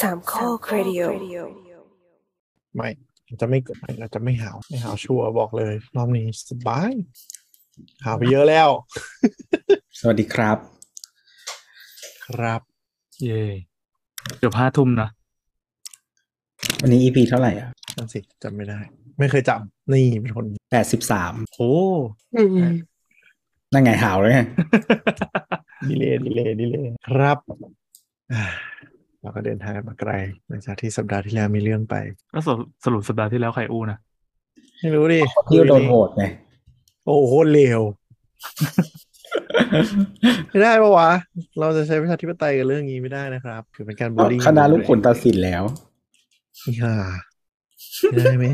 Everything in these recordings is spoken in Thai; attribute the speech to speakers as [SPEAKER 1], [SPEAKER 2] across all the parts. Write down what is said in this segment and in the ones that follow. [SPEAKER 1] สามข้อครดิโอ
[SPEAKER 2] ไม่เราจะไม่ไม่เราจะไม่หาวไม่หาวชัวร์บอกเลย รอบนี้สบาย หาวไปเยอะแล้ว
[SPEAKER 3] สวัสดีครับ
[SPEAKER 2] ครับ
[SPEAKER 4] เย่เกือบห้าทุ่มนะ
[SPEAKER 3] วันนี้ EP เท่าไหร่อ่ะ
[SPEAKER 2] นั่นสิจำไม่ได้ ไม่เคยจำนี่เป็นคน
[SPEAKER 3] แปดสิบสาม
[SPEAKER 4] โห
[SPEAKER 3] นั่นไงหาวเลย ไง
[SPEAKER 2] ดีเลยดีเลยดีเลยครับอ่าเราก็เดินทางกันมาไกลหลังจากที่สัปดาห์ที่แล้วมีเรื่องไป
[SPEAKER 4] ก็สรุปสรุปสัปดาห์ที่แล้วไข่อู้นะ
[SPEAKER 2] ไม่รู้ดิ
[SPEAKER 3] ยิ่วโดนโหดไง
[SPEAKER 2] โอ้โหโคตรเลว ไม่ได้ปะวะ เราจะใช้ประชาธิปไตยกับเรื่องนี้ไม่ได้นะครับคือเป็นการบูลลี่
[SPEAKER 3] คณะลูกขุนตัดสินแล้ว
[SPEAKER 2] ฮ่าไม่ได้ไหม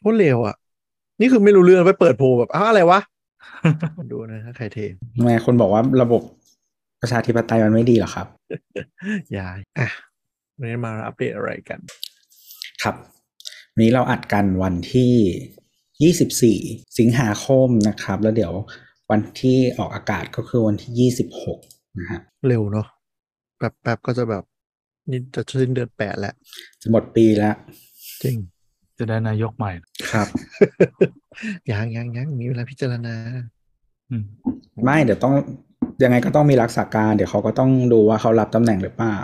[SPEAKER 2] โคตรเลวอ่ะ นี่คือไม่รู้เรื่องไปเปิดโพลแบบอ้าวอะไรวะ ดูนะถ้าใครเท
[SPEAKER 3] ทำไมคนบอกว่าระบบประชาธิปไตยมันไม่ดีเหรอครับ
[SPEAKER 2] ยายอ่ะวันนี้มาอัปเดตอะไรกัน
[SPEAKER 3] ครับ วันนี้เราอัดกันวันที่ 24 สิงหาคมนะครับ แล้วเดี๋ยววันที่ออกอากาศก็คือวันที่ 26 นะฮะ
[SPEAKER 2] เร็วเนาะแป๊บแป๊บก็จะแบบ นี่จะสิ้นเดือนแปดแล้ว
[SPEAKER 3] จะหมดปีแล้ว
[SPEAKER 2] จริง
[SPEAKER 4] จะได้นายกใหม่นะครับ
[SPEAKER 2] ยังยังยังมีเวลาพิจารณา
[SPEAKER 4] อืม
[SPEAKER 3] ไม่เดี๋ยวต้องยังไงก็ต้องมีรักษาการ เดี๋ยวเขาก็ต้องดูว่าเขารับตำแหน่งหรือเปล่า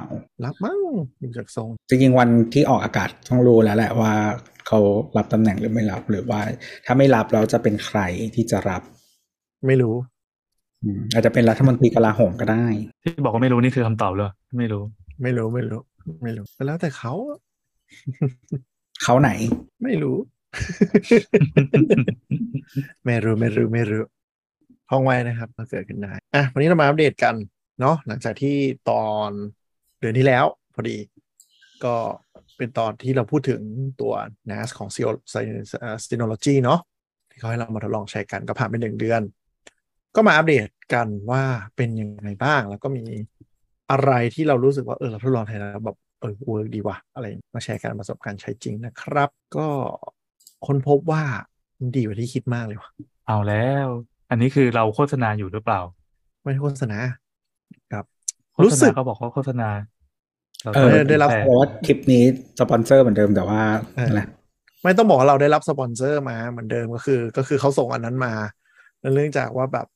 [SPEAKER 2] รับมั้งดูจากทรง
[SPEAKER 3] จริงๆวันที่ออกอากาศต้องรู้แล้วแหละว่าเขารับตำแหน่งหรือไม่รับ หรือว่า ถ้าไม่รับเราจะเป็นใครที่จะรับ
[SPEAKER 2] ไม่รู้
[SPEAKER 3] อืมอาจจะเป็นรัฐมนตรีกลาโหมก็ได้
[SPEAKER 4] ที่บอกว่าไม่รู้นี่คือคำตอบเลยไม่รู้
[SPEAKER 2] ไม่รู้ไม่รู้ ไม่รู้ก็แล้วแต่เขาอะ
[SPEAKER 3] เขาไหน
[SPEAKER 2] ไม่รู้ ไม่รู้ไม่รู้ไม่รู้ห้องไว้นะครับมาเกิดขึ้นได้อ่ะวันนี้เรามาอัปเดตกันเนาะหลังจากที่ตอนเดือนที่แล้ว พอดี ก็เป็นตอนที่เราพูดถึงตัว NAS ของ s t e n o l o g y เนาะที่เขาให้เรามาทดลองใช้กันก็ผ่านไปหนึ่งเดือน ก็มาอัปเดตกันว่าเป็นยังไงบ้าง แล้วก็มีอะไรที่เรารู้สึกว่าเออเราทดลองใช้แล้วแบบเออเวิร์กดีว่ะอะไรมาแชร์กันประสบการณ์ใช้จริงนะครับ ก็ค้นพบว่ามันดีกว่าที่คิดมากเลยว่ะ
[SPEAKER 4] เอาแล้ว อันนี้คือเราโฆษณาอยู่หรือเปล่า
[SPEAKER 2] ไม่ได้โฆษณาครับ
[SPEAKER 4] โฆษณา
[SPEAKER 2] รู้สึก
[SPEAKER 4] เขาบอกว่าโฆษณาเรา
[SPEAKER 3] เออ
[SPEAKER 4] ก็
[SPEAKER 2] ได้รับ
[SPEAKER 4] แต่
[SPEAKER 3] เพราะว่าคลิปนี้สปอนเซอร์เหมือนเดิมแต่ว่าอะไร
[SPEAKER 2] ไม่ต้องบอกว่าเราได้รับสปอนเซอร์มาเหมือนเดิมก็คือ ก็คือเขาส่งอันนั้นมาแล้วเนื่องจากว่าแบบ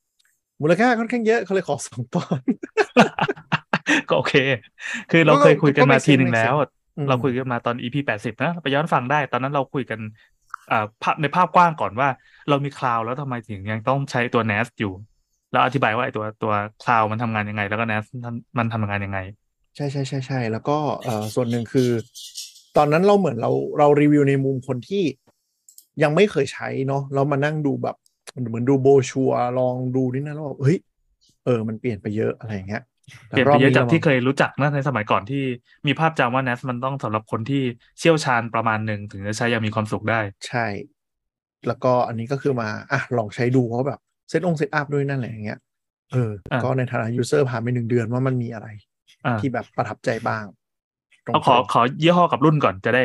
[SPEAKER 2] มูลค่าค่อนข้างเยอะเขาเลยขอส่งตอน
[SPEAKER 4] ก็โอเค คือเราเคยคุยกันมา
[SPEAKER 2] ก็ไม่
[SPEAKER 4] ทีหนึ่ง
[SPEAKER 2] ไม่
[SPEAKER 4] แล้ว
[SPEAKER 2] อืม
[SPEAKER 4] เราคุยกันมาตอน EP แปดสิบนะไปย้อนฟังได้ ตอนนั้นเราคุยกันอ่าภาพในภาพกว้างก่อนว่า เรามีคลาวแล้วทำไมถึงยังต้องใช้ตัว NAS อยู่ แล้วอธิบายว่าไอ้ตัวตัวคลาวมันทำงานยังไง แล้วก็ NAS มันทำงานยังไง
[SPEAKER 2] ใช่ใช่ใช่ใช่แล้วก็เอ่อส่วนหนึ่งคือ ตอนนั้นเราเหมือนเราเรารีวิวในมุมคนที่ยังไม่เคยใช้เนาะแล้วมานั่งดูแบบเหมือนดูโบรชัวร์ลองดูนี่นะแล้วแบบเฮ้ยเออมันเปลี่ยนไปเยอะอะไรอย่างเงี้ย
[SPEAKER 4] เปลี่ยนไปเยอะจากที่
[SPEAKER 2] เค
[SPEAKER 4] เคยรู้จักนะในสมัยก่อนที่มีภาพจำว่า NAS มันต้องสำหรับคนที่เชี่ยวชาญประมาณหนึ่งถึงจะใช้อยังมีความสุขได้
[SPEAKER 2] ใช่ แล้วก็อันนี้ก็คือมาอ่ะลองใช้ดูว่าแบบเซตองเซตอัพด้วยนั่นแหละอย่างเงี้ย เออ
[SPEAKER 4] อ่ะ
[SPEAKER 2] ก็ในฐานะยูเซอร์ผ่านไปหนึ่งเดือนว่ามันมีอะไร
[SPEAKER 4] อ่า
[SPEAKER 2] ที่แบบประทับใจบ้างตรงๆ
[SPEAKER 4] เอาขอขอยี่ห้อกับรุ่นก่อนจะได้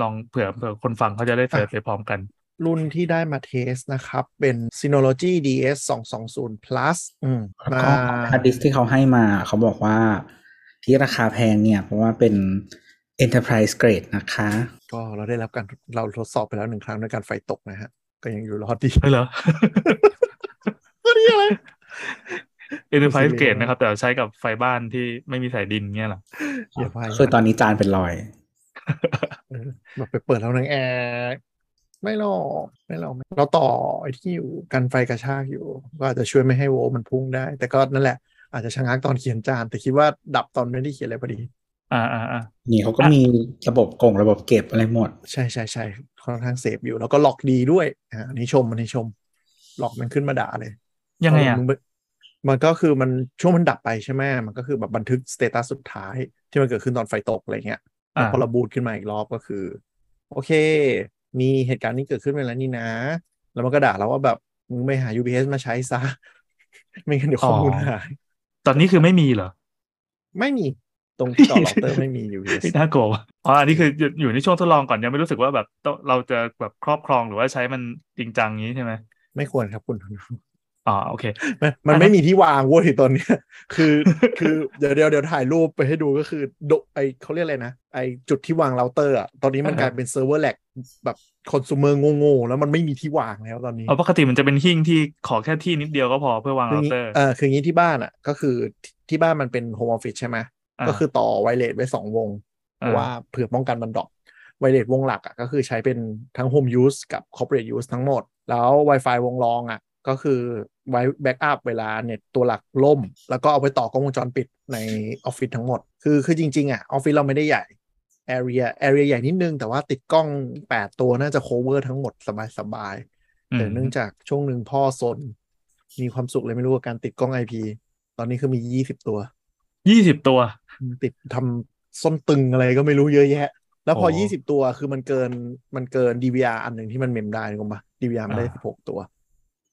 [SPEAKER 4] ลองเผื่อเผื่อคนฟังเขาจะได้เสิร์ชไปพร้อมกัน
[SPEAKER 2] รุ่นที่ได้มาเทสนะครับ เป็น Synology DS 220 plus อืม
[SPEAKER 3] แล้ว
[SPEAKER 2] มา
[SPEAKER 3] ก็ฮาร์ดดิสก์ที่เขาให้มา เขาบอกว่าที่ราคาแพงเนี่ย เพราะว่าเป็น enterprise grade นะคะ
[SPEAKER 2] ก็เราได้รับการเราทดสอบไปแล้วหนึ่งครั้งด้วยการไฟตกนะฮะ ก็ยังอยู่รอด ดี
[SPEAKER 4] เฮ้ยเหรอ
[SPEAKER 2] ก็ดีอะไร
[SPEAKER 4] Enterprise
[SPEAKER 2] ไม่ใช่
[SPEAKER 4] Grade นะครับ แต่ใช้กับไฟบ้านที่ไม่มีสายดินเงี้ยเหรอ
[SPEAKER 2] อย่าไป
[SPEAKER 3] คือตอนนี้จานเป็นรอย
[SPEAKER 2] เออแบบไปเปิดแล้วนางแอร์ไม่หรอกไม่หรอกเราต่อไอ้ที่อยู่กันไฟกระชากอยู่ ก็อาจจะช่วยไม่ให้โวลต์มันพุ่งได้ แต่ก็นั่นแหละ อาจจะชะงักตอนเขียนจาน แต่คิดว่าดับตอนไม่ได้เขียนอะไรพอดี
[SPEAKER 4] อ่าอ่าอ่า
[SPEAKER 3] นี่เขาก็มีระบบกงระบบเก็บอะไรหมด
[SPEAKER 2] ใช่ใช่ใช่ค่อนข้างเสพอยู่แล้วก็ล็อกดีด้วยอ่ะอันนี้ชมอันนี้ชมล็อกมันขึ้นมาด่าเลย
[SPEAKER 4] ยังไงอ่ะ
[SPEAKER 2] เมึปมันก็คือมันช่วงมันดับไปใช่ไหมมันก็คือแบบบันทึกสเตตัสสุดท้ายที่มันเกิดขึ้นตอนไฟตกอะไรเงี้ย
[SPEAKER 4] อ่า
[SPEAKER 2] แล้วพอเราบูตขึ้นมาอีกรอบก็คือ โอเค มีเหตุการณ์นี้เกิดขึ้นไปแล้วนี่นะ แล้วมันก็ด่าเราว่าแบบมึงไปหา UPS มาใช้ซะ ไม่งั้นเดี๋ยวข้อมูลหาย
[SPEAKER 4] ตอนนี้คือไม่มีเหรอ
[SPEAKER 2] ไม่มีตรงต่อล็อก เตอร์ไม่มี UPS
[SPEAKER 4] น่ากลัวว่ะอ๋ออันนี้คืออยู่อยู่ในช่วงทดลองก่อนยังไม่รู้สึกว่าแบบต้องเราจะแบบครอบครองหรือว่าใช้มันจริงจังงี้ใช่ไหม
[SPEAKER 2] ไม่ควรครับคุณ
[SPEAKER 4] อ๋อโอเค
[SPEAKER 2] มันมันไม่มีที่วางเว้ยตอนเนี้ย คือคือเดี๋ยวเดี๋ยวเดี๋ยวถ่ายรูปไปให้ดูก็คือโดไอเขาเรียกอะไรนะ ไอจุดที่วางเราเตอร์อะตอนนี้มัน
[SPEAKER 4] อ่าฮะ
[SPEAKER 2] กลายเป็นเซิร์ฟเวอร์แลกแบบคอน sumer โง่ๆแล้วมันไม่มีที่วางแล้วตอนนี้
[SPEAKER 4] เอาปกติมันจะเป็นหิ้งที่ขอแค่ที่นิดเดียวก็พอเพื่อวาง
[SPEAKER 2] คือ
[SPEAKER 4] เรา
[SPEAKER 2] งี้
[SPEAKER 4] เตอร์
[SPEAKER 2] เออคืองี้ที่บ้านอะก็คือที่ที่บ้านมันเป็นโฮมออฟฟิศใช่ไหมก็คือต่อไวเลสไว้สองวง เพราะว่าเผื่อป้องกันมันดรอกไวเลสวงหลักอ่ะก็คือใช้เป็นทั้ง Home Use กับ Corporate Use ทั้งหมด แล้ว Wi-Fi วงรองอ่ะก็คือไว้แบ็กอัพเวลาเน็ตตัวหลักล่ม แล้วก็เอาไปต่อกล้องวงจรปิดในออฟฟิศทั้งหมด คือคือจริง ๆ อ่ะออฟฟิศเราไม่ได้ใหญ่ Area Area ใหญ่นิดนึง แต่ว่าติดกล้อง 8 ตัวน่าจะ cover ทั้งหมดสบายๆ
[SPEAKER 4] ม
[SPEAKER 2] แต่เนื่องจากช่วงหนึ่งพ่อซนมีความสุขเลยไม่รู้กับการติดกล้อง IP ตอนนี้คือมี 20 ตัว
[SPEAKER 4] ยี่สิบตัว
[SPEAKER 2] ติดทำส้นตึงอะไรก็ไม่รู้เยอะแยะ แล้วพอ
[SPEAKER 4] โอ้
[SPEAKER 2] 20 ตัวคือมันเกินมันเกิน DVR อันหนึ่งที่มันเมมได้นึกออกปะ DVR มันได้
[SPEAKER 4] อ่า
[SPEAKER 2] 16 ตัว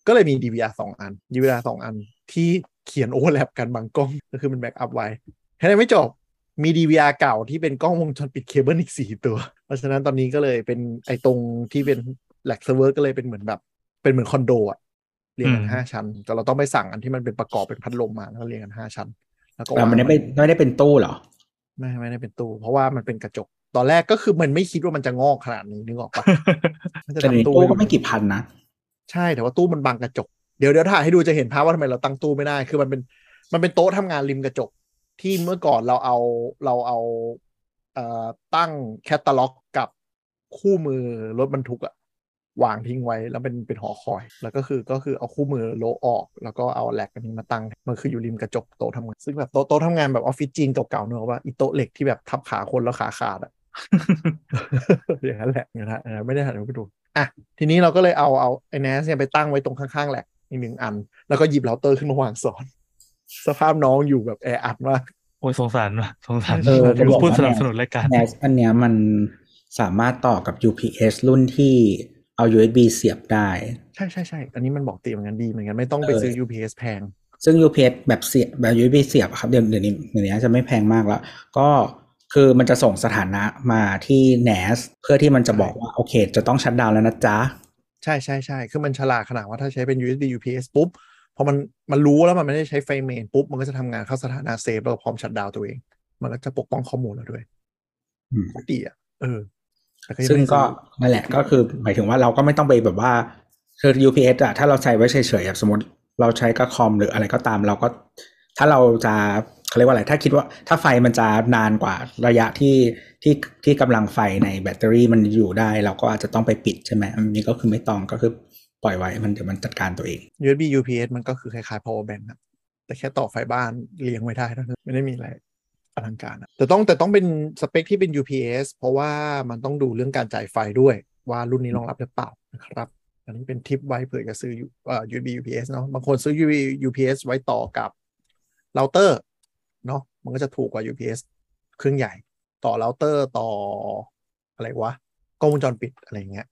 [SPEAKER 2] ก็เลยมี DVR สองอัน DVR สองอันที่เขียนโอเวอร์แลปกันบางกล้อง ก็คือมันแบ็กอัพไว้แค่นั้นไม่จบ มี DVR เก่าที่เป็นกล้องวงจรปิดเคเบิลอีก 4 ตัว เพราะฉะนั้นตอนนี้ก็เลยเป็นไอ้ตรงที่เป็นแลกเซิร์ฟเวอร์ก็เลยเป็นเหมือนแบบ เป็นเหมือนคอนโดอะเรียงกัน
[SPEAKER 4] อืม
[SPEAKER 2] ห้าชั้น แต่เราต้องไปสั่งอันที่มันเป็นประกอบเป็นพัดลมมาแล้วก็เรียงกันห้าชั้น แล้วก็
[SPEAKER 3] แต่
[SPEAKER 2] วาง
[SPEAKER 3] มันไม่
[SPEAKER 2] ไว้
[SPEAKER 3] เป็นไม่ได้เป็นตู้เหรอ
[SPEAKER 2] ไม่ไม่ได้เป็นตู้เพราะว่ามันเป็นกระจก ตอนแรกก็คือมันไม่คิดว่ามันจะงอกขนาดนี้นึกออกปะ มันจะ
[SPEAKER 3] แต่ใน
[SPEAKER 2] ทำตู้
[SPEAKER 3] ตู้
[SPEAKER 2] ให้
[SPEAKER 3] ก็ไม่
[SPEAKER 2] ดู
[SPEAKER 3] กี่พันนะ
[SPEAKER 2] ใช่แต่ว่าตู้มันบังกระจกเดี๋ยวเดี๋ยวถ่ายให้ดูจะเห็นภาพว่าทำไมเราตั้งตู้ไม่ได้ คือมันเป็นมันเป็นโต๊ะทำงานริมกระจก ที่เมื่อก่อนเราเอาเราเอาเอ่อตั้งแคตตาล็อกกับคู่มือรถบรรทุกอะวางทิ้งไว้แล้วเป็นเป็นหอคอย แล้วก็คือก็คือเอาคู่มือโละออก แล้วก็เอาแหลกอันนี้มาตั้งมันคืออยู่ริมกระจกโต๊ะทำงานซึ่งแบบโต๊ะโต๊ะทำงานแบบออฟฟิศจีนเก่าๆเนอะว่าอีโต๊ะเหล็กที่แบบทับขาคนแล้วขาขาดอะ อย่างนั้นแหละอย่างนั้นนะไม่ได้หันไปดูอ่ะทีนี้เราก็เลยเอาเอาไอ้แนสเนี่ยไปตั้งไว้ตรงข้างๆแหลกอีกหนึ่งอัน แล้วก็หยิบเราเตอร์ขึ้นมาวางสอน สภาพน้องอยู่แบบแออัดมาก
[SPEAKER 4] โอ้ยสงสารว่ะสงสาร
[SPEAKER 3] เออจะบอกว่า
[SPEAKER 4] พูดสนับสนุนรายการ
[SPEAKER 3] แนสอันเนี้ยมันสามารถต่อกับ UPS รุ่นที่เอา USB เสียบได้
[SPEAKER 2] ใช่ใช่ใช่ อันนี้มันบอกตีเหมือนกันดีเหมือนกันไม่ต้องไป
[SPEAKER 3] เออ
[SPEAKER 2] ซื้อ UPS แพง
[SPEAKER 3] ซึ่ง UPS แบบเสียบแบบ USB เสียบอะครับเดี๋ยวเดี๋ยวนี้เดี๋ยวนี้จะไม่แพงมากแล้ว ก็คือมันจะส่งสถานะมาที่ NAS เพื่อที่มันจะบอกว่า โอเค จะต้องชัดดาวน์แล้วนะจ๊ะ
[SPEAKER 2] ใช่ใช่ใช่คือมันฉลาดขนาดว่าถ้าใช้เป็น USB UPS ปุ๊บ พอมันมันรู้แล้วมันไม่ได้ใช้ไฟเมนปุ๊บ มันก็จะทำงานเข้าสถานะเซฟแล้วก็พร้อมชัดดาวน์ตัวเอง มันก็จะปกป้องข้อมูลเราด้วย
[SPEAKER 3] อืม
[SPEAKER 2] โคตรดีอ่ะเออแต่ยั
[SPEAKER 3] ซึ่ง
[SPEAKER 2] ไม่ได้
[SPEAKER 3] ก็
[SPEAKER 2] ซื้อ
[SPEAKER 3] นั่นแหละก็คือหมายถึงว่าเราก็ไม่ต้องไปแบบว่าคือ UPS อะถ้าเราใช้ไว้เฉยๆอะสมมติเราใช้กับคอมหรืออะไรก็ตามเราก็ ถ้าเราจะเขาเรียกว่าอะไรถ้าคิดว่าถ้าไฟมันจะนานกว่าระยะที่ที่ที่กำลังไฟในแบตเตอรี่มันอยู่ได้ เราก็อาจจะต้องไปปิดใช่ไหมอันนี้ก็คือไม่ต้องก็คือปล่อยไว้มันเดี๋ยวมันจัดการตัวเอง
[SPEAKER 2] USB UPS มันก็คือคล้ายๆ power bank นะแต่แค่ต่อไฟบ้านเลี้ยงไว้ได้เท่านั้นไม่ได้มีอะไรอลังการนะแต่ต้องแต่ต้องเป็นสเปคที่เป็น UPS เพราะว่ามันต้องดูเรื่องการจ่ายไฟด้วย ว่ารุ่นนี้รองรับหรือเปล่านะครับ อันนี้เป็นทิปไว้เผื่อจะซื้อ U- เอ่อ USB UPS เนาะบางคนซื้อ USB UPS ไว้ต่อกับเราเตอร์เนาะมันก็จะถูกกว่า UPS เครื่องใหญ่ ต่อเราเตอร์ต่ออะไรวะกล้องวงจรปิดอะไรอย่างเงี้ย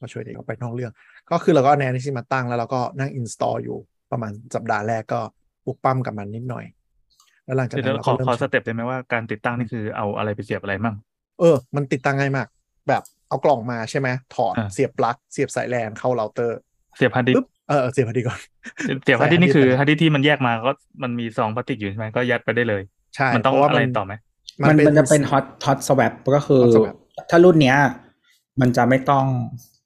[SPEAKER 2] ก็ช่วยเด็กออกไปนอกเรื่อง ก็คือเราก็เอาแนวนี้มาตั้งแล้วเราก็นั่ง install อยู่ประมาณสัปดาห์แรกก็ปุกปั้มกับมันนิดหน่อย แล้วหลังจาก
[SPEAKER 4] เดี๋ย
[SPEAKER 2] นั้น
[SPEAKER 4] ว
[SPEAKER 2] เรา
[SPEAKER 4] ขอ
[SPEAKER 2] ก็เริ่ม
[SPEAKER 4] ขอส
[SPEAKER 2] ใช้
[SPEAKER 4] เต็ปได้ไหมว่าการติดตั้งนี่คือเอาอะไรไปเสียบอะไรมั่ง
[SPEAKER 2] เออ มันติดตั้งง่ายมาก แบบเอากล่องมาใช่ไหมถอด
[SPEAKER 4] อ่า
[SPEAKER 2] เสียบปลั๊กเสียบสายแลนเข้าเราเตอร์
[SPEAKER 4] เสียบฮาร์ดดิส
[SPEAKER 2] ปึ๊บ
[SPEAKER 4] ก์
[SPEAKER 2] เออเออเสียบพอดีก่อน
[SPEAKER 4] เสียบฮาร์ดดิสก์นี่
[SPEAKER 2] ใส่
[SPEAKER 4] คือ
[SPEAKER 2] hard disk
[SPEAKER 4] ฮาร์ดดิสก์ที่มันแยกมาก็มันมีซองพลาสติกอยู่ใช่ไหมก็ยัดไปได้เลย
[SPEAKER 2] ใช่
[SPEAKER 4] มันต้อง
[SPEAKER 2] เพาว่า
[SPEAKER 4] อะไรต่อไหม
[SPEAKER 3] มัน
[SPEAKER 2] เป็
[SPEAKER 3] มันจะเป็นฮอตฮอตสวก็คือ
[SPEAKER 2] hot swap
[SPEAKER 3] ถ้ารุ่นเนี้ย มันจะไม่ต้อง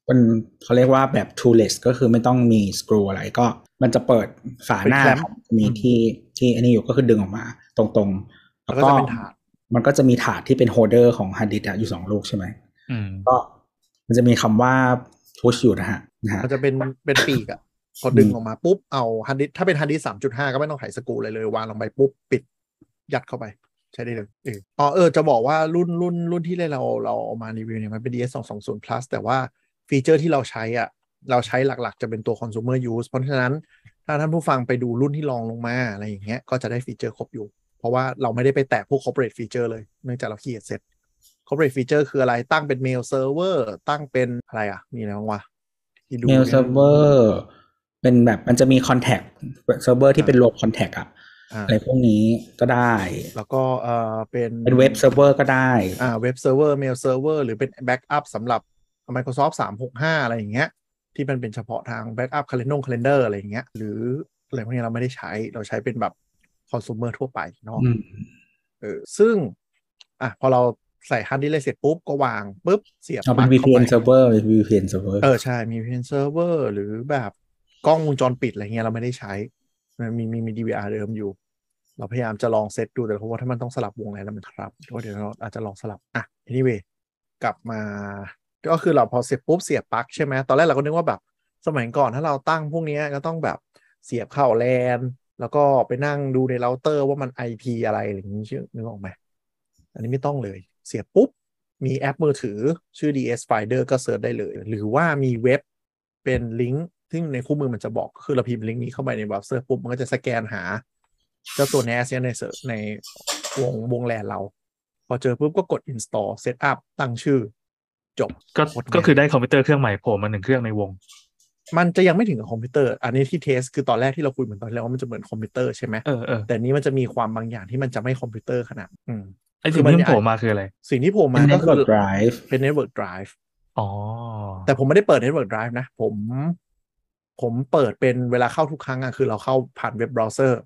[SPEAKER 3] มันเขาเรียกว่าแบบ toolless ก็คือไม่ต้องมีสกรูอะไรก็ มันจะเปิดฝาหน้า
[SPEAKER 2] เป็น clamp
[SPEAKER 3] มีที่ที่อันนี้อยู่ก็คือดึงออกมาตรงๆ
[SPEAKER 2] แล้วก็จะเป็นถาด
[SPEAKER 3] มันก็จะมีถาดที่เป็นโฮเดอร์ของฮาร์ดดิสอยู่สองลูกใช่ไหม
[SPEAKER 4] อืม
[SPEAKER 3] ก็มันจะมีคำว่า push อยู่นะฮะนะฮะ
[SPEAKER 2] มันจะเป็นเป็นปีกอะพอดึงออกมาปุ๊บเอาฮาร์ดดิสก์ถ้าเป็นฮาร์ดดิสสามจุดห้าก็ไม่ต้องไขสกรูเลยเลย วางลงไปปุ๊บปิดยัดเข้าไป ใช้ได้เลยเอออ๋อเออ จะบอกว่ารุ่นรุ่นรุ่นที่เราเราเอามารีวิวเนี่ยมันเป็น DS 2 2 0 plus แต่ว่าฟีเจอร์ที่เราใช้อ่ะ เราใช้หลักๆ จะเป็นตัว consumer use เพราะฉะนั้น ถ้าท่านผู้ฟังไปดูรุ่นที่รองลงมาอะไรอย่างเงี้ยก็จะได้ฟีเจอร์ครบอยู่ เพราะว่าเราไม่ได้ไปแตะพวก corporate feature เลย เนื่องจากเราขี้เกียจเสร็จ corporate feature คืออะไรตั้งเป็น mail server ตั้งเป็นอะไรอ่ะมีอะไรบ้างวะที่ดู
[SPEAKER 3] เม
[SPEAKER 2] นี่ย
[SPEAKER 3] ลเซิร์ฟเวอร์เป็นแบบมันจะมีคอนแทคเซิร์ฟเวอร์ที่เป็นโลคอนแทคอะ
[SPEAKER 2] อ่า
[SPEAKER 3] อะไรพวกนี้ก็ได้
[SPEAKER 2] แล้วก็เอ่อเป็น
[SPEAKER 3] เป็นเว็บเซิร์ฟเวอร์ก็ได้
[SPEAKER 2] อ่าเว็บเซิร์ฟเวอร์เมลเซิร์ฟเวอร์หรือเป็นแบ็กอัพสำหรับ Microsoft 365 อะไรอย่างเงี้ย ที่มันเป็นเฉพาะทาง Backup Calendar Calendar อะไรอย่างเงี้ย หรืออะไรพวกนี้เราไม่ได้ใช้เราใช้เป็นแบบคอน sumer ทั่วไปเนาะ
[SPEAKER 3] อืม
[SPEAKER 2] เออซึ่ง อ่ะ พอเราใส่ฮาร์ดดิสก์เลยเสร็จปุ๊บ ก็วางปุ๊บ เสียบ
[SPEAKER 3] เอาเป็น
[SPEAKER 2] ปลั๊กข้า
[SPEAKER 3] VPN
[SPEAKER 2] ไป
[SPEAKER 3] server VPN server
[SPEAKER 2] เออ ใช่ มี VPN server หรือแบบกล้องวงจรปิด อะไรเงี้ยเราไม่ได้ใช้ มันมีมีมี DVR เดิมอยู่ เราพยายามจะลองเซตดู แต่เพราะว่าถ้ามันต้องสลับวงอะไรแล้วมันครับก็เดี๋ยวเราอาจจะลองสลับ อ่ะ anyway กลับมา ก็คือเราพอเสร็จปุ๊บเสียบปลั๊กใช่ไหมตอนแรกเราก็นึกว่าแบบ สมัยก่อนถ้าเราตั้งพวกเนี้ยก็ต้องแบบเสียบเข้าแลนแล้วก็ไปนั่งดูในเราเตอร์ว่ามัน IP อะไรอะไรอย่างนี้ชื่อนึกออกไหมอันนี้ไม่ต้องเลย เสียบปุ๊บ มีแอปมือถือชื่อ DS Finder ก็เสิร์ชได้เลย หรือว่ามีเว็บเป็นลิงก์ซึ่งในคู่มือมันจะบอก คือเราพิมพ์ลิงก์นี้เข้าไปในเบราว์เซอร์ปุ๊บ มันก็จะสแกนหา เจ้าตัว NAS เนี่ยในเสิร์ชในวงวงแลนเรา พอเจอปุ๊บก็กด install setup ตั้งชื่อ จบ
[SPEAKER 4] ก็
[SPEAKER 2] หมดไง
[SPEAKER 4] ก็คือได้คอมพิวเตอร์เครื่องใหม่โผล่มาหนึ่งเครื่องในวง
[SPEAKER 2] มันจะยังไม่ถึงกับคอมพิวเตอร์ อันนี้ที่เทสคือตอนแรกที่เราคุยเหมือนตอนที่แล้วว่ามันจะเหมือนคอมพิวเตอร์ใช่ไหม
[SPEAKER 4] เออเออ
[SPEAKER 2] แต่นี้มันจะมีความบางอย่างที่มันจะไม่คอมพิวเตอร์ขนาดอืม
[SPEAKER 4] ไอ้สิ่งที่มันโผล่มาคืออะไร
[SPEAKER 2] สิ่งที่โผล่มา
[SPEAKER 3] เป็น
[SPEAKER 2] ก็คือ
[SPEAKER 3] network drive
[SPEAKER 2] เป็น network drive
[SPEAKER 4] อ๋อ
[SPEAKER 2] แต่ผมไม่ได้เปิด Network Drive นะ ผม ผมเปิดเป็นเวลาเข้าทุกครั้งอะคือเราเข้าผ่านเว็บเบราว์เซอร์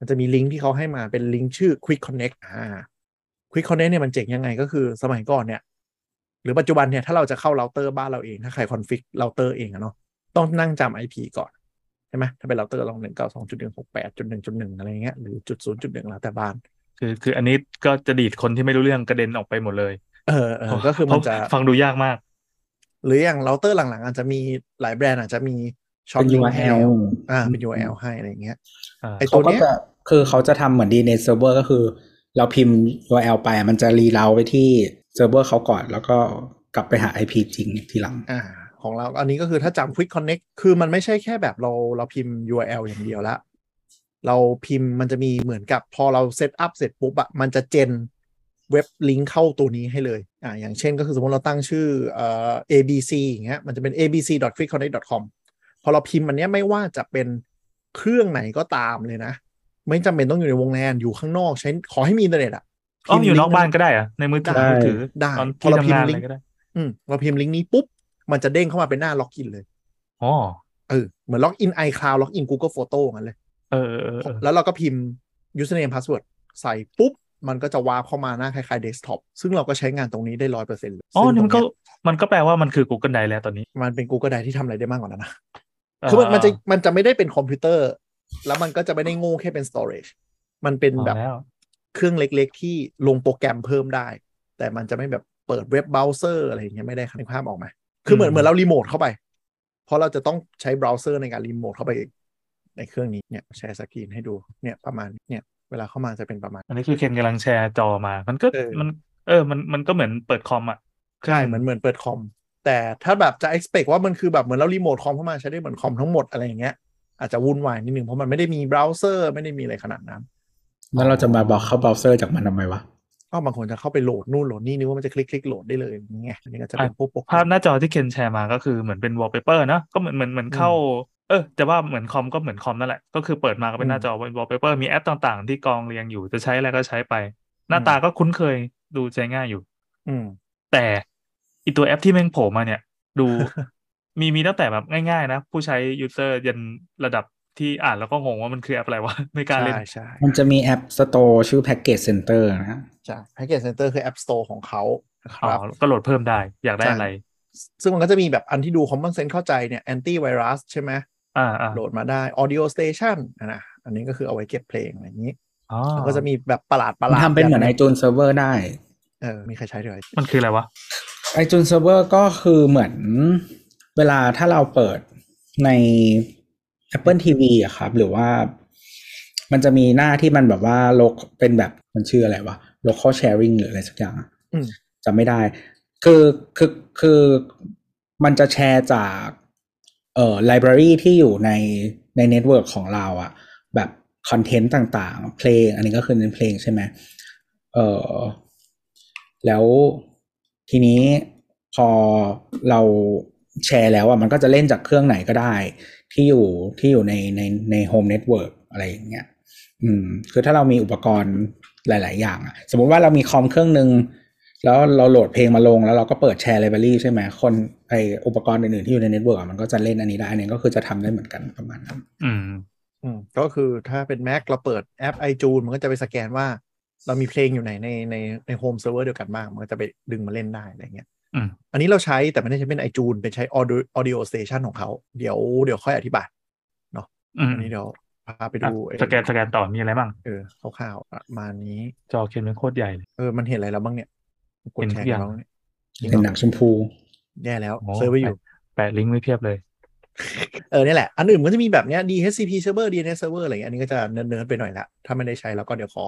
[SPEAKER 2] มันจะมีลิงก์ที่เขาให้มาเป็นลิงก์ชื่อ Quick Connect อ่า Quick Connect เนี่ยมันเจ๋งยังไงก็คือสมัยก่อนเนี่ย หรือปัจจุบันเนี่ย ถ้าเราจะเข้าเราเตอร์บ้านเราเอง ถ้าใครคอนฟิกเราเตอร์เองอะเนาะต้องนั่งจำ IP ก่อน ใช่ไหมถ้าเป็นเราเตอร์ลองหนึ่งเก้าสองจุดหนึ่งหกแปดจุดหนึ่งจุดหนึ่งอะไรเงี้ยหรือจุดศูนย์จุดหนึ่งแล้วแต่บ้าน
[SPEAKER 4] คือคืออันนี้ก็จะดีดคนที่ไม่รู้เรื่องกระเด็นออกไปหมดเลย
[SPEAKER 2] เออเออก็คือ มันจะ
[SPEAKER 4] เพราฟังดูยากมาก
[SPEAKER 2] หรืออย่างเราเตอร์หลังๆ อาจจะมีหลายแบรนด์อาจจะมีช็อต
[SPEAKER 3] เป็น URL
[SPEAKER 2] อ่าเป็น URL ให้อะไรเงี้ย
[SPEAKER 4] อ่า
[SPEAKER 2] ไอ้ตั
[SPEAKER 3] เขา
[SPEAKER 2] ว
[SPEAKER 3] ก็
[SPEAKER 2] เนี้ย
[SPEAKER 3] จะคือเขาจะทำเหมือน DNS server ก็คือ เราพิมพ์ URL ไปมันจะรีเราไปที่เซิร์ฟเวอร์เขาก่อน แล้วก็กลับไปหา IP จริงทีหลัง
[SPEAKER 2] อ่าของเราอันนี้ก็คือถ้าจำ Quick Connect คือมันไม่ใช่แค่แบบเราเราพิมพ์ URL อย่างเดียวละ เราพิมพ์มันจะมีเหมือนกับพอเราเซตอัพเสร็จปุ๊บอะมันจะเจนเว็บลิงก์เข้าตัวนี้ให้เลยอ่าอย่างเช่นก็คือสมมติเราตั้งชื่อเอ่อ abc อย่างเงี้ยมันจะเป็น abc.quickconnect.com พอเราพิมพ์อันเนี้ยไม่ว่าจะเป็นเครื่องไหนก็ตามเลยนะ ไม่จำเป็นต้องอยู่ในวงแลนอยู่ข้างนอกใช้ขอให้มีอินเทอร์เน็ตอะ
[SPEAKER 4] อ๋อ
[SPEAKER 2] พิมพ์
[SPEAKER 4] อยู่นอก
[SPEAKER 2] ลิงก์
[SPEAKER 4] บ้านก็ได้เหรอะในมือถือ
[SPEAKER 3] ได้
[SPEAKER 4] มือถือ
[SPEAKER 2] ได้
[SPEAKER 4] ตอน
[SPEAKER 2] พอ
[SPEAKER 4] ที่
[SPEAKER 2] เรา
[SPEAKER 4] ทำงาน
[SPEAKER 2] พิมพ์ลิง
[SPEAKER 4] อะไร
[SPEAKER 2] ก์
[SPEAKER 4] ก็ได้
[SPEAKER 2] อืมเราพิมพ์ลิงก์นี้ปุ๊บ มันจะเด้งเข้ามาเป็นหน้าล็อกอินเลย
[SPEAKER 4] อ๋อ
[SPEAKER 2] เออเหมือนล็อกอิน iCloud ล็อกอิน Google Photo งั้นเลย
[SPEAKER 4] เออเออเออ
[SPEAKER 2] แล้วเราก็พิมพ์ username password ใส่ปุ๊บ มันก็จะวาร์ปเข้ามาหน้าคล้ายๆ desktop ซึ่งเราก็ใช้งานตรงนี้ได้ร้อยเปอร์เซ็นต์เลย
[SPEAKER 4] อ๋อนี่
[SPEAKER 2] ซึ่ง
[SPEAKER 4] มัน
[SPEAKER 2] ต
[SPEAKER 4] ก็
[SPEAKER 2] รงเ
[SPEAKER 4] มันก็แปลว่ามันคือ Google Drive แล้วตอนนี้
[SPEAKER 2] ยมันเป็น Google Drive ที่ทำอะไรได้มากกว่านั้นนะ คือมันมันจะมันจะไม่ได้เป็นคอมพิวเตอร์ แล้วมันก็จะไม่ได้โง่แค่เป็น storage มันเป็น
[SPEAKER 4] เอา
[SPEAKER 2] แบบ
[SPEAKER 4] แล้ว
[SPEAKER 2] เครื่องเล็กๆ ที่ลงโปรแกรมเพิ่มได้ แต่มันจะไม่แบบเปิดเว็บเบราว์เซอร์อะไรอย่างเงี้ยไม่ได้คันกภาพออกไหมคือเหมือนเหมือนเรารีโมทเข้าไป เพราะเราจะต้องใช้เบราว์เซอร์ในการรีโมทเข้าไปในเครื่องนี้เนี่ยแชร์สกรีนให้ดูเนี่ยประมาณเนี่ยเวลาเข้ามาจะเป็นประมาณ
[SPEAKER 4] อันนี้คือเคนกำลังแชร์จอมา มันก็
[SPEAKER 2] เออ
[SPEAKER 4] มันเออมันมันก็เหมือนเปิดคอมอ่ะ
[SPEAKER 2] ใช่เหมือนเหมือนเปิดคอม แต่ถ้าแบบจะ expect ว่ามันคือแบบเหมือนเรารีโมทคอมเข้ามาใช้ได้เหมือนคอมทั้งหมดอะไรอย่างเงี้ยอาจจะวุ่นวายนิดนึงเพราะมันไม่ได้มีเบราว์เซอร์ไม่ได้มีอะไรขนาดนั้น
[SPEAKER 3] แล้วเราจะมาบอกเข้าเบราว์เซอร์จากมันทำไมวะ
[SPEAKER 2] ก็บางคนจะเข้าไปโหลดนู่นโหลดนี่นึกว่ามันจะคลิกคลิกโหลดได้เลยอย่างเงี้ยอันนี้ก็จะเป็นพวกโปรแกร
[SPEAKER 4] ภาพ
[SPEAKER 2] ม
[SPEAKER 4] หน้าจอที่เคนแชร์มาก็คือเหมือนเป็น wallpaper เนอะก็เหมือนเหมือนเหมือน
[SPEAKER 2] อืม
[SPEAKER 4] เข้า เออแต่ว่าเหมือนคอมก็เหมือนคอมนั่นแหละ ก็คือเปิดมาก็
[SPEAKER 2] อื
[SPEAKER 4] เป็น
[SPEAKER 2] ม
[SPEAKER 4] หน้าจอเป็น wallpaper มีแอปต่างๆ ที่กองเรียงอยู่จะใช้อะไรก็ใช้ไป
[SPEAKER 2] อื
[SPEAKER 4] หน้าม ตาก็คุ้นเคยดูใช้ง่ายอยู่
[SPEAKER 2] อืม
[SPEAKER 4] แต่อีตัวแอปที่แม่งโผล่มาเนี่ย ดู มีมีตั้งแต่แบบง่ายๆนะ ผู้ใช้ยูเซอร์ยันระดับที่อ่านแล้วก็งงว่ามันคือแอปอะไรวะ ไม่กล้า
[SPEAKER 2] ใช่
[SPEAKER 4] เล่น
[SPEAKER 2] ใช่
[SPEAKER 3] มันจะมีแอป Store ชื่อ Package Center นะฮะ
[SPEAKER 2] ใช่แพ็กเกจเซ็นเตอร์คือ App Store ของเขานะค
[SPEAKER 4] อ๋อ
[SPEAKER 2] รับ
[SPEAKER 4] ก็โหลดเพิ่มได้ อยากได้
[SPEAKER 2] ใช่
[SPEAKER 4] อะไร
[SPEAKER 2] ซึ่งมันก็จะมีแบบอันที่ดู common sense เข้าใจเนี่ย anti virus ใช่ไหม
[SPEAKER 4] อ่าอ่า
[SPEAKER 2] โหลดมาได้ audio station อ่ะนะอันนี้ก็คือเอาไว้เก็บเพลงอะไรอย่างนี้
[SPEAKER 4] อ๋อ
[SPEAKER 2] แล้วก็จะมีแบบประหลาดประห
[SPEAKER 3] มั
[SPEAKER 2] ลาน ด
[SPEAKER 3] ทำเป็นเหมือน
[SPEAKER 2] ไอ
[SPEAKER 3] iTunes Server ได้
[SPEAKER 2] เออมีใครใช้ด้วย
[SPEAKER 4] มันคืออะไรวะ
[SPEAKER 3] iTunes Server ก็คือเหมือนเวลาถ้าเราเปิดใน Apple TV อะครับ หรือว่า มันจะมีหน้าที่มันแบบว่าโลกเป็นแบบมันชื่ออะไรวะ local sharing หรืออะไรสักอย่างอะ
[SPEAKER 2] อืม
[SPEAKER 3] จำไม่ได้ คือคือคือมันจะแชร์จากเอ่อ library ที่อยู่ในในเน็ตเวิร์กของเราอะแบบคอนเทนต์ต่างๆ เพลง อันนี้ก็คือเป็นเพลงใช่ไหม เออแล้วทีนี้พอเราแชร์แล้วอ่ะมันก็จะเล่นจากเครื่องไหนก็ได้ ที่อยู่ที่อยู่ในในในโฮมเน็ตเวิร์กอะไรอย่างเงี้ยอืมคือถ้าเรามีอุปกรณ์หลาย ๆ อย่างอ่ะ สมมุติว่าเรามีคอมเครื่องหนึ่ง แล้วเราโหลดเพลงมาลงแล้วเราก็เปิดแชร์ไลบรารีใช่ไหมคนไออุปกรณ์อื่นๆที่อยู่ในเน็ตเวิร์กมันก็จะเล่นอันนี้ได้อันนี้ก็คือจะทำได้เหมือนกันประมาณนั้น
[SPEAKER 4] อืม
[SPEAKER 2] อืมก็คือถ้าเป็น Mac เราเปิดแอป iTunes มันก็จะไปสแกนว่า เรามีเพลงอยู่ไหนในในในโฮมเซิร์ฟเวอร์เดียวกันบ้าง มันก็จะไปดึงมาเล่นได้อะไรเงี้ย
[SPEAKER 4] อืม
[SPEAKER 2] อันนี้เราใช้แต่ไม่ได้ใช้เป็น iTunes เป็นใช้ audio audio station ของเขาเดี๋ยวเดี๋ยวค่อยอธิบาย
[SPEAKER 4] อืม
[SPEAKER 2] อันนี้เดี๋ยวพาไปดูไอ้
[SPEAKER 4] สแกนสแกนต่อมีอะไรบ้าง
[SPEAKER 2] เออคร่าวๆประมาณนี้
[SPEAKER 4] จอเคนเป็นโคตรใหญ่เลย
[SPEAKER 2] เออ มันเห็นอะไรแล้วบ้างเนี่ยกดแชร์
[SPEAKER 4] เห็น
[SPEAKER 2] กั
[SPEAKER 4] ทุกอย่า
[SPEAKER 2] แล้ว
[SPEAKER 4] น ง
[SPEAKER 2] เนี่ย
[SPEAKER 3] เป็นหนังชมพู
[SPEAKER 2] แย่แล้ว
[SPEAKER 4] โอ้
[SPEAKER 2] เซิร์ฟไว้อยู่
[SPEAKER 4] แปะลิงก์ไว้เพียบเลย
[SPEAKER 2] เออเนี่ยแหละ อันอื่นมันก็จะมีแบบเนี้ย DHCP server DNS server อะไรอย่างเงี้ยอันนี้ก็จะเนิร์ดๆไปหน่อยละ ถ้าไม่ได้ใช้เราก็เดี๋ยวขอ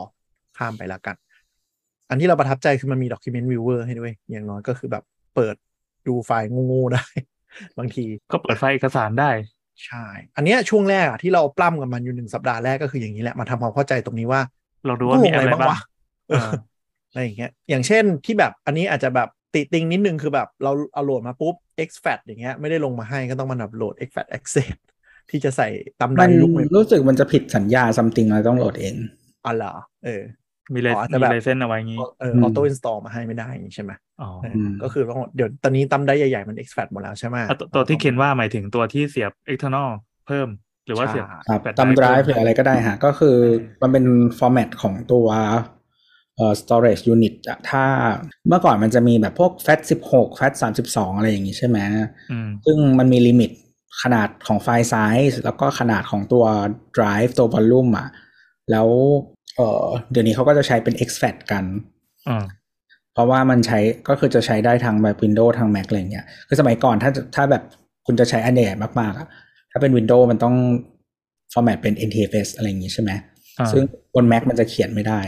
[SPEAKER 2] ข้ามไปละกัน อันที่เราประทับใจคือมันมี document viewer ให้ด้วย อย่างน้อยก็คือแบบเปิดดูไฟล์งูๆได้ บางที
[SPEAKER 4] ก็เปิดไฟล์เอกสารได้
[SPEAKER 2] ใช่ อันเนี้ยช่วงแรกอะที่เราปล้ำกับมันอยู่หนึ่งสัปดาห์แรกก็คืออย่างนี้แหละ มาทำความเข้าใจตรงนี้ว่า
[SPEAKER 4] เราดูว่ามีอะไรบ้าง
[SPEAKER 2] วะเอออะไรอย่างเงี้ย อย่างเช่นที่แบบอันนี้อาจจะแบบติติงนิดนึงคือแบบเราเอาโหลดมาปุ๊บ exfat อย่างเงี้ยไม่ได้ลงมาให้ก็ต้องมาดับโหลด exfat access ที่จะใส่ตำ
[SPEAKER 3] มั
[SPEAKER 2] ดั
[SPEAKER 3] น
[SPEAKER 2] นลูกไป
[SPEAKER 3] รู้สึกมันจะผิดสัญญาซัมติงอะไรต้องโหลดเอง
[SPEAKER 2] อ๋อเหรอเออ
[SPEAKER 4] มีเลย
[SPEAKER 2] อ๋ออาจจะ
[SPEAKER 4] มี
[SPEAKER 2] แบบ
[SPEAKER 4] เลายเส้นเอาไว้งี้
[SPEAKER 2] เออ
[SPEAKER 3] อืม
[SPEAKER 2] ออโต้อินสตอลมาให้ไม่ได้อย่างงี้ใช่ไหม
[SPEAKER 4] อ๋อ
[SPEAKER 2] เออ
[SPEAKER 3] ม
[SPEAKER 2] ก็คือต้องเดี๋ยวตอนนี้ตำได้ใหญ่ ๆ มัน exfat หมดแล้วใช่ไหม
[SPEAKER 4] อ่ะตัวตัวที่เคนว่าหมายถึงตัวที่เสียบ external เพิ่ม หรือว่าเสียบ
[SPEAKER 2] ใช่
[SPEAKER 3] ครับ
[SPEAKER 4] แปด
[SPEAKER 3] ตำ
[SPEAKER 4] drive
[SPEAKER 3] drive หรืออะไรก็ได้ฮะ ก็คือมันเป็นฟอร์แมตของตัวเอ่อ storage unit อะถ้าเมื่อก่อนมันจะมีแบบพวก fat 16 fat 32 อะไรอย่างนี้ใช่ไหม
[SPEAKER 4] อืม
[SPEAKER 3] ซึ่งมันมีลิมิตขนาดของไฟล์ไซส์แล้วก็ขนาดของตัว drive ตัว volume อะแล้วเอ่อเดี๋ยวนี้เขาก็จะใช้เป็น exFAT กัน
[SPEAKER 4] อ่า
[SPEAKER 3] เพราะว่ามันใช้ก็คือจะใช้ได้ทั้งแบบ Windows ทั้ง Mac อะไรอย่างเงี้ยคือสมัยก่อนถ้าถ้าแบบคุณจะใช้อันใหญ่ๆมากๆอะถ้าเป็น Windows มันต้อง format เป็น NTFS อะไรอย่างงี้ใช่ไหม
[SPEAKER 4] อ่า
[SPEAKER 3] ซึ่งบน Mac มันจะเขียนไม่ได้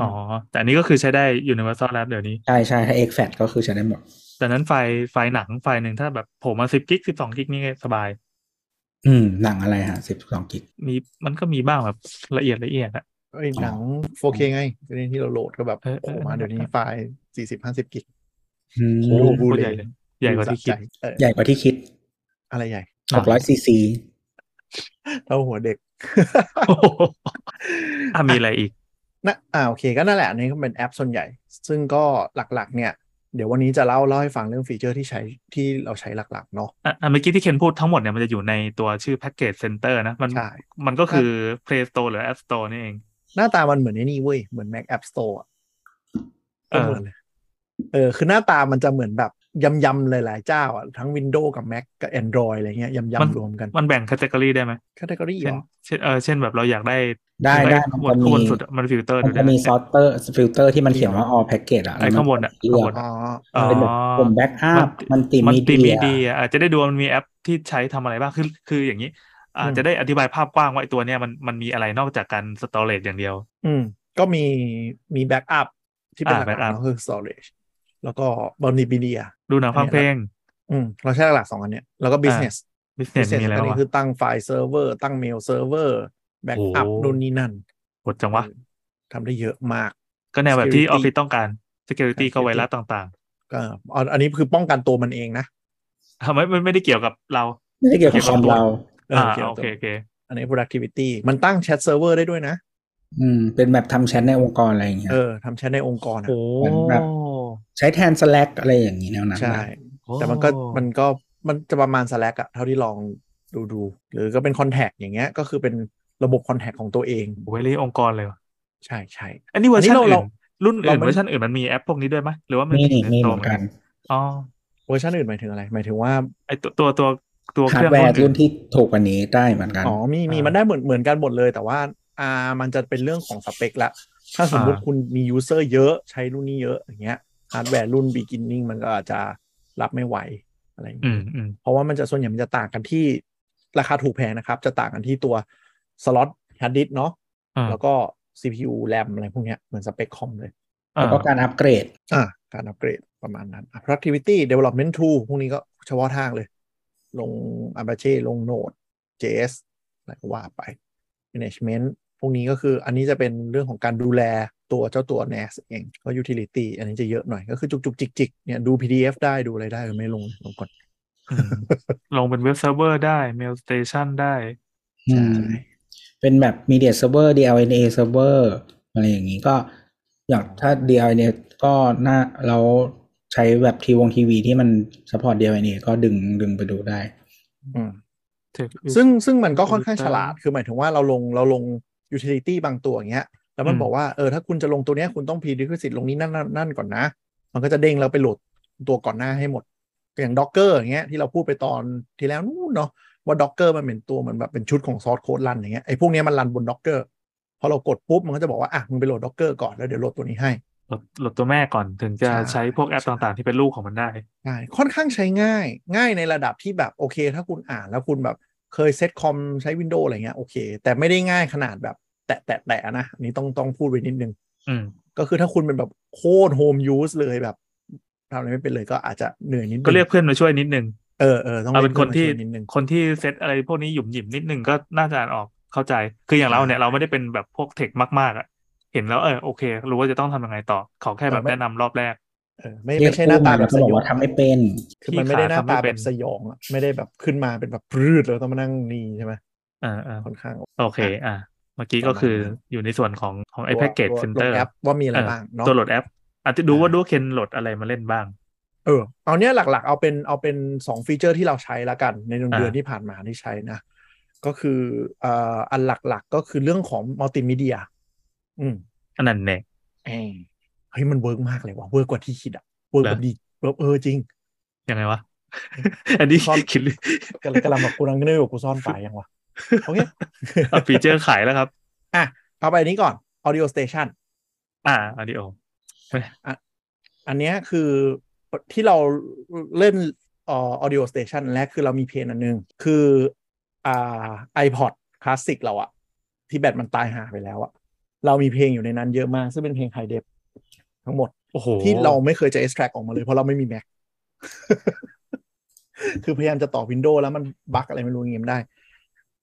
[SPEAKER 4] อ๋อ แต่อันนี้ก็คือใช้ได้ universal แล้วเดี๋ยวนี้
[SPEAKER 3] ใช่ใช่ถ้า exFAT ก็คือใช้ได้หมด
[SPEAKER 4] ดังนั้นไฟล์ไฟล์หนังไฟล์หนึ่งถ้าแบบโผล่มาสิบกิกสิบสองกิกนี่สบาย
[SPEAKER 3] อืมหนังอะไรฮะ12กิก
[SPEAKER 4] มีมันก็มีบ้างแบบละเอียดละเอียดอะ
[SPEAKER 2] ไอ้ยหนัง 4K ไงเดี๋ยวนี้ที่เราโหลดก็แบบ
[SPEAKER 4] เออเออ
[SPEAKER 2] โอ้โหมาเดี๋ยวนี้ไฟล์สี่สิบห้าสิบกิก
[SPEAKER 3] อืม
[SPEAKER 2] โอ้โห
[SPEAKER 4] โคตรใหญ่เลย ใหญ่กว่าที่คิด
[SPEAKER 2] เออ
[SPEAKER 3] ใหญ่กว่าที่คิด
[SPEAKER 2] อะไรใหญ่
[SPEAKER 3] 600 c c
[SPEAKER 2] เท่าหัวเด็ก
[SPEAKER 4] โอ้โหอ่ะมีอะไรอีก
[SPEAKER 2] นะอ่าโอเคก็นั่นแหละอันนี้ก็เป็นแอปส่วนใหญ่ ซึ่งก็หลักๆ เนี่ย เดี๋ยววันนี้จะเล่าเล่าให้ฟังเรื่องฟีเจอร์ที่ใช้ที่เราใช้หลักๆเนาะ
[SPEAKER 4] อ่ะอ่ะเมื่อกี้ที่เคนพูดทั้งหมดเนี่ยมันจะอยู่ในตัวชื่อ Package Center นะ มัน
[SPEAKER 2] ใช่
[SPEAKER 4] มันก็คือ Play Store หรือ App Store นี่เอง
[SPEAKER 2] หน้าตามันเหมือนไอ้นี่เว้ย เหมือน Mac App Store อะ
[SPEAKER 4] เอ
[SPEAKER 2] ก็
[SPEAKER 4] อ
[SPEAKER 2] เหมือนเลยเออ คือหน้าตามันจะเหมือนแบบยำๆหลายๆเจ้าอ่ะ ทั้ง Windows กับ Mac กับ Android อะไรเงี้ยยำๆรวมกัน
[SPEAKER 4] มันแบ่ง category ได้ไหม
[SPEAKER 2] แคตตากรีเหรอ
[SPEAKER 4] เช่นเช่นเออเช่นแบบเราอยากได้
[SPEAKER 3] ได้
[SPEAKER 4] อยาก
[SPEAKER 3] ได้
[SPEAKER 4] ข้างบ
[SPEAKER 3] มัน น
[SPEAKER 4] ข้าง
[SPEAKER 3] มี
[SPEAKER 4] บนสุดอะมันฟิลเตอร์
[SPEAKER 3] มันจะมีซอสเตอร์ฟิลเตอร์ที่มันเขียนว่า all package อะ
[SPEAKER 4] ไอ้ข้างบนอะ
[SPEAKER 3] เลื
[SPEAKER 4] ข้าง
[SPEAKER 3] อบ ก
[SPEAKER 4] น
[SPEAKER 2] อ๋
[SPEAKER 4] อะ
[SPEAKER 2] อ
[SPEAKER 4] อ๋อ
[SPEAKER 3] เป็นแบบกลุ่มแบ็กอัพมันติ
[SPEAKER 4] มั
[SPEAKER 3] มี
[SPEAKER 4] ติมี
[SPEAKER 3] เดีย
[SPEAKER 4] เดียอาจจะได้ดูว่ามันมีแอปที่ใช้ทำอะไรบ้างคือคืออย่างนี้อาจจะได้อธิบายภาพกว้างว่าไอ้ตัวเนี้ยมันมันมีอะไรนอกจากการสตอเรจอย่างเดียว
[SPEAKER 2] อืม ก็มีมี Backup ที่เป็นห
[SPEAKER 4] อ่า
[SPEAKER 2] ลักๆ
[SPEAKER 4] backup
[SPEAKER 2] เนอะคือ Storage แล้วก็บอมดีบีเดีย
[SPEAKER 4] ดูหนังฟังเพลง
[SPEAKER 2] อืมเราใช้หลักๆสองอันเนี้ยแล้วก็ business
[SPEAKER 4] business
[SPEAKER 2] business
[SPEAKER 4] มีอะไร
[SPEAKER 2] อัน
[SPEAKER 4] บ้าง
[SPEAKER 2] นี้
[SPEAKER 4] วะ
[SPEAKER 2] คือตั้งไฟล์เซิร์ฟเวอร์ตั้งเมลเซิร์ฟเวอร์แบ็กอัพ
[SPEAKER 4] โอ้
[SPEAKER 2] นู่นนี่นั่น
[SPEAKER 4] กดจังวะ
[SPEAKER 2] ทำได้เยอะมาก
[SPEAKER 4] ก็แนวแบบที่
[SPEAKER 2] Security
[SPEAKER 4] ออฟฟิศต้องการ security
[SPEAKER 2] ใช่
[SPEAKER 4] ก็ไวรัสต่าง
[SPEAKER 2] ก็อันอันนี้คือป้องกันตัวมันเองนะ
[SPEAKER 4] ๆทำไมมันไม่ได้เกี่ยวกับเรา
[SPEAKER 3] ไม่ได้เกี่ยวกับคอมเรา
[SPEAKER 2] เออ
[SPEAKER 4] อ่า
[SPEAKER 2] เกี่ยว
[SPEAKER 4] โอ
[SPEAKER 2] กับ
[SPEAKER 4] เคโอเค
[SPEAKER 2] อันนี้ productivity มันตั้งแชทเซิร์ฟเวอร์ได้ด้วยนะ
[SPEAKER 3] อืม เป็นแบบทำแชทในองค์กรอะไรอย่างเงี้ย
[SPEAKER 2] เออทำแชทในองค์กรอะ
[SPEAKER 4] โอ้
[SPEAKER 3] เหมือนแบบ ใช้แทน Slack อะไรอย่างนี้แนวนั้น
[SPEAKER 2] ใช่
[SPEAKER 3] นะ
[SPEAKER 4] โอ้
[SPEAKER 2] แต่มันก็มันก็มันจะประมาณ Slack อะเท่าที่ลองดูดูๆหรือก็เป็น contact อย่างเงี้ยก็คือเป็นระบบ contact ของตัวเอง
[SPEAKER 4] โอ้ยเรียกองค์กรเลยว่ะ
[SPEAKER 2] ใช่ใช่
[SPEAKER 4] อันนี้เวอร์ชัน
[SPEAKER 2] อันนี้
[SPEAKER 4] อื่
[SPEAKER 2] เรา
[SPEAKER 4] นรุ่น
[SPEAKER 2] เรา
[SPEAKER 4] อื่น
[SPEAKER 2] ไม่
[SPEAKER 4] เวอร์ชันอื่นมันมีแอปพวกนี้ด้วยไหมหรือว่ามัน
[SPEAKER 3] มี
[SPEAKER 4] อยู่ใน
[SPEAKER 3] มี
[SPEAKER 4] ส
[SPEAKER 3] เห
[SPEAKER 4] โต
[SPEAKER 3] มื
[SPEAKER 4] ร์
[SPEAKER 3] อนกัน
[SPEAKER 4] อ๋อ
[SPEAKER 2] เวอร์ชันอื่นหมายถึงอะไรหมายถึงว่า
[SPEAKER 4] ไอตัวตัวตัวตัวเค
[SPEAKER 3] ฮาร์
[SPEAKER 4] รื่อ
[SPEAKER 3] ด
[SPEAKER 4] ง
[SPEAKER 3] แวร์
[SPEAKER 4] รุ่นอื่
[SPEAKER 3] รุ่น
[SPEAKER 4] น
[SPEAKER 3] ที่ถูกกว่านี้ได้เหมือนกัน
[SPEAKER 2] อ๋อ มี มี
[SPEAKER 4] อ่ามั
[SPEAKER 2] มันได้เหมือน เหมือนกันหมดเลย แต่ว่า อ่า มันจะเป็นเรื่องของสเปคละ ถ้าสมมุติ
[SPEAKER 4] อ่า
[SPEAKER 2] คุณมียูเซอร์เยอะ ใช้รุ่นนี้เยอะ อย่างเงี้ย ฮาร์ดแวร์รุ่น beginning มันก็อาจจะรับไม่ไหว อะไรอย่าง
[SPEAKER 4] อื
[SPEAKER 2] เงี้ย
[SPEAKER 4] มอืม
[SPEAKER 2] เพราะว่ามันจะส่วนใหญ่มันจะต่างกันที่ราคาถูกแพงนะครับ จะต่างกันที่ตัวสล็อตฮาร์ดดิสเนาะ
[SPEAKER 4] อ่า
[SPEAKER 2] แล้วก็ CPU แรมอะไรพวกเนี้ย เหมือนสเปคคอมเลย
[SPEAKER 3] แล้วก็การอัปเกรด
[SPEAKER 2] อ่า การอัปเกรดประมาณนั้นอ่ะ productivity development tool พวกนี้ก็เฉพาะทางเลย ลง Apache ลง Node JS อะไรก็ว่าไป management พวกนี้ก็คืออันนี้จะเป็นเรื่องของการดูแลตัวเจ้าตัว NAS เองก็ utility อันนี้จะเยอะหน่อย ก็คือจุกจุกจิกจิกๆเนี่ยดู PDF ได้ดูอะไรได้เออไม่ลงลงก่อน
[SPEAKER 4] อืมลงเป็นเว็บเซิร์ฟเวอร์ได้ Mail Station ได้
[SPEAKER 2] ใช่
[SPEAKER 3] อืมเป็นแบบ Media Server DLNA Server อะไรอย่างนี้ก็ อย่างถ้า DLNA เนี่ยก็น่าเราใช้แบบทีวงทีวีที่มันสปอร์ต DLNA ก็ดึงดึงไปดูได้
[SPEAKER 2] อืม
[SPEAKER 4] Tech is
[SPEAKER 2] ซึ่งซึ่งมันก็ค่อนข้าง
[SPEAKER 4] อืม
[SPEAKER 2] ฉลาด คือหมายถึงว่าเราลงเราลงยูทิลิตี้บางตัวอย่างเงี้ย แล้วมัน
[SPEAKER 4] อืม
[SPEAKER 2] บอกว่า เออ ถ้าคุณจะลงตัวเนี้ยคุณต้องพีดิคสิตลงนี้นั่นนั่นนั่นก่อนนะ มันก็จะเด้งแล้วไปโหลดตัวก่อนหน้าให้หมด อย่างด็อกเกอร์อย่างเงี้ยที่เราพูดไปตอนที่แล้วนู่นเนาะว่าด็อกเกอร์มันเป็นตัวเหมือนแบบเป็นชุดของซอสโค้ดรันอย่างเงี้ยไอ้พวกเนี้ยมันรันบนด็อกเกอร์พอเรากดปุ๊บมันก็จะบอกว่าอ่ะมึงไปโหลดด็อกเกอร์ก่อนแล้วเดี๋ยวโหลดตัวนี้ให้
[SPEAKER 4] หลดหลดตัวแม่ก่อนถึงจะ
[SPEAKER 2] ใช่
[SPEAKER 4] ใช้พวกแอป
[SPEAKER 2] ใช่
[SPEAKER 4] ต่างๆที่เป็นลูกของมันได้
[SPEAKER 2] ง่ายค่อนข้างใช้ง่าย ง่ายในระดับที่แบบโอเค ถ้าคุณอ่านแล้วคุณแบบเคยเซตคอมใช้ Windows อะไรเงี้ยโอเค แต่ไม่ได้ง่ายขนาดแบบแตะแตะแตะนะอันนี้ต้องต้องพูดไว้นิดนึง
[SPEAKER 4] อืม
[SPEAKER 2] ก็คือถ้าคุณเป็นแบบโคตรโฮมยูสเลยแบบทำอะไรไม่เป็นเลยก็อาจจะเหนื่อยนิดนึง
[SPEAKER 4] ก็เรียกเพื่อนมาช่วยนิดนึง
[SPEAKER 2] เออเออต้อง
[SPEAKER 4] เอาเป็นคน
[SPEAKER 2] รียก
[SPEAKER 4] ที่
[SPEAKER 2] พื่อมาช่วยนิดนึง
[SPEAKER 4] คนที่เซตอะไรพวกนี้หยุ่มหยิมนิดนึงก็น่าจะอ่านออกเข้าใจ คืออย่างเราเนี่ยเราไม่ได้เป็นแบบพวกเทคมากๆอ่ะ เห็นแล้วเออโอเค รู้ว่าจะต้องทำยังไงต่อ ขอแค่แบบ
[SPEAKER 2] เออไม่
[SPEAKER 4] แนะนำรอบแรก
[SPEAKER 2] เออไม่
[SPEAKER 3] เรียก
[SPEAKER 2] ไม่ใช่หน้าตา
[SPEAKER 3] คู่ม
[SPEAKER 2] แบบ
[SPEAKER 3] ก็
[SPEAKER 2] ส
[SPEAKER 3] บอก
[SPEAKER 2] ยอง
[SPEAKER 3] ว่าทำไม่เป็น
[SPEAKER 2] คือมันไม่ได้หน้า
[SPEAKER 4] ที่ขาทำไม่
[SPEAKER 2] ตา
[SPEAKER 4] เป็
[SPEAKER 2] แบ
[SPEAKER 4] น
[SPEAKER 2] บสยองอะไม่ได้แบบขึ้นมาเป็นแบบพืดแล้วต้องมานั่งนี่ใช่ไหม
[SPEAKER 4] อ่าอ่า
[SPEAKER 2] ค่อนข้าง
[SPEAKER 4] โอเค อ่าเมื่อกี้ก็คืออยู่ในส่วนของของไอ้แพ็กเกจ
[SPEAKER 2] ตัว
[SPEAKER 4] เซ็น
[SPEAKER 2] ล
[SPEAKER 4] เตอง ร์
[SPEAKER 2] แอปว่ามีอะไรบ้างเนอะ
[SPEAKER 4] ตัวโหลดแอปอาจจะดู
[SPEAKER 2] อ่า
[SPEAKER 4] ว่าดูว่าเคนโหลดอะไรมาเล่นบ้าง
[SPEAKER 2] เออเอาเนี้ยหลักๆ เอาเป็นเอาเป็นสองฟีเจอร์ที่เราใช้ละกัน ในเดือน
[SPEAKER 4] อ่า
[SPEAKER 2] เดือนที่ผ่านมาที่ใช้นะ ก็คือเอ่ออันหลักๆก็คือเรื่องของมัลติมีเดีย อืม
[SPEAKER 4] อันนั้นเนี่ย
[SPEAKER 2] แอมเฮ้ยมันเวิร์กมากเลยว่ะเวิร์กกว่าที่คิดอะเวิร์กกว่า
[SPEAKER 4] เหรอ
[SPEAKER 2] ดีเวิร์กเออจริง
[SPEAKER 4] ยังไงวะ อันนี้
[SPEAKER 2] ซ่อน
[SPEAKER 4] คิดหรือก
[SPEAKER 2] ำลังกำลังแบบกูนังนึกว่ากูซ่อนไฟล์ยังวะโอ เค
[SPEAKER 4] เอาฟีเจอร์ขายแล้วครับ
[SPEAKER 2] อ่ะเอาไปอันนี้ก่อน audio station
[SPEAKER 4] อ่าอ u d i o
[SPEAKER 2] อันเนี้ยคือที่เราเล่นเอ่อ audio station แรกคือเรามีเพลงอันนึง คืออ่า iPod Classic เราอะที่แบตมันตายหาไปแล้วอะเรามีเพลงอยู่ในนั้นเยอะมาก ซึ่งเป็นเพลง High Def ทั้งหมด
[SPEAKER 4] โอ้โห
[SPEAKER 2] ที่เราไม่เคยจะ extract ออกมาเลย เพราะเราไม่มี Mac คือพยายามจะต่อ Windows แล้วมันบั๊กอะไรไม่รู้เงี้ยไม่ได้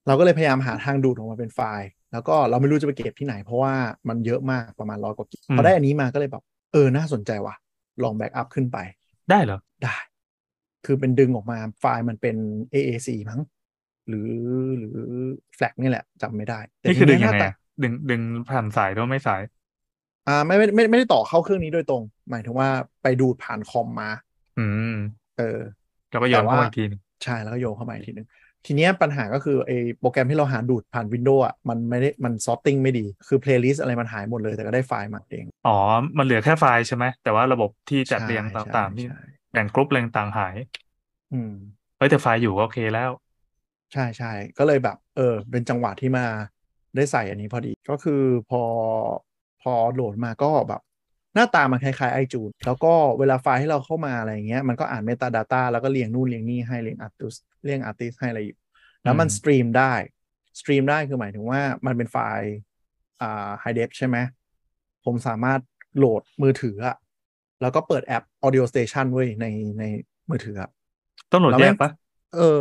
[SPEAKER 2] เราก็เลยพยายามหาทางดูดออกมาเป็นไฟล์ แล้วก็เราไม่รู้จะไปเก็บที่ไหน เพราะว่ามันเยอะมากประมาณร้อยกว่ากิกพอได้อันนี้มาก็เลยแบบเออน่าสนใจว่ะ ลองแบ็กอัพขึ้นไป
[SPEAKER 4] ได้เหรอ
[SPEAKER 2] ได้ คือเป็นดึงออกมาไฟล์มันเป็น AAC มั้ง หรือหรือ flag นี่แหละจำไม่ได้แต่
[SPEAKER 4] นี่คือดึง
[SPEAKER 2] ที
[SPEAKER 4] ยั
[SPEAKER 2] เนี้ห
[SPEAKER 4] งไง
[SPEAKER 2] น้าตา
[SPEAKER 4] อะดึงดึงผ่านสายหรือว่าไม่สาย
[SPEAKER 2] อ่าไม่ไม่ไม่ไม่ได้ต่อเข้าเครื่องนี้โดยตรง หมายถึงว่าไปดูดผ่านคอมมา
[SPEAKER 4] อืม
[SPEAKER 2] เออ
[SPEAKER 4] แล้วก็โยนเข้ามาอีกทีหนึง
[SPEAKER 2] ใช่แล้วก็โยงเข้ามาอีกทีหนึ่งทีเนี้ยปัญหาก็คือไอ้โปรแกรมที่เราหาดูดผ่าน Windows อ่ะมันไม่ได้มัน sorting ไม่ดี คือ playlist อะไรมันหายหมดเลยแต่ก็ได้ไฟล์มาเอง
[SPEAKER 4] อ๋อ มันเหลือแค่ไฟล์ใช่ไหม แต่ว่าระบบที่จัดเรียง
[SPEAKER 2] ใช่
[SPEAKER 4] ต่างๆ ที่
[SPEAKER 2] ใช่ใช่
[SPEAKER 4] แบ่งกรุ๊ปเรียงต่างหาย
[SPEAKER 2] อืม
[SPEAKER 4] เฮ้ยแต่ไฟล์อยู่ก็โอเคแล้ว
[SPEAKER 2] ใช่ใช่ก็เลยแบบ เออ เป็นจังหวะที่มาได้ใส่อันนี้พอดีก็คือพอพอโหลดมาก็แบบ หน้าตามันคล้ายๆ iTunes แล้วก็เวลาไฟล์ให้เราเข้ามาอะไรอย่างเงี้ยมันก็อ่าน Metadata แล้วก็เรียงนู่นเรียงนี่ให้เรียง Artist เรียง Artist ให้อะไรอยู่ แล้วมัน
[SPEAKER 4] อืม
[SPEAKER 2] สตรีมได้สตรีมได้คือหมายถึงว่ามันเป็นไฟล์อ่า High Def ใช่ไหมผมสามารถโหลดมือถืออะแล้วก็เปิดแอป Audio Station เว้ยในในมือถืออะ
[SPEAKER 4] ต้องโหลด
[SPEAKER 2] แล้ว
[SPEAKER 4] แย
[SPEAKER 2] แม่
[SPEAKER 4] ก
[SPEAKER 2] ง
[SPEAKER 4] ปะ
[SPEAKER 2] เออ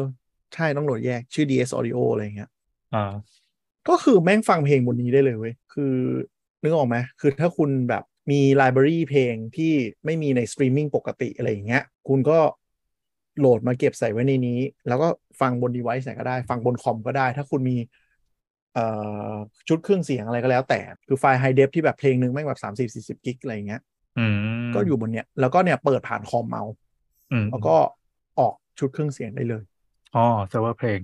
[SPEAKER 2] ใช่ต้องโหลดแยกชื่อ DS Audio อะไรอย่างเงี้ย
[SPEAKER 4] อ่า
[SPEAKER 2] ก็คือแม่งฟังเพลงบนนี้ได้เลยเว้ย คือนึกออกไหมคือถ้าคุณแบบมีไลบรารีเพลงที่ไม่มีในสตรีมมิ่งปกติอะไรอย่างเงี้ย คุณก็โหลดมาเก็บใส่ไว้ในนี้ แล้วก็ฟังบน device ไหนก็ได้ ฟังบนคอมก็ได้ ถ้าคุณมีเอ่อชุดเครื่องเสียงอะไรก็แล้วแต่ คือไฟล์ไฮเดฟที่แบบเพลงหนึงแม่งแบบสามสิบสี่สิบกิกอะไรอย่างเงี้ย
[SPEAKER 4] อืม
[SPEAKER 2] ก็อยู่บนเนี้ย แล้วก็เนี่ยเปิดผ่านคอมเมาส์
[SPEAKER 4] อืม
[SPEAKER 2] แล้วก็ออกชุดเครื่องเสียงได้เลย
[SPEAKER 4] อ๋อเซิร์ฟเวอร์เพลง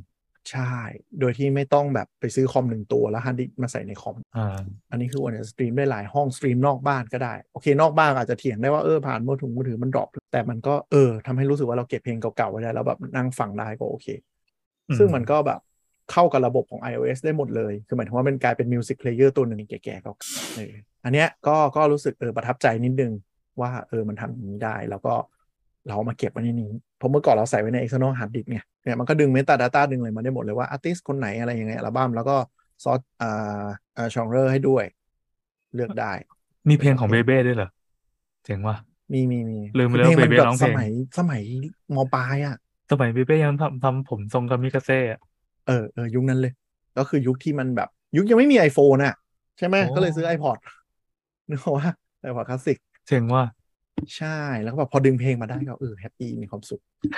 [SPEAKER 2] ใช่ โดยที่ไม่ต้องแบบไปซื้อคอมหนึ่งตัวแล้วฮาร์ดดิสก์มาใส่ในคอม
[SPEAKER 4] อ่า
[SPEAKER 2] อันนี้คือวันจะสตรีมได้หลายห้องสตรีมนอกบ้านก็ได้ โอเคนอกบ้านอาจจะเถียงได้ว่าเออผ่านมือถือมือถือมันดรอปแต่มันก็เออทำให้รู้สึกว่าเราเก็บเพลงเก่าๆไว้ได้แล้วแบบนั่งฟังได้ก็โอเค
[SPEAKER 4] อืม
[SPEAKER 2] ซึ่งมันก็แบบเข้ากับระบบของ iOS ได้หมดเลย คือหมายถึงว่าเป็นกลายเป็นมิวสิกเพลเยอร์ตัวหนึ่งแก่ๆก็เอออันเนี้ยก็ก็รู้สึกเออประทับใจนิดนึง ว่าเออมันทำอย่างนี้ได้ แล้วก็เราเอามาเก็บไว้ในนี้เพราะเมื่อก่อนเราใส่ไว้ใน external hard disk เนี่ยเนี่ยมันก็ดึง metadata ดึงอะไรมาได้หมดเลยว่า artist คนไหนอะไรยังไงอัลบั้มแล้วก็ซอสอ่าอ่า genre ให้ด้วย เลือกได้
[SPEAKER 4] มีเพลงของเบเบ้ด้วยเหรอเจ๋งว่ะ
[SPEAKER 2] มีมีมี
[SPEAKER 4] ลืมไป
[SPEAKER 2] คือ
[SPEAKER 4] แล้ว
[SPEAKER 2] เพลงมัน
[SPEAKER 4] เบเบ้
[SPEAKER 2] แบบ
[SPEAKER 4] ร้อง
[SPEAKER 2] ส
[SPEAKER 4] เพลง
[SPEAKER 2] มัยสมัยมปลายอ่ะ
[SPEAKER 4] สมัยเบเบ้ยังทำทำผมทรงกามิกาเซ่อะ
[SPEAKER 2] เออเออยุคนั้นเลย ก็คือยุคที่มันแบบ ยุคยังไม่มี iPhone อ่ะ ใช่ไหม
[SPEAKER 4] โอ้
[SPEAKER 2] ก็เลยซื้อ iPod นึกว่า iPod คลาสสิก
[SPEAKER 4] เจ๋ง ว่ะ
[SPEAKER 2] ใช่แล้วก็แบบพอดึงเพลงมาได้ก็เออแฮปปี้มีความสุข